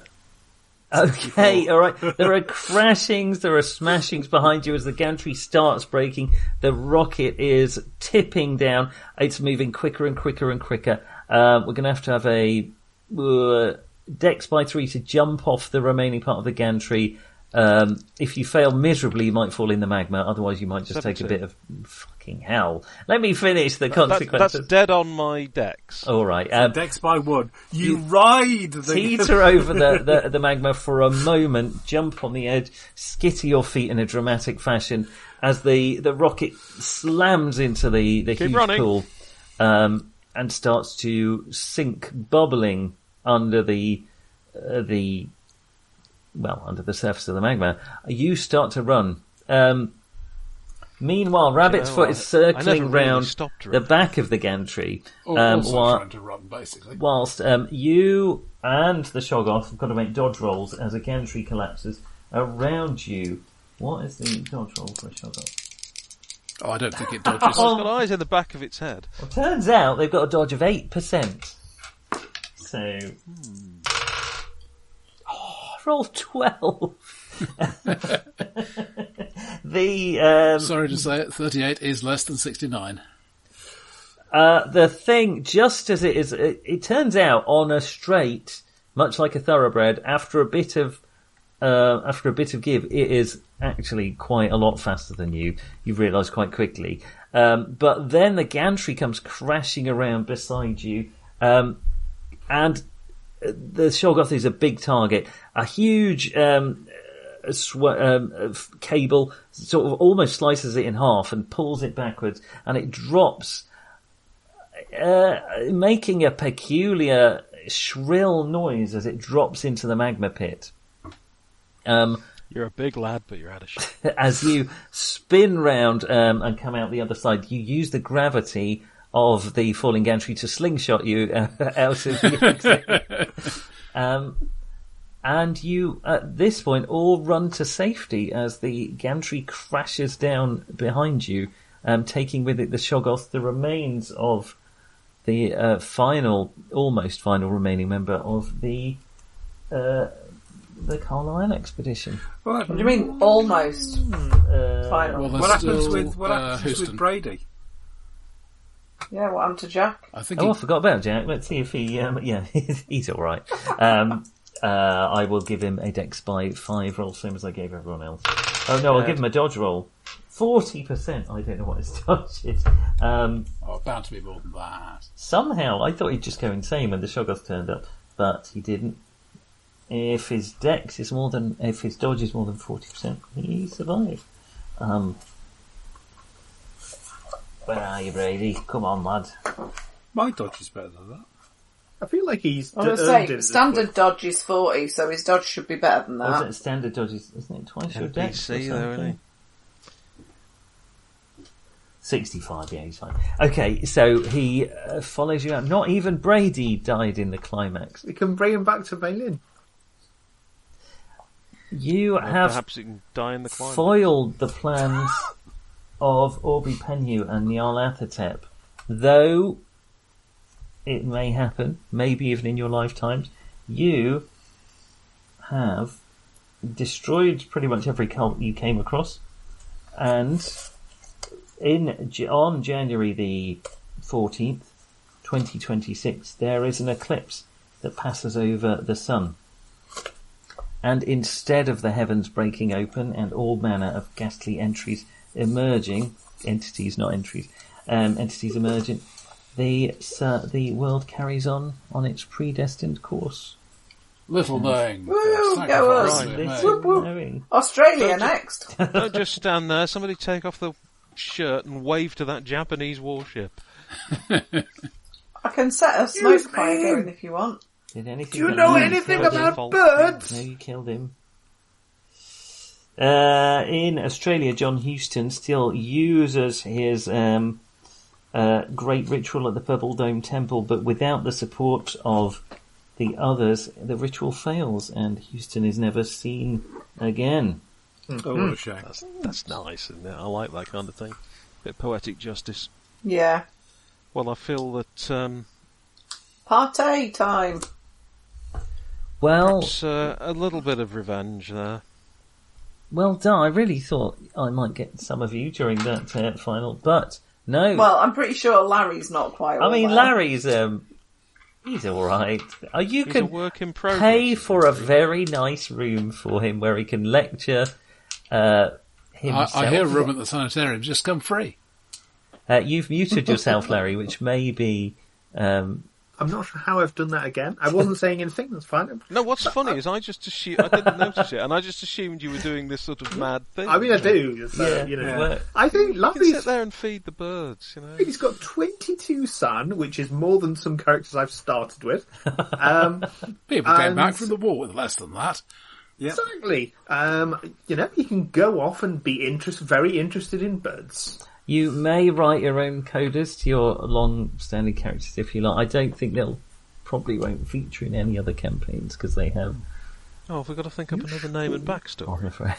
F: Okay, all right. There are crashings, there are smashings behind you as the gantry starts breaking. The rocket is tipping down. It's moving quicker and quicker and quicker. Uh, we're going to have to have a uh, dex by three to jump off the remaining part of the gantry. Um, if you fail miserably, you might fall in the magma. Otherwise, you might just take a
E: Seventeen.
F: bit of fucking hell. Let me finish the
E: That- that-
F: consequences.
E: that's dead on my dex.
F: all right. Um,
I: Dex by one. You, ride the
F: teeter over the, the, the magma for a moment, jump on the edge, skitter your feet in a dramatic fashion as the, the rocket slams into the, the
E: Keep
F: huge
E: running.
F: pool um, and starts to sink, bubbling under the uh, the well under the surface of the magma. You start to run. Um, meanwhile, Rabbit's
E: know,
F: Foot
E: I-
F: is
E: I never
F: circling
E: really
F: round
E: stopped
F: the
E: running.
F: back of the gantry.
A: Al-
F: um,
A: also
F: while-
A: trying to run, basically.
F: whilst um, you and the Shoggoth have got to make dodge rolls as a gantry collapses around you. What is the dodge roll for a Shoggoth?
A: Oh, I don't think it dodges.
E: It's got eyes in the back of its head.
F: Well, turns out they've got a dodge of 8%. So. Oh, roll 12. the um,
A: Sorry to say it, 38 is less than 69.
F: Uh, the thing, just as it is, it, it turns out on a straight, much like a thoroughbred, after a bit of, uh, after a bit of give, it is actually quite a lot faster than you. You realise quite quickly. Um, but then the gantry comes crashing around beside you, um, and uh, the Shoggoth is a big target. A huge um, a sw- um, uh, f- cable sort of almost slices it in half and pulls it backwards, and it drops uh, making a peculiar shrill noise as it drops into the magma pit. Um,
E: You're a big lad, but you're out of shape.
F: as you spin round um, and come out the other side, you use the gravity of the falling gantry to slingshot you uh, out of the exit. um, and you, at this point, all run to safety as the gantry crashes down behind you, um, taking with it the Shoggoth, the remains of the uh, final, almost final remaining member of the uh, the Carlisle expedition.
I: What,
G: What do you mean? Almost.
F: Uh,
G: Final.
A: Well, they're
I: what happens
A: still,
I: with what
A: uh,
I: happens
A: Houston.
I: with Brady?
G: yeah, what happened to Jack?
A: I think
F: Oh, I
A: he,
F: forgot about Jack. Let's see if he. Um, yeah, he's all right. Um, uh, I will give him a dex by five roll, same as I gave everyone else. Oh no, I'll give him a dodge roll. Forty percent. I don't know what his dodge is. Um,
A: oh, bound to be more than that.
F: somehow, I thought he'd just go insane when the Shoggoth turned up, but he didn't. If his dex is more than, if his dodge is more than forty percent, he survived. Um, where are you, Brady? Come on, lad.
I: My dodge is better than that.
H: I feel like he's
G: I was
F: uh,
H: d-
G: going to
H: earned it at
G: say,
H: this
G: standard dodge is 40, so his dodge should be better than
F: Oh, is it
G: that.
F: standard dodges? Isn't it twice your dex? or
E: NPC though, isn't
F: something?
E: he?
F: 65, yeah, he's fine. Okay, so he uh, follows you out. Not even Brady died in the climax.
H: point. We can bring him back to Berlin.
F: You
E: Or
F: have
E: Perhaps it can die in the climb.
F: foiled the plans of Orbi Penhu and Nial Athetep, though it may happen, maybe even in your lifetimes, you have destroyed pretty much every cult you came across, and in J- on January the 14th, 2026, there is an eclipse that passes over the sun and instead of the heavens breaking open and all manner of ghastly entries emerging, entities, not entries, um, entities emerging, the uh, the world carries on on its predestined course.
A: Little thing.
G: Woo,
A: Sacrifice
G: go us.
A: it,
F: This
A: mate.
G: Whoop, whoop.
F: knowing.
G: Australia next.
E: Don't just stand there. Somebody take off the shirt and wave to that Japanese warship.
G: I can set a smoke fire going if you want.
F: Did anything
H: Do you
F: that
H: know
I: Mm.
F: you
H: anything
F: killed
H: about
F: him?
H: birds?
F: No, you killed him. Uh, in Australia, John Houston still uses his um, uh, great ritual at the Purple Dome Temple, but without the support of the others, the ritual fails, and Houston is never seen again.
H: Mm.
I: Oh, what a shame.
E: That's, that's nice, isn't it? I like that kind of thing. Bit of poetic justice.
G: Yeah.
E: Well, I feel that um,
G: Partay time.
F: Well,
E: it's uh, a little bit of revenge there.
F: well done. I really thought I might get some of you during that uh, final, but no.
G: Well, I'm pretty sure Larry's not quite.
F: Oh. I
G: all
F: mean,
G: there.
F: Larry's um, he's all right. Uh, You
E: He's a
F: can
E: work in progress.
F: pay for a very nice room for him where he can lecture uh,
A: I,
F: himself.
A: I hear a room at the sanitarium just come free.
F: Uh, you've muted yourself, Larry, which may be. Um,
H: I'm not sure how I've done that again. I wasn't saying anything. That's fine.
E: No, what's funny is I just assumed I didn't notice it, and I just assumed you were doing this sort of mad thing.
H: I mean, I do. So,
F: Yeah,
H: you know,
F: yeah.
H: I think
E: You can sit
H: Larry's
E: there and feed the birds, you know.
H: He's got 22 sun, which is more than some characters I've started with. Um,
A: People came
H: And-
A: back from the war with less than that.
H: exactly. Um, you know, he can go off and be interest, very interested in birds.
F: you may write your own coders to your long-standing characters if you like. I don't think they'll probably won't feature in any other campaigns because they have.
E: Oh, have we got to think up another name and backstory?
F: I'm afraid.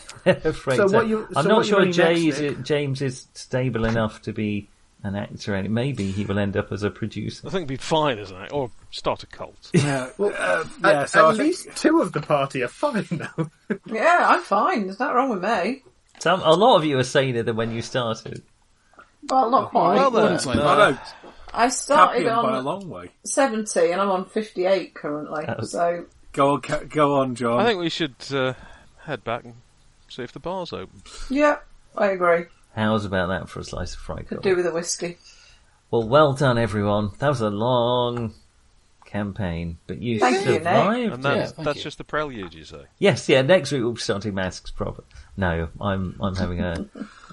F: afraid
H: So
F: so.
H: what you-
F: I'm
H: so
F: not
H: what you're
F: sure
H: running next,
F: Jay's,
H: Nick?
F: James is stable enough to be an actor, and maybe he will end up as a producer.
E: I think it'd be fine, isn't it? Or start a cult.
I: Yeah,
H: Well,
I: uh,
H: At,
I: yeah, so I
H: at
I: think-
H: least two of the party are fine, though.
G: Yeah, I'm fine. There's nothing wrong with me.
F: Some, a lot of you are saner than when you started.
G: Well, not quite.
I: Well,
E: uh,
A: Wouldn't say
I: no,
A: that.
I: no,
G: I started
I: Capian by a
G: on
I: long way.
G: 70 and I'm on 58 currently.
F: Oh.
G: So,
I: Go on, Ca- go on, John.
E: I think we should uh, head back and see if the bar's open.
G: yeah, I agree.
F: How's about that for a slice of fried
G: Could
F: cold?
G: do with a whiskey.
F: Well, well done, everyone. That was a long campaign, but you
G: Thank you, Nick.
F: survived.
E: And
F: it.
E: that's,
A: thank
E: that's
A: you.
E: just the prelude, you say?
F: Yes, yeah. Next week we'll be starting masks proper. No, I'm I'm having a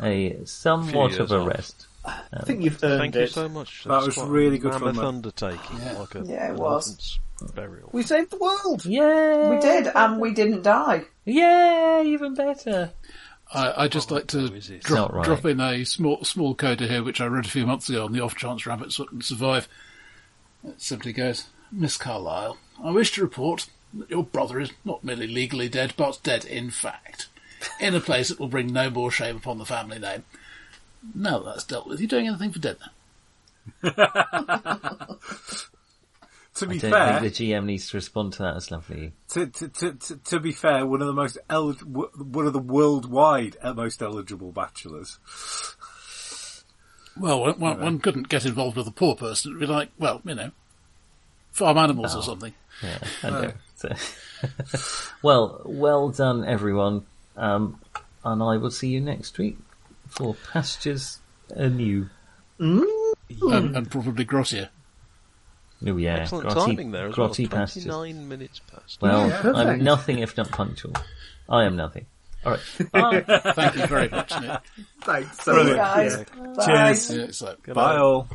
F: a somewhat
E: Few
F: of
E: years
F: a
E: off.
F: rest.
H: I think you've earned
E: Thank
H: it.
E: you so much.
I: That was
E: quite a
I: really good fun,
E: mammoth
I: mate.
E: undertaking. Like a,
G: Yeah, it
E: an
G: was.
E: elephant's Burial.
H: We saved the world!
F: Yeah,
G: We did, and we didn't die.
F: Yeah, even better.
A: I, I just like to
E: is it?
A: drop,
F: Not right.
A: drop in a small small coda here, which I read a few months ago on the off chance rabbits wouldn't survive. It simply goes, Miss Carlyle, I wish to report that your brother is not merely legally dead, but dead in fact, in a place that will bring no more shame upon the family name. Now that's dealt with, you doing anything for dinner?
I: to
F: I
I: be
F: don't
I: fair,
F: think the GM needs to respond to that. That's lovely.
I: to, to, to, to, to be fair, one of the most el- w- one of the worldwide most eligible bachelors.
A: Well, one, one, one couldn't get involved with a poor person. It'd be like, well, you know, farm animals
F: Oh.
A: or something.
F: Yeah, I know. So- well, well done, everyone. Um, and I will see you next week for pastures anew.
A: And, and probably grottier.
F: Oh yeah,
E: Excellent
F: grotty,
E: timing there as well.
F: grotty pastures.
E: 29 minutes past.
F: Well,
H: Yeah,
F: I'm
H: perfect.
F: nothing if not punctual. I am nothing. All right. Bye.
A: Thank you very much, Nick.
H: Thanks so
I: Brilliant.
H: much.
G: Guys,
H: Yeah.
G: bye.
I: Cheers.
A: Yeah, it's like,
I: Bye all.